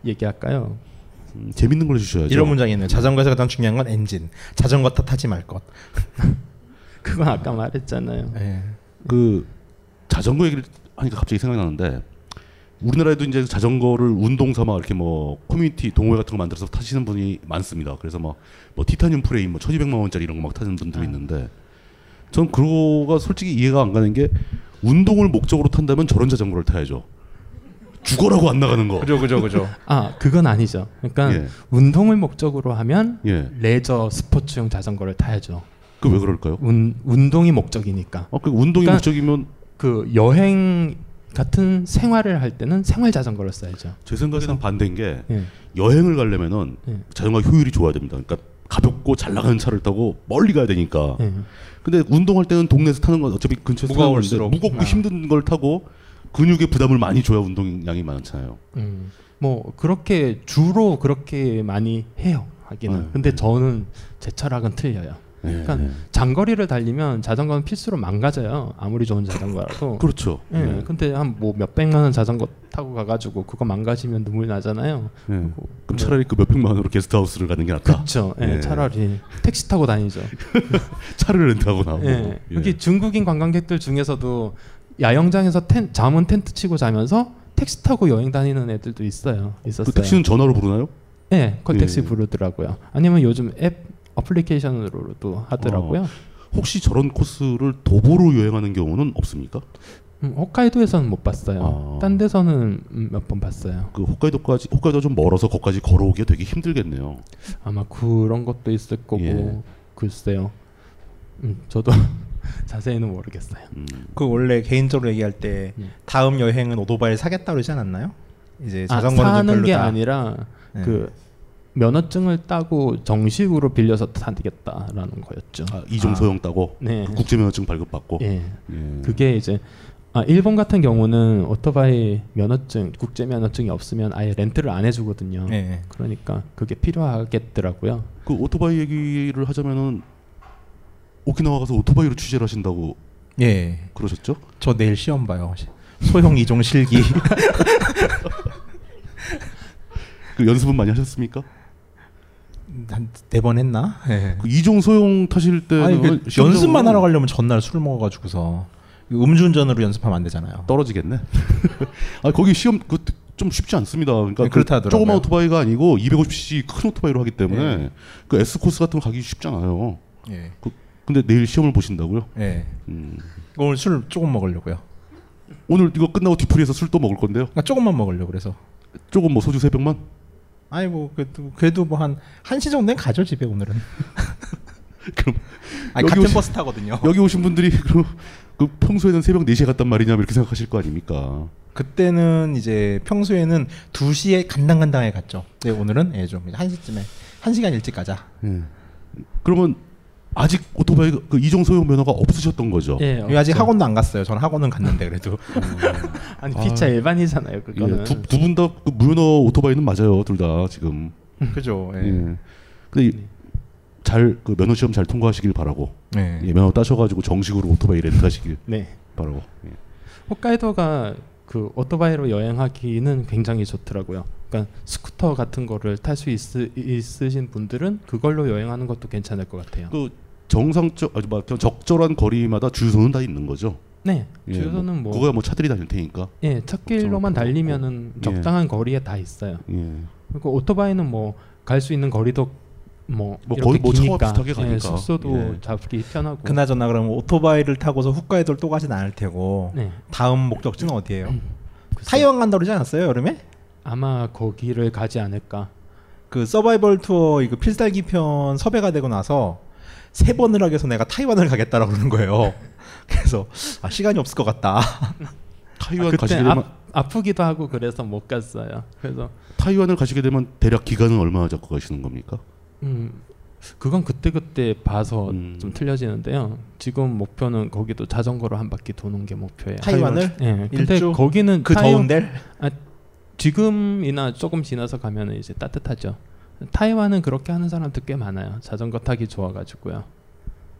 S10: 얘기할까요?
S9: 음, 재밌는 걸 해주셔야죠.
S6: 이런 문장이 있네요. 자전거에서 가장 중요한 건 엔진. 자전거 탓 하지 말 것.
S10: 그건 아까 말했잖아요.
S6: 예.
S9: 그 자전거 얘기를 하니까 갑자기 생각나는데 우리나라에도 이제 자전거를 운동 삼아 이렇게 뭐 커뮤니티 동호회 같은 거 만들어서 타시는 분이 많습니다. 그래서 막 뭐 티타늄 프레임 뭐 1,200만 원짜리 이런 거 막 타는 분들이 있는데 전 그거가 솔직히 이해가 안 가는 게 운동을 목적으로 탄다면 저런 자전거를 타야죠. 죽어라고 안 나가는 거.
S6: 그죠, 그죠, 그죠.
S10: 아 그건 아니죠. 그러니까
S9: 예.
S10: 운동을 목적으로 하면
S9: 예.
S10: 레저 스포츠용 자전거를 타야죠.
S9: 그 왜 그럴까요?
S10: 운, 운동이 목적이니까.
S9: 그 운동이 목적이면
S10: 그 여행 같은 생활을 할 때는 생활 자전거를 써야죠.
S9: 제 생각에는 반대인 게
S10: 예.
S9: 여행을 가려면은 자전거 효율이 좋아야 됩니다. 그러니까 가볍고 잘 나가는 차를 타고 멀리 가야 되니까.
S10: 예.
S9: 근데 운동할 때는 동네에서 타는 건 어차피 근처에서 타는 건데
S10: 무거울수록.
S9: 무겁고
S10: 아.
S9: 힘든 걸 타고 근육에 부담을 많이 줘야 운동량이 많잖아요.
S10: 음. 뭐 그렇게 주로 그렇게 많이 해요. 하기는.
S9: 네,
S10: 근데 저는 제 철학은 틀려요.
S9: 네,
S10: 그러니까
S9: 네.
S10: 장거리를 달리면 자전거는 필수로 망가져요. 아무리 좋은 자전거라도.
S9: 그렇죠.
S10: 예.
S9: 네.
S10: 근데 한 뭐 몇백만 원 자전거 타고 가가지고 그거 망가지면 눈물 나잖아요.
S9: 예.
S10: 뭐
S9: 그럼 차라리 그 몇백만 원으로 게스트하우스를 가는 게 낫다.
S10: 그렇죠. 예,
S9: 네.
S10: 차라리 택시 타고 다니죠.
S9: 차를 렌트하고 나오고.
S10: 그 예.
S9: 예.
S10: 여기 중국인 관광객들 중에서도 야영장에서 텐, 잠은 텐트 치고 자면서 택시 타고 여행 다니는 애들도 있어요. 있었어요.
S9: 그 택시는 전화로 부르나요?
S10: 예, 콜택시
S9: 예.
S10: 부르더라고요. 아니면 요즘 앱 어플리케이션으로도 하더라고요.
S9: 어, 혹시 저런 코스를 도보로 여행하는 경우는 없습니까?
S10: 음, 홋카이도에서는 못
S9: 아.
S10: 봤어요. 딴 데서는 음, 몇 번 봤어요.
S9: 그 홋카이도까지 홋카이도 좀 멀어서 거기까지 걸어오기가 되게 힘들겠네요.
S10: 아마 그런 것도 있을 거고
S9: 예.
S10: 글쎄요. 음, 저도 자세히는 모르겠어요.
S6: 그 원래 개인적으로 얘기할 때 다음 여행은 오토바이를 사겠다 그러지 않았나요? 이제
S10: 아,
S6: 예, 자전거는 좀
S10: 사는 게
S6: 별로다.
S10: 아니라
S6: 네.
S10: 그 면허증을 따고 정식으로 빌려서 타겠다라는 거였죠.
S9: 이종소형
S10: 아,
S9: 따고
S10: 네.
S9: 그 국제면허증 발급받고.
S10: 예.
S6: 음.
S10: 그게 이제 아, 일본 같은 경우는 오토바이 면허증, 국제 면허증이 없으면 아예 렌트를 안
S6: 어.
S10: 해주거든요.
S9: 네.
S6: 예.
S10: 그러니까 그게 필요하겠더라고요.
S9: 그 오토바이 얘기를 하자면은 오키나와 가서 오토바이로 취재를 하신다고
S6: 예.
S9: 그러셨죠?
S6: 저 내일 시험 봐요. 소형 이종 실기.
S9: 그 연습은 많이 하셨습니까?
S6: 한 네 번 했나? 예.
S9: 그 이종 소형 타실 때는
S6: 아니, 그
S9: 심정으로-
S6: 연습만 하러 가려면 전날 술 먹어가지고서 음주운전으로 연습하면 안 되잖아요.
S9: 떨어지겠네. 아 거기 시험 그 좀 쉽지 않습니다. 그러니까
S6: 네,
S9: 그
S6: 그렇다더라고요.
S9: 조그만 오토바이가 아니고 250cc 큰 오토바이로 하기 때문에
S6: 네.
S9: 그 S 코스 같은 거 가기 쉽잖아요.
S6: 예.
S9: 그, 근데 내일 시험을 보신다고요?
S6: 예.
S9: 음.
S6: 오늘 술 조금 먹으려고요. 그러니까
S9: 오늘 이거 끝나고 뒤풀이해서 술 또 먹을 건데요.
S6: 조금만 먹으려 고 그래서.
S9: 조금 뭐 소주 세 병만?
S6: 아니 뭐 그래도, 그래도 뭐한 1시 정도는 가죠 집에 오늘은.
S9: 그럼
S6: 아니,
S9: 여기
S6: 같은
S9: 오신-
S6: 버스 타거든요.
S9: 여기 오신 분들이 그럼 그 평소에는 새벽 4시에 갔단 말이냐 이렇게 생각하실 거 아닙니까?
S6: 그때는 이제 평소에는 2시에 간당간당하게 갔죠. 네, 오늘은 예, 좀 1시쯤에 1시간 일찍 가자.
S9: 예. 그러면 아직 오토바이 그 이종 소형 면허가 없으셨던 거죠?
S6: 예, 아직 학원도 안 갔어요. 저는 학원은 갔는데 그래도.
S10: 아니 피차 일반이잖아요. 그거는.
S9: 두분 다 그 무연어 오토바이는 맞아요. 둘 다 지금.
S6: 그죠.
S10: 네.
S6: 예.
S9: 음. 근데 이- 잘, 그 면허 시험 잘 통과하시길 바라고.
S6: 네.
S9: 예, 면허 따셔가지고 정식으로 오토바이 렌트하시길
S10: 네.
S9: 바라고. 예.
S10: 홋카이도가 그 오토바이로 여행하기는 굉장히 좋더라고요. 그러니까 스쿠터 같은 거를 탈 수 있으신 분들은 그걸로 여행하는 것도 괜찮을 것 같아요.
S9: 그 정상적, 아주 막 그냥 적절한 거리마다 주유소는 다 있는 거죠.
S10: 네,
S9: 예,
S10: 주유소는 뭐-
S9: 그거야 뭐 차들이 다닐 테니까.
S10: 예, 첫길로만 달리면은
S9: 예.
S10: 적당한 거리에 다 있어요.
S9: 예.
S10: 그리고 오토바이는 뭐 갈 수 있는 거리도 뭐,
S9: 뭐
S10: 이렇게
S9: 거의 뭐 차와
S10: 기니까
S9: 비슷하게
S10: 예,
S9: 가니까.
S10: 숙소도 잡기 편하고
S6: 그나저나 그럼 오토바이를 타고서 홋카이도를 또 가진 않을 테고
S10: 네.
S6: 다음 목적지는 어디예요? 타이완 간다 그러지 않았어요 여름에?
S10: 아마 거기를 가지 않을까.
S6: 그 서바이벌 투어 이거 그 필살기 편 섭외가 되고 나서 세 번을 하게 해서 내가 타이완을 가겠다라고 그러는 거예요. 그래서 아, 시간이 없을 것 같다.
S9: 타이완
S10: 그때
S9: 가시게 되면
S10: 아, 아프기도 하고 그래서 못 갔어요. 그래서
S9: 타이완을 가시게 되면 대략 기간은 얼마나 잡고 가시는 겁니까?
S10: 음, 그건 그때 그때 봐서 어,
S9: 음.
S10: 좀 틀려지는데요. 지금 목표는 거기도 자전거로 한 바퀴 도는 게 목표예요.
S6: 네, 타이완을?
S10: 예. 근데
S6: 일주?
S10: 거기는
S6: 그
S10: 타이완-
S6: 더운 데를?
S10: 아, 지금이나 조금 지나서 가면 이제 따뜻하죠. 타이완은 그렇게 하는 사람도 꽤 많아요. 자전거 타기 좋아가지고요.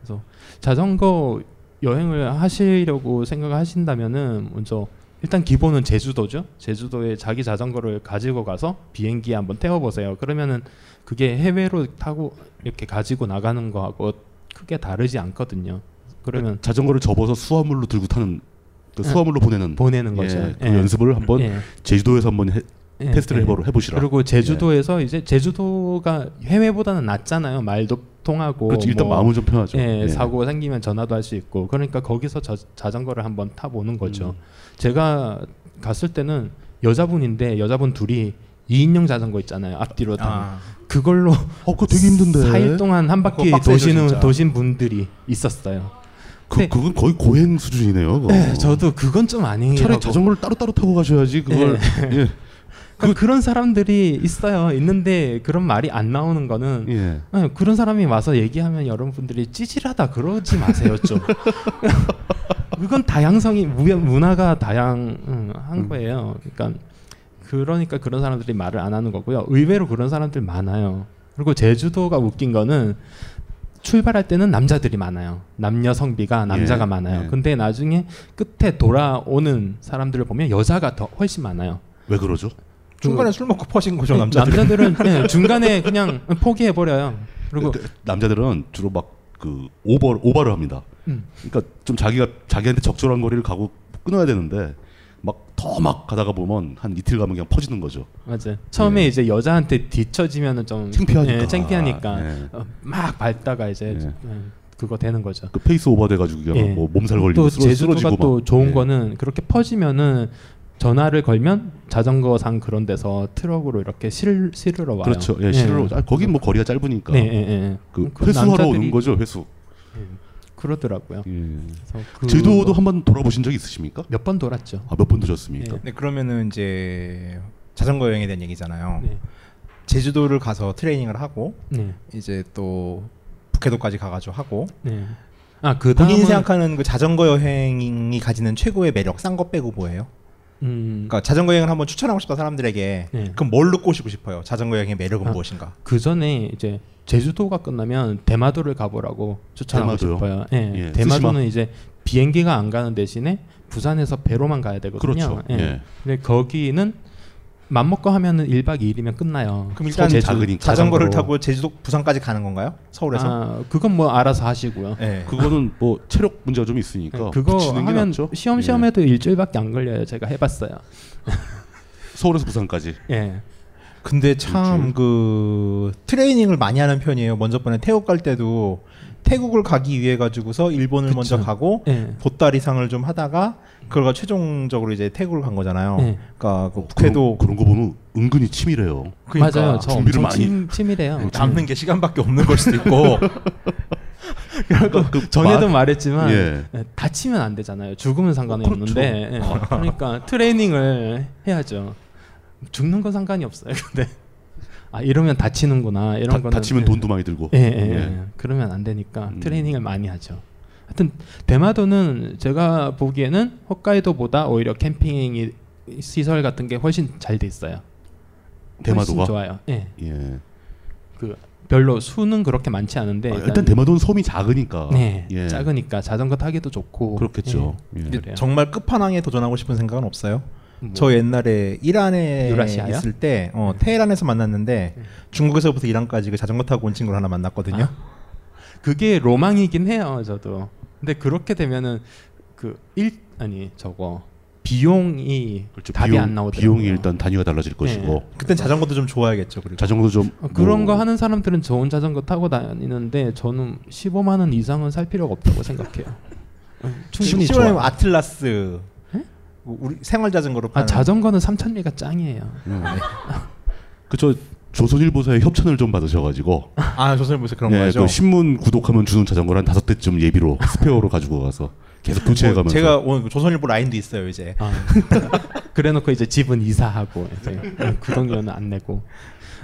S10: 그래서 자전거 여행을 하시려고 생각하신다면은 먼저 일단 기본은 제주도죠. 제주도에 자기 자전거를 가지고 가서 비행기에 한번 태워 보세요. 그러면은 그게 해외로 타고 이렇게 가지고 나가는 거하고 크게 다르지 않거든요. 그러면
S9: 자전거를 접어서 수화물로 들고 타는 그 수화물로
S10: 예,
S9: 보내는
S10: 보내는
S9: 예,
S10: 거죠.
S9: 그
S10: 예.
S9: 연습을 한번
S10: 예.
S9: 제주도에서 한번 해-
S10: 예,
S9: 테스트를
S10: 예.
S9: 해보러 해보시라.
S10: 그리고 제주도에서
S9: 예.
S10: 이제 제주도가 해외보다는 낫잖아요. 말도 통하고.
S9: 그렇지, 일단 마음은 좀 편하죠.
S10: 예,
S9: 예.
S10: 사고 생기면 전화도 할 수 있고. 그러니까 거기서 저- 자전거를 한번 타보는 거죠.
S9: 음.
S10: 제가 갔을 때는 여자분인데 여자분 둘이 2인용 자전거 있잖아요. 앞뒤로 다.
S6: 음.
S10: 그걸로
S9: 어, 그거 되게 힘든데.
S10: 4일 동안 한 바퀴
S9: 그거 어, 빡세죠,
S10: 도시는
S9: 진짜.
S10: 도신 분들이 있었어요.
S9: 그 그건 거의 고행 수준이네요. 그거.
S10: 네, 저도 그건 좀 아니에요.
S9: 차라리 자전거를 따로따로 타고 가셔야지 그걸
S10: 예.
S9: 예.
S10: 그, 그런 사람들이 있어요. 있는데 그런 말이 안 나오는 거는
S9: 예.
S10: 예, 그런 사람이 와서 얘기하면 여러분들이 찌질하다 그러지 마세요 좀.
S6: 음.
S10: 그건 다양성이 무- 문화가 다양한 거예요. 그러니까 그러니까 그런 사람들이 말을 안 하는 거고요. 의외로 그런 사람들 많아요. 그리고 제주도가 웃긴 거는 출발할 때는 남자들이 많아요. 남녀 성비가 남자가
S9: 예,
S10: 많아요.
S9: 예.
S10: 근데 나중에 끝에 돌아오는 사람들을 보면 여자가 더 훨씬 많아요.
S9: 왜 그러죠?
S6: 중간에 술 먹고 퍼신 거죠
S10: 네,
S6: 남자들은.
S10: 남자들은, 네, 중간에 그냥 포기해 버려요. 그리고
S9: 네, 남자들은 주로 막 그 오버 오버를 합니다.
S10: 음.
S9: 그러니까 좀 자기가 자기한테 적절한 거리를 가고 끊어야 되는데 막 더 막 가다가 보면 한 이틀 가면 그냥 퍼지는 거죠.
S10: 맞아요. 처음에 이제 여자한테 뒤처지면은
S9: 네.
S10: 좀
S9: 창피하니까. 네.
S10: 예, 창피하니까
S9: 예.
S10: 어, 막 밟다가 이제 예, 그거 되는 거죠.
S9: 그 페이스 오버 돼가지고 그냥
S10: 예.
S9: 뭐 몸살 걸리고
S10: 또
S9: 쓰러,
S10: 제주도가
S9: 쓰러지고
S10: 또
S9: 막. 예. 네.
S10: 좋은 거는 그렇게 퍼지면은 전화를 걸면 자전거상 그런 데서 트럭으로 이렇게 실 실으러 와요.
S9: 그렇죠. 예, 실으러 오죠. 아, 거긴 뭐 거리가 짧으니까.
S10: 네, 예, 예.
S9: 그
S10: 그
S9: 회수하러
S10: 남자들이-
S9: 오는 거죠, 회수.
S10: 그러더라고요.
S9: 예.
S10: 그래서 그-
S9: 제주도도 한 번 돌아보신 적 있으십니까?
S10: 몇 번 돌았죠.
S9: 아, 몇 번 도셨습니까?
S6: 네, 그러면은 이제 자전거 여행에 대한 얘기잖아요. 제주도를 가서 트레이닝을 하고
S10: 네.
S6: 이제 또 북해도까지 가가지고 하고.
S10: 네. 아, 그
S6: 본인이
S10: 다음은-
S6: 생각하는 그 자전거 여행이 가지는 최고의 매력, 싼 거 빼고 뭐예요?
S10: 음.
S6: 그러니까 자전거 여행을 한번 추천하고 싶다 사람들에게
S10: 네.
S6: 그럼 뭘로 꼬시고 싶어요? 자전거 여행의 매력은
S10: 아,
S6: 무엇인가?
S10: 그 전에 이제 제주도가 끝나면 대마도를 가보라고 추천하고
S9: 대마도요?
S10: 싶어요. 예,
S9: 예,
S10: 대마도는
S9: 쓰시마.
S10: 이제 비행기가 안 가는 대신에 부산에서 배로만 가야 되거든요.
S9: 그렇죠.
S10: 예.
S9: 예.
S10: 근데 거기는 맘먹고 하면은 1박 2일이면 끝나요.
S6: 그럼 일단
S10: 제주- 그러니까
S6: 자전거를
S10: 자전거로.
S6: 타고 제주도 부산까지 가는 건가요? 서울에서? 예.
S10: 아, 그건 뭐 알아서 하시고요. 예,
S9: 그거는 뭐 체력 문제가 좀 있으니까
S10: 그거
S9: 붙이는 게
S10: 하면
S9: 낫죠.
S10: 시험
S9: 예.
S10: 시험에도 일주일밖에 안 걸려요. 제가 해봤어요.
S9: 서울에서 부산까지.
S10: 예.
S6: 근데 참 그 트레이닝을 많이 하는 편이에요. 먼저 번에 태국 갈 때도 태국을 가기 위해 가지고서 일본을 먼저 가고
S10: 예.
S6: 보따리상을 좀 하다가 그걸 최종적으로 이제 태국을 간
S9: 어.
S6: 거잖아요.
S10: 예.
S6: 그러니까 그 국회도
S9: 그런, 거 보면 은근히 치밀해요.
S6: 그러니까
S10: 맞아요. 저
S9: 준비를
S10: 엄청
S9: 많이 어,
S10: 침, 치밀해요.
S6: 남는 게 시간밖에 없는 걸 수도 있고.
S10: 그리고
S6: 그
S10: 전에도
S6: 말-
S10: 말했지만
S6: 예.
S10: 예, 다치면 안 되잖아요. 죽으면 상관이
S6: 어, 그렇죠.
S10: 없는데 예, 그러니까 트레이닝을 해야죠. 죽는 건 상관이 없어요. 근데 아 이러면 다치는구나 이런
S9: 다-
S10: 거는
S9: 다치면 돈도 많이 들고.
S10: 예, 예, 예.
S9: 예. 음.
S10: 그러면 안 되니까 트레이닝을 많이 하죠. 하여튼 대마도는 제가 보기에는 홋카이도보다 오히려 캠핑이 시설 같은 게 훨씬 잘 돼 있어요. 훨씬
S9: 대마도가?
S10: 좋아요. 예.
S9: 예.
S10: 그 별로 수는 그렇게 많지 않은데
S9: 아, 일단 대마도는 섬이 작으니까.
S10: 네,
S9: 예.
S10: 작으니까 자전거 타기도 좋고
S9: 그렇겠죠.
S10: 예.
S6: 근데
S10: 그래요.
S6: 정말 끝판왕에 도전하고 싶은 생각은 없어요?
S10: 뭐.
S6: 저 옛날에 이란에
S10: 유라시아요? 네.
S6: 있을 때 어, 테헤란에서 만났는데 중국에서부터 이란까지 그 자전거 타고 온 친구를 하나 만났거든요.
S10: 아, 그게 로망이긴 해요, 저도. 근데 그렇게 되면은 그 일 아니 저거 비용이 답이
S9: 그렇죠. 비용,
S10: 안 나오더라고요.
S9: 비용이 일단 단위가 달라질 것이고.
S10: 네.
S6: 그땐 자전거도 좀 좋아야겠죠. 그리고
S9: 자전거도 좀
S10: 어, 그런
S9: 뭐-
S10: 거 하는 사람들은 좋은 자전거 타고 다니는데 저는 15만 원 이상은 살 필요가 없다고 생각해요. 어, 충분히
S6: 시원하면
S10: 좋아.
S6: 뭐 아틀라스 우리 생활 자전거로
S10: 네? 아
S6: 파는
S10: 자전거는 3천리가 짱이에요.
S9: 음. 그저 조선일보사의 협찬을 좀 받으셔가지고.
S6: 아, 조선일보에서 그런
S9: 예,
S10: 네,
S6: 거죠.
S9: 그 신문 구독하면 주는 자전거를 한 다섯 대쯤 예비로 스페어로 가지고 가서 계속
S6: 뭐
S9: 교체해가면서.
S6: 제가 오늘 조선일보 라인도 있어요 이제.
S10: 그래놓고 이제 집은 이사하고 이제 그 돈은 안 내고.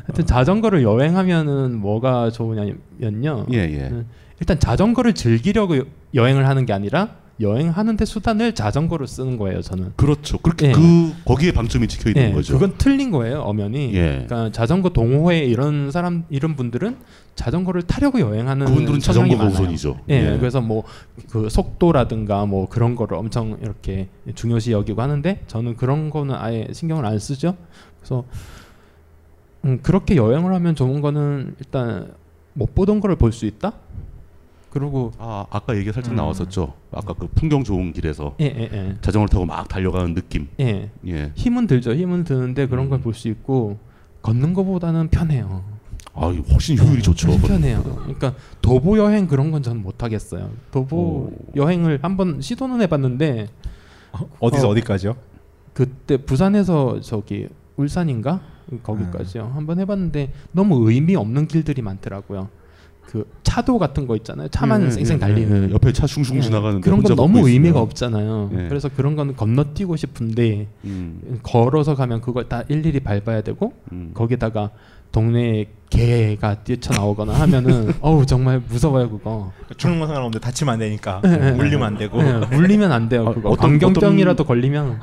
S10: 하여튼 자전거를 여행하면은 뭐가 좋으냐면요.
S9: 예, 예.
S10: 일단 자전거를 즐기려고 여- 여행을 하는 게 아니라 여행하는데 수단을 자전거로 쓰는 거예요. 저는.
S9: 그렇죠. 그렇게
S10: 예.
S9: 그 거기에 방점이 찍혀 있는
S10: 예,
S9: 거죠.
S10: 그건 틀린 거예요, 엄연히.
S9: 예.
S10: 그러니까 자전거 동호회 이런 사람 이런 분들은 자전거를 타려고 여행하는
S9: 그분들은
S10: 성향이
S9: 자전거가
S10: 많아요.
S9: 우선이죠.
S10: 예,
S9: 예.
S10: 그래서 뭐 그 속도라든가 뭐 그런 거를 엄청 이렇게 중요시 여기고 하는데 저는 그런 거는 아예 신경을 안 쓰죠. 그래서 음, 그렇게 여행을 하면 좋은 거는 일단 못 보던 거를 볼 수 있다. 그리고
S9: 아, 아까 얘기 가 살짝
S10: 음.
S9: 나왔었죠. 아까 그 풍경 좋은 길에서
S10: 예, 예, 예.
S9: 자전거를 타고 막 달려가는 느낌.
S10: 예.
S9: 예. 음.
S10: 힘은 들죠. 힘은 드는데 그런 걸 볼 수 있고 걷는 거보다는 편해요.
S9: 아, 이거 훨씬 효율이 좋죠.
S10: 훨씬 편해요. 그러니까 도보 여행 그런 건 저는 못 하겠어요. 도보 여행을 한번 시도는 해봤는데
S6: 어디서 어디까지요?
S10: 그때 부산에서 저기 울산인가 거기까지요.
S9: 음.
S10: 한번 해봤는데 너무 의미 없는 길들이 많더라고요. 그 차도 같은 거 있잖아요. 차만
S9: 예, 예,
S10: 쌩쌩
S9: 예,
S10: 달리는
S9: 예. 옆에 차 슝슝 지나가는데
S10: 그런
S9: 혼자 걷고
S10: 건 너무
S9: 있으면.
S10: 의미가 없잖아요.
S9: 예.
S10: 그래서 그런 건 건너뛰고 싶은데
S9: 음.
S10: 걸어서 가면 그걸 다 일일이 밟아야 되고
S9: 음.
S10: 거기다가 동네에 개가 뛰쳐나오거나 하면은 어우 정말 무서워요 그거.
S6: 죽는 건 상관없는데 다치면 안 되니까
S10: 예, 예, 예.
S9: 어.
S6: 물리면 안 되고
S10: 예, 물리면 안 돼요
S6: 아,
S10: 그거.
S6: 어떤-
S10: 광경병이라도 걸리면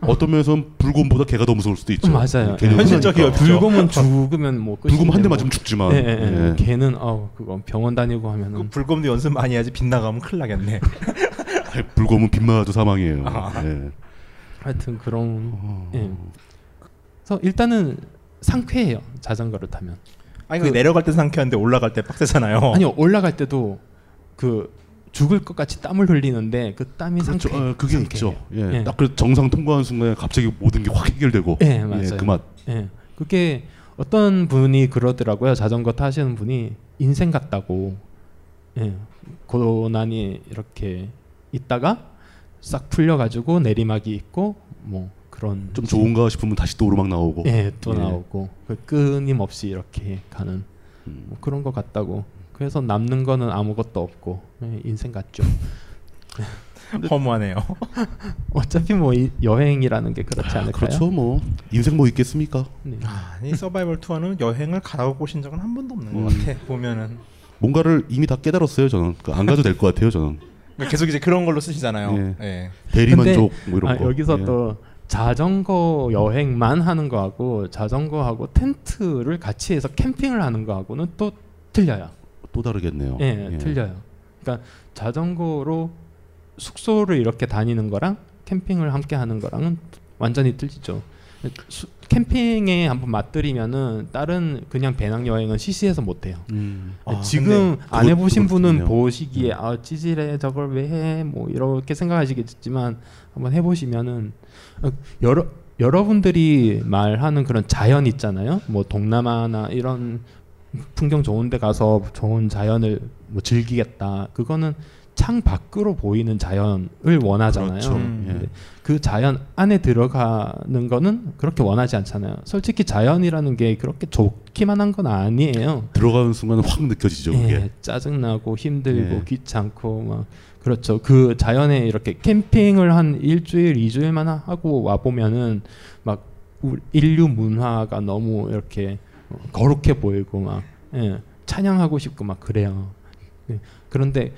S9: 어떤 면에서는 불곰보다 개가 더 무서울 수도 있죠.
S10: 맞아요.
S9: 개는
S10: 현실적이에요.
S9: 그러니까.
S10: 불곰은 죽으면 뭐 끝인데
S9: 불곰 한대
S10: 뭐.
S9: 맞으면 죽지만.
S10: 예, 예, 예.
S9: 예.
S10: 개는 아우 그건 병원 다니고 하면은
S9: 그-
S6: 불곰도 연습 많이 해야지 빗나가면 큰일 나겠네.
S9: 아니, 불곰은 빗 맞아도 사망이에요. 예.
S10: 하여튼 그런
S9: 어.
S10: 예. 그래서 일단은 상쾌해요. 자전거를 타면.
S6: 아니 그 내려갈 때 상쾌한데 올라갈 때 빡세잖아요.
S9: 어.
S10: 아니요. 올라갈 때도 그 죽을 것 같이 땀을 흘리는데 그 땀이
S9: 그렇죠.
S10: 상쾌.
S9: 어, 그게 있죠. 예.
S10: 상쾌해요. 예.
S9: 딱 그 정상 통과하는 순간에 갑자기 모든 게 확 해결되고.
S10: 예, 맞아요.
S9: 그 맛.
S10: 예. 그게 어떤 분이 그러더라고요. 자전거 타시는 분이 인생 같다고. 예. 고난이 이렇게 있다가 싹 풀려 가지고 내리막이 있고 뭐 그런
S9: 좀 좋은가 싶으면 다시 또 오르막 나오고.
S10: 예, 또
S9: 예.
S10: 나오고 그 끊임없이 이렇게 가는
S9: 음.
S10: 뭐 그런 것 같다고. 그래서 남는 거는 아무것도 없고 예, 인생 같죠.
S6: 허무하네요.
S10: 어차피 뭐 이- 여행이라는 게 그렇지 않을까요? 네.
S9: 그렇죠. 뭐 인생 뭐 있겠습니까?
S6: 아니 서바이벌 투어는 여행을 가라고 꼬신 적은 한 번도 없는
S9: 음.
S6: 것 같아. 보면은
S9: 뭔가를 이미 다 깨달았어요. 저는 그안 가도 될 것 같아요. 저는.
S6: 그러니까 계속 이제 그런 걸로 쓰시잖아요.
S9: 예.
S6: 예.
S9: 대리만족
S10: 근데,
S9: 뭐 이런
S10: 아,
S9: 거.
S10: 여기서
S9: 예.
S10: 또 자전거 여행만 하는 거하고 자전거하고 텐트를 같이 해서 캠핑을 하는 거하고는 또 틀려요.
S9: 또 다르겠네요.
S10: 예,
S9: 예.
S10: 틀려요. 그러니까 자전거로 숙소를 이렇게 다니는 거랑 캠핑을 함께 하는 거랑은 완전히 틀리죠. 수- 캠핑에 한번 맛들이면은 다른 그냥 배낭 여행은 시시해서 못 해요.
S9: 음. 아,
S10: 지금
S9: 근데
S10: 안 해보신
S9: 그것-
S10: 분은
S9: 그렇겠네요.
S10: 보시기에 아 찌질해 저걸 왜 해 뭐 이렇게 생각하시겠지만 한번 해보시면은 어, 여러 여러분들이 말하는 그런 자연 있잖아요. 뭐 동남아나 이런 풍경 좋은데 가서 좋은 자연을 뭐 즐기겠다. 그거는 창 밖으로 보이는 자연을 원하잖아요.
S9: 그렇죠. 음.
S10: 근데 그 자연 안에 들어가는 거는 그렇게 원하지 않잖아요. 솔직히 자연이라는 게 그렇게 좋기만 한 건 아니에요.
S9: 들어가는 순간 확 느껴지죠.
S10: 예,
S9: 그게.
S10: 짜증나고 힘들고
S9: 예.
S10: 귀찮고 막 그렇죠. 그 자연에 이렇게 캠핑을 한 일주일, 이주일만 하고 와 보면은 막 우- 인류 문화가 너무 이렇게 거룩해 보이고 막 예, 찬양하고 싶고 막 그래요. 예, 그런데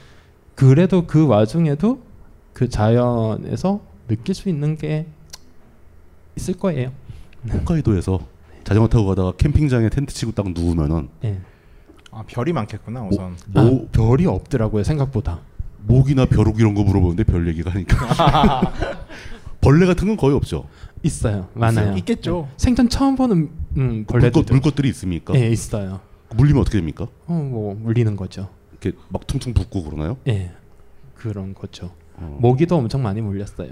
S10: 그래도 그 와중에도 그 자연에서 느낄 수 있는 게 있을 거예요.
S9: 네. 홋카이도에서 자전거 타고 가다가 캠핑장에 텐트 치고 딱 누우면은
S6: 아 별이 많겠구나 우선.
S9: 뭐-
S10: 아.
S9: 뭐-
S10: 예, 별이 없더라고요 생각보다.
S9: 모기나 벼룩 이런 거 물어보는데 별 얘기가 하니까 벌레 같은 건 거의 없죠.
S10: 있어요. 많아요. 네. 생전 처음 보는 음, 벌레들.
S9: 물것, 물것들이 있습니까?
S10: 예, 있어요.
S9: 물리면 어떻게 됩니까?
S10: 어, 뭐 물리는 거죠.
S9: 이렇게 막 퉁퉁 붓고 그러나요?
S10: 예. 그런 거죠.
S9: 어.
S10: 모기도 엄청 많이 물렸어요.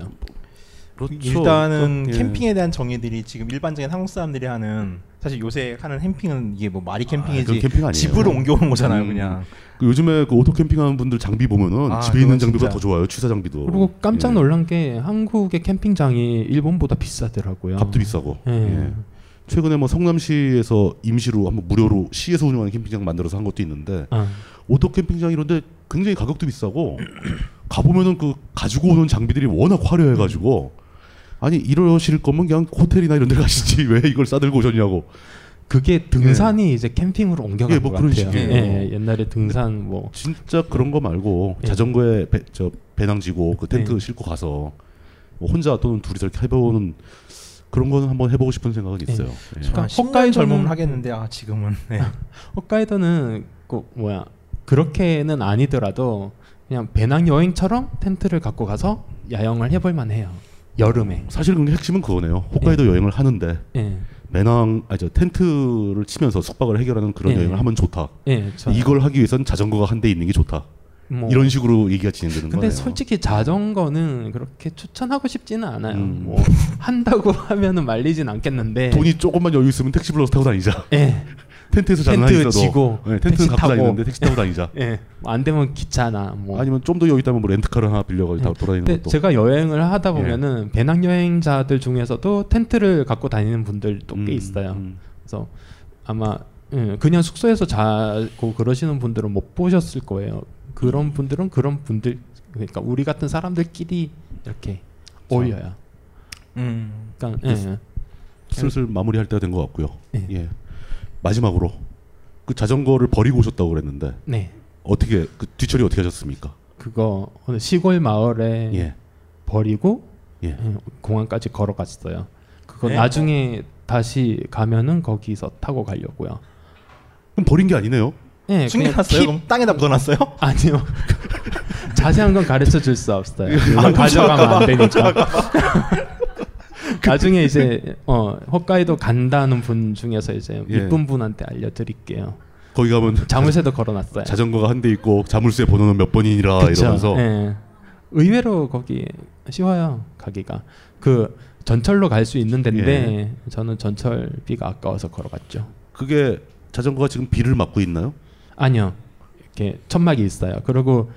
S10: 그렇죠.
S6: 일단은
S10: 예.
S6: 캠핑에 대한 정의들이 지금 일반적인 한국 사람들이 하는 사실 요새 하는 캠핑은 이게 뭐 말이 캠핑이지
S9: 그건 캠핑 아니에요.
S6: 집으로 옮겨오는 거잖아요
S9: 음.
S6: 그냥.
S9: 그 요즘에 그 오토 캠핑하는 분들 장비 보면은
S6: 아,
S9: 집에 있는
S6: 그건
S9: 장비가
S6: 진짜.
S9: 더 좋아요. 취사 장비도. 예.
S10: 그리고 깜짝 놀란 게 한국의 캠핑장이 일본보다 비싸더라고요.
S9: 값도 비싸고.
S10: 예.
S9: 예. 최근에 뭐 성남시에서 임시로 한번 무료로 시에서 운영하는 캠핑장 만들어서 한 것도 있는데
S10: 아.
S9: 오토 캠핑장 이런데 굉장히 가격도 비싸고 가 보면은 그 가지고 오는 장비들이 워낙 화려해가지고 아니 이러실 거면 그냥 호텔이나 이런 데 가시지 왜 이걸 싸들고 오셨냐고.
S10: 그게 등산이 이제 캠핑으로 옮겨간
S9: 예, 뭐
S10: 것
S9: 그런
S10: 같아요.
S9: 식이에요. 네.
S10: 예, 예, 옛날에 등산 뭐
S9: 진짜 그런 거 말고
S10: 예.
S9: 자전거에 배, 저 배낭 지고 그 텐트
S10: 예.
S9: 싣고 가서 뭐 혼자 또는 둘이서 이렇게 해보는 그런 거는 한번 해보고 싶은 생각은 있어요. 예.
S6: 그러니까
S10: 홋카이도는-
S6: 헛가의 젊음을 하겠는데 아 지금은. 네.
S10: 홋카이도는 그 뭐야 그렇게는 아니더라도 그냥 배낭 여행처럼 텐트를 갖고 가서 야영을 해볼 만해요. 여름에.
S9: 사실 근데 핵심은 그거네요. 홋카이도 여행을 하는데
S10: 예.
S9: 배낭 아저 텐트를 치면서 숙박을 해결하는 그런
S10: 예.
S9: 여행을 하면 네. 좋다.
S10: 예, 저-
S9: 이걸 하기 위해선 자전거가 한 대 있는 게 좋다.
S10: 뭐.
S9: 이런 식으로 얘기가 진행되는
S10: 근데
S9: 거예요.
S10: 솔직히 자전거는 그렇게 추천하고 싶지는 않아요. 뭐 한다고 하면은 말리진 않겠는데
S9: 음. 돈이 조금만 여유 있으면 택시 불러서 타고 다니자.
S10: 예.
S9: 텐트에서 자는
S10: 텐트
S9: 한있어도
S10: 지고
S9: 예, 텐트는
S10: 택시
S9: 갖고 다니는데 택시 타고 다니자.
S10: 예. 뭐안 되면 기차나 뭐 네.
S9: 아니면 좀 더 여유 있다면 뭐 렌트카를 하나 빌려가지고 다 돌아다니는
S10: 근데
S9: 것도.
S10: 제가 여행을 하다
S9: 예.
S10: 보면은 배낭 여행자들 중에서도 텐트를 갖고 다니는 분들도
S9: 음,
S10: 꽤 있어요. 그래서 아마 예, 그냥 숙소에서 자고 그러시는 분들은 못 보셨을 거예요. 그런 분들은 그런 분들 그러니까 우리 같은 사람들끼리 이렇게 어울려요.
S6: 음.
S10: 그러니까 예, 예.
S9: 슬슬 마무리할 때가 된 것 같고요.
S10: 네.
S9: 예. 마지막으로 그 자전거를 버리고 오셨다고 그랬는데
S10: 네.
S9: 어떻게 그 뒤처리 어떻게 하셨습니까?
S10: 네. 그거 어느 시골 마을에 버리고 예, 공항까지 걸어갔어요. 그거
S9: 네.
S10: 나중에 다시 가면은 거기서 타고 가려고요.
S9: 그럼 버린 게 아니네요.
S10: 예,
S9: 숨겨놨어요?
S10: 그냥
S9: 그럼
S10: 킵-
S9: 땅에다 묻어놨어요?
S10: 아니요. 자세한 건 가르쳐 줄 수 없어요.
S9: 아,
S10: 가져가면 안
S9: 훔쳐갈까봐.
S10: 되니까.
S9: 훔쳐갈까봐.
S10: 나중에 이제 어 홋카이도 간다는 분 중에서 이제
S9: 예.
S10: 이쁜 분한테 알려드릴게요.
S9: 거기 가면
S10: 자물쇠도 걸어놨어요.
S9: 자전거가 한 대 있고 자물쇠 번호는 몇 아, 번이니라
S10: 그쵸.
S9: 이러면서
S10: 예. 의외로 거기 쉬워요 가기가 그 전철로 갈 수 있는
S9: 예.
S10: 데인데 저는 전철비가 아까워서 걸어갔죠.
S9: 그게 자전거가 지금 비를 맞고 있나요?
S10: 아니요 이렇게 천막이 있어요. 그리고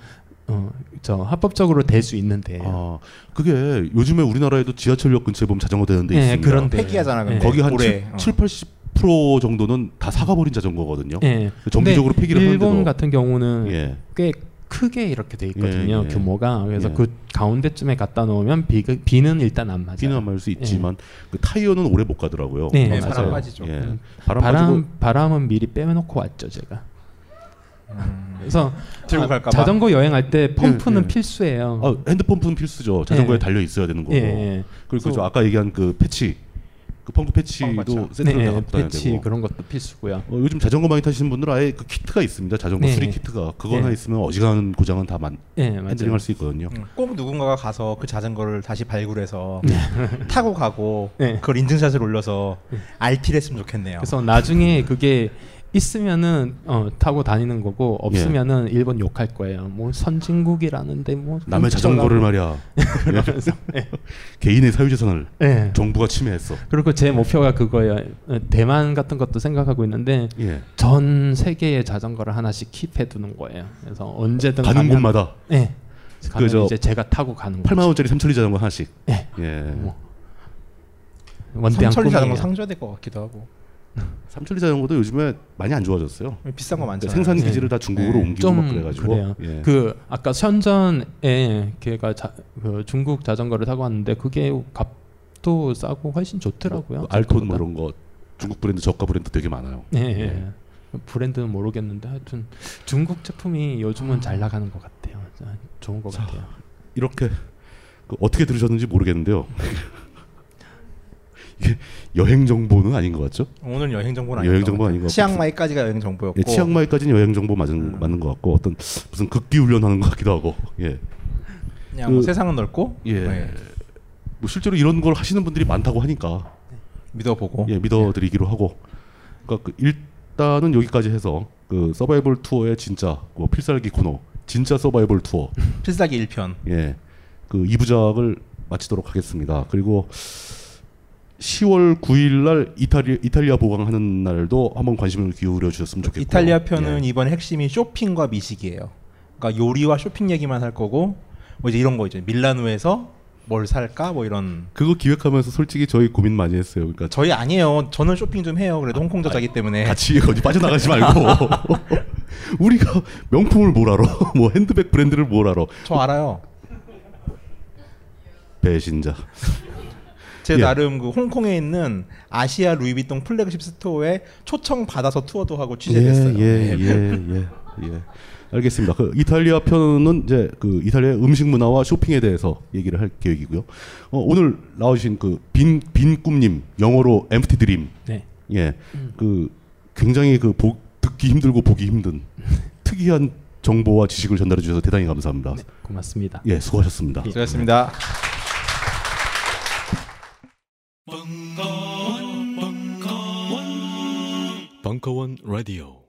S10: 어저 합법적으로 될 수 있는데
S9: 아, 그게 요즘에 우리나라에도 지하철역 근처에 보면 자전거 되는데
S10: 예,
S9: 있습니다.
S10: 그런데. 폐기하잖아,
S6: 네,
S10: 근데.
S9: 거기 한
S10: 올해.
S6: 어.
S9: 7, 7, 80% 정도는 다 사가버린 자전거거든요. 그
S10: 예.
S9: 정기적으로
S10: 근데
S9: 폐기를 하는데도
S10: 일본 같은 경우는
S9: 예.
S10: 꽤 크게 이렇게 돼 있거든요
S9: 예, 예.
S10: 규모가 그래서
S9: 예.
S10: 그 가운데쯤에 갖다 놓으면 비, 비는 일단 안 맞아요.
S9: 비는 안 맞을 수 있지만 그 타이어는 오래 못 가더라고요.
S10: 예. 네,
S9: 맞아요.
S10: 맞아요.
S9: 예.
S10: 음.
S9: 바람,
S10: 바람,
S9: 빠지고
S10: 바람 은 미리 빼놓고 왔죠 제가. 그래서
S9: 들고
S10: 아,
S9: 갈까봐.
S10: 자전거 여행할 때 펌프는
S9: 예, 예.
S10: 필수예요.
S9: 아, 핸드펌프는 필수죠. 자전거에
S10: 예.
S9: 달려 있어야 되는 거고.
S10: 예, 예.
S9: 그리고 저
S10: 그래서-
S9: 아까 얘기한 그 패치, 그 펑크 패치도 세트로
S10: 네,
S9: 다 갖고 다녀야
S10: 패치
S9: 되고.
S10: 그런 것도 필수고요.
S9: 어, 요즘 자전거 많이 타시는 분들은 아예 그 키트가 있습니다. 자전거
S10: 네.
S9: 수리 키트가 그거
S10: 네.
S9: 하나 있으면 어지간한 고장은 다 만,
S10: 네, 맞아요.
S9: 핸들링할 수 있거든요.
S6: 꼭 누군가가 가서
S9: 음.
S6: 그 자전거를 다시 발굴해서
S9: 네.
S6: 타고 가고
S10: 네.
S6: 그걸 인증샷을 올려서
S9: 음.
S6: RT를 했으면 좋겠네요.
S10: 그래서 나중에 그게 있으면은 어, 타고 다니는 거고 없으면은 일본 욕할 거예요. 뭐 선진국이라는데 뭐
S9: 남의 자전거를 말이야.
S10: 그러면서
S9: 예. 개인의 사유재산을
S10: 예.
S9: 정부가 침해했어.
S10: 그리고 제 목표가 그거예요. 어, 대만 같은 것도 생각하고 있는데
S9: 예.
S10: 전 세계의 자전거를 하나씩 킵해 두는 거예요. 그래서 언제든
S9: 가는
S10: 가면-
S9: 곳마다.
S10: 예. 가면
S9: 그저
S10: 이제 제가 타고 가는 거죠.
S9: 8만 원짜리 삼천리 자전거 하나씩.
S10: 예. 원대한
S6: 삼천리 자전거
S10: 꿈이에요.
S6: 상줘야 될 것 같기도 하고.
S9: 삼천리 자전거도 요즘에 많이 안 좋아졌어요. 그러니까
S6: 비싼 거 많잖아요.
S9: 네,
S6: 네.
S9: 생산 기지를
S10: 예.
S9: 다 중국으로
S10: 예.
S9: 옮기고
S10: 좀
S9: 막 그래가지고.
S10: 그래요.
S9: 예.
S10: 그 아까 선전에 걔가 자, 그 중국 자전거를 타고 왔는데 그게 값도 싸고 훨씬 좋더라고요.
S9: 알톤 뭐 이런 거 중국 브랜드 저가 브랜드 되게 많아요.
S10: 예, 예.
S9: 네.
S10: 브랜드는 모르겠는데 하여튼 중국 제품이
S9: 아.
S10: 요즘은 잘 나가는 것 같아요. 자, 좋은 것 같아요.
S9: 이렇게 그 어떻게 들으셨는지 모르겠는데요. 이게 여행 정보는 아닌 것 같죠?
S6: 오늘 여행 정보는
S9: 네,
S6: 아닌
S9: 여행
S6: 것
S9: 정보
S6: 같아요.
S9: 아닌 것 같고
S6: 치앙마이까지가 여행 정보였고.
S10: 어.
S9: 예, 치앙마이까지는 여행 정보 맞은
S10: 음.
S9: 맞는 것 같고 어떤 무슨 극기 훈련하는 것 같기도 하고 예.
S6: 그냥 뭐 세상은 넓고,
S9: 예.
S6: 네.
S9: 뭐 실제로 이런 걸 하시는 분들이 많다고 하니까
S6: 믿어보고
S9: 예 믿어드리기로 하고 그러니까 그 일단은 여기까지 해서 그 서바이벌 투어의 진짜 뭐 필살기 코너 진짜 서바이벌 투어
S6: 필살기 1편.
S9: 예. 그 2부작을 마치도록 하겠습니다. 그리고 10월 9일 날 이탈리, 이탈리아 보강하는 날도 한번 관심을 기울여 주셨으면 좋겠고.
S6: 이탈리아 편은
S9: 예.
S6: 이번 핵심이 쇼핑과 미식이에요. 그러니까 요리와 쇼핑 얘기만 할 거고 뭐 이제 이런 거 이제 밀라노에서 뭘 살까 뭐 이런
S9: 그거 기획하면서 솔직히 저희 고민 많이 했어요. 그러니까
S6: 저희 아니에요. 저는 쇼핑 좀 해요. 그래도 홍콩 저자기 때문에
S9: 아, 같이 어디 빠져나가지 말고 우리가 명품을 뭘 알아? 뭐 핸드백 브랜드를 뭘 알아?
S6: 저 알아요.
S9: 배신자.
S6: 제
S9: 예.
S6: 나름 그 홍콩에 있는 아시아 루이비통 플래그십 스토어에 초청 받아서 투어도 하고 취재했어요. 네.
S9: 예, 예, 예, 예, 예. 알겠습니다. 그 이탈리아 편은 이제 그 이탈리아 음식 문화와 쇼핑에 대해서 얘기를 할 계획이고요. 어, 오늘 나오신 그 빈 빈꿈님 영어로 empty dream.
S10: 네.
S9: 예.
S6: 음.
S9: 그 굉장히 그 보, 듣기 힘들고 보기 힘든 특이한 정보와 지식을 전달해 주셔서 대단히 감사합니다.
S6: 네.
S10: 고맙습니다.
S9: 예, 수고하셨습니다.
S6: 수고하셨습니다.
S14: 벙커원 예. 라디오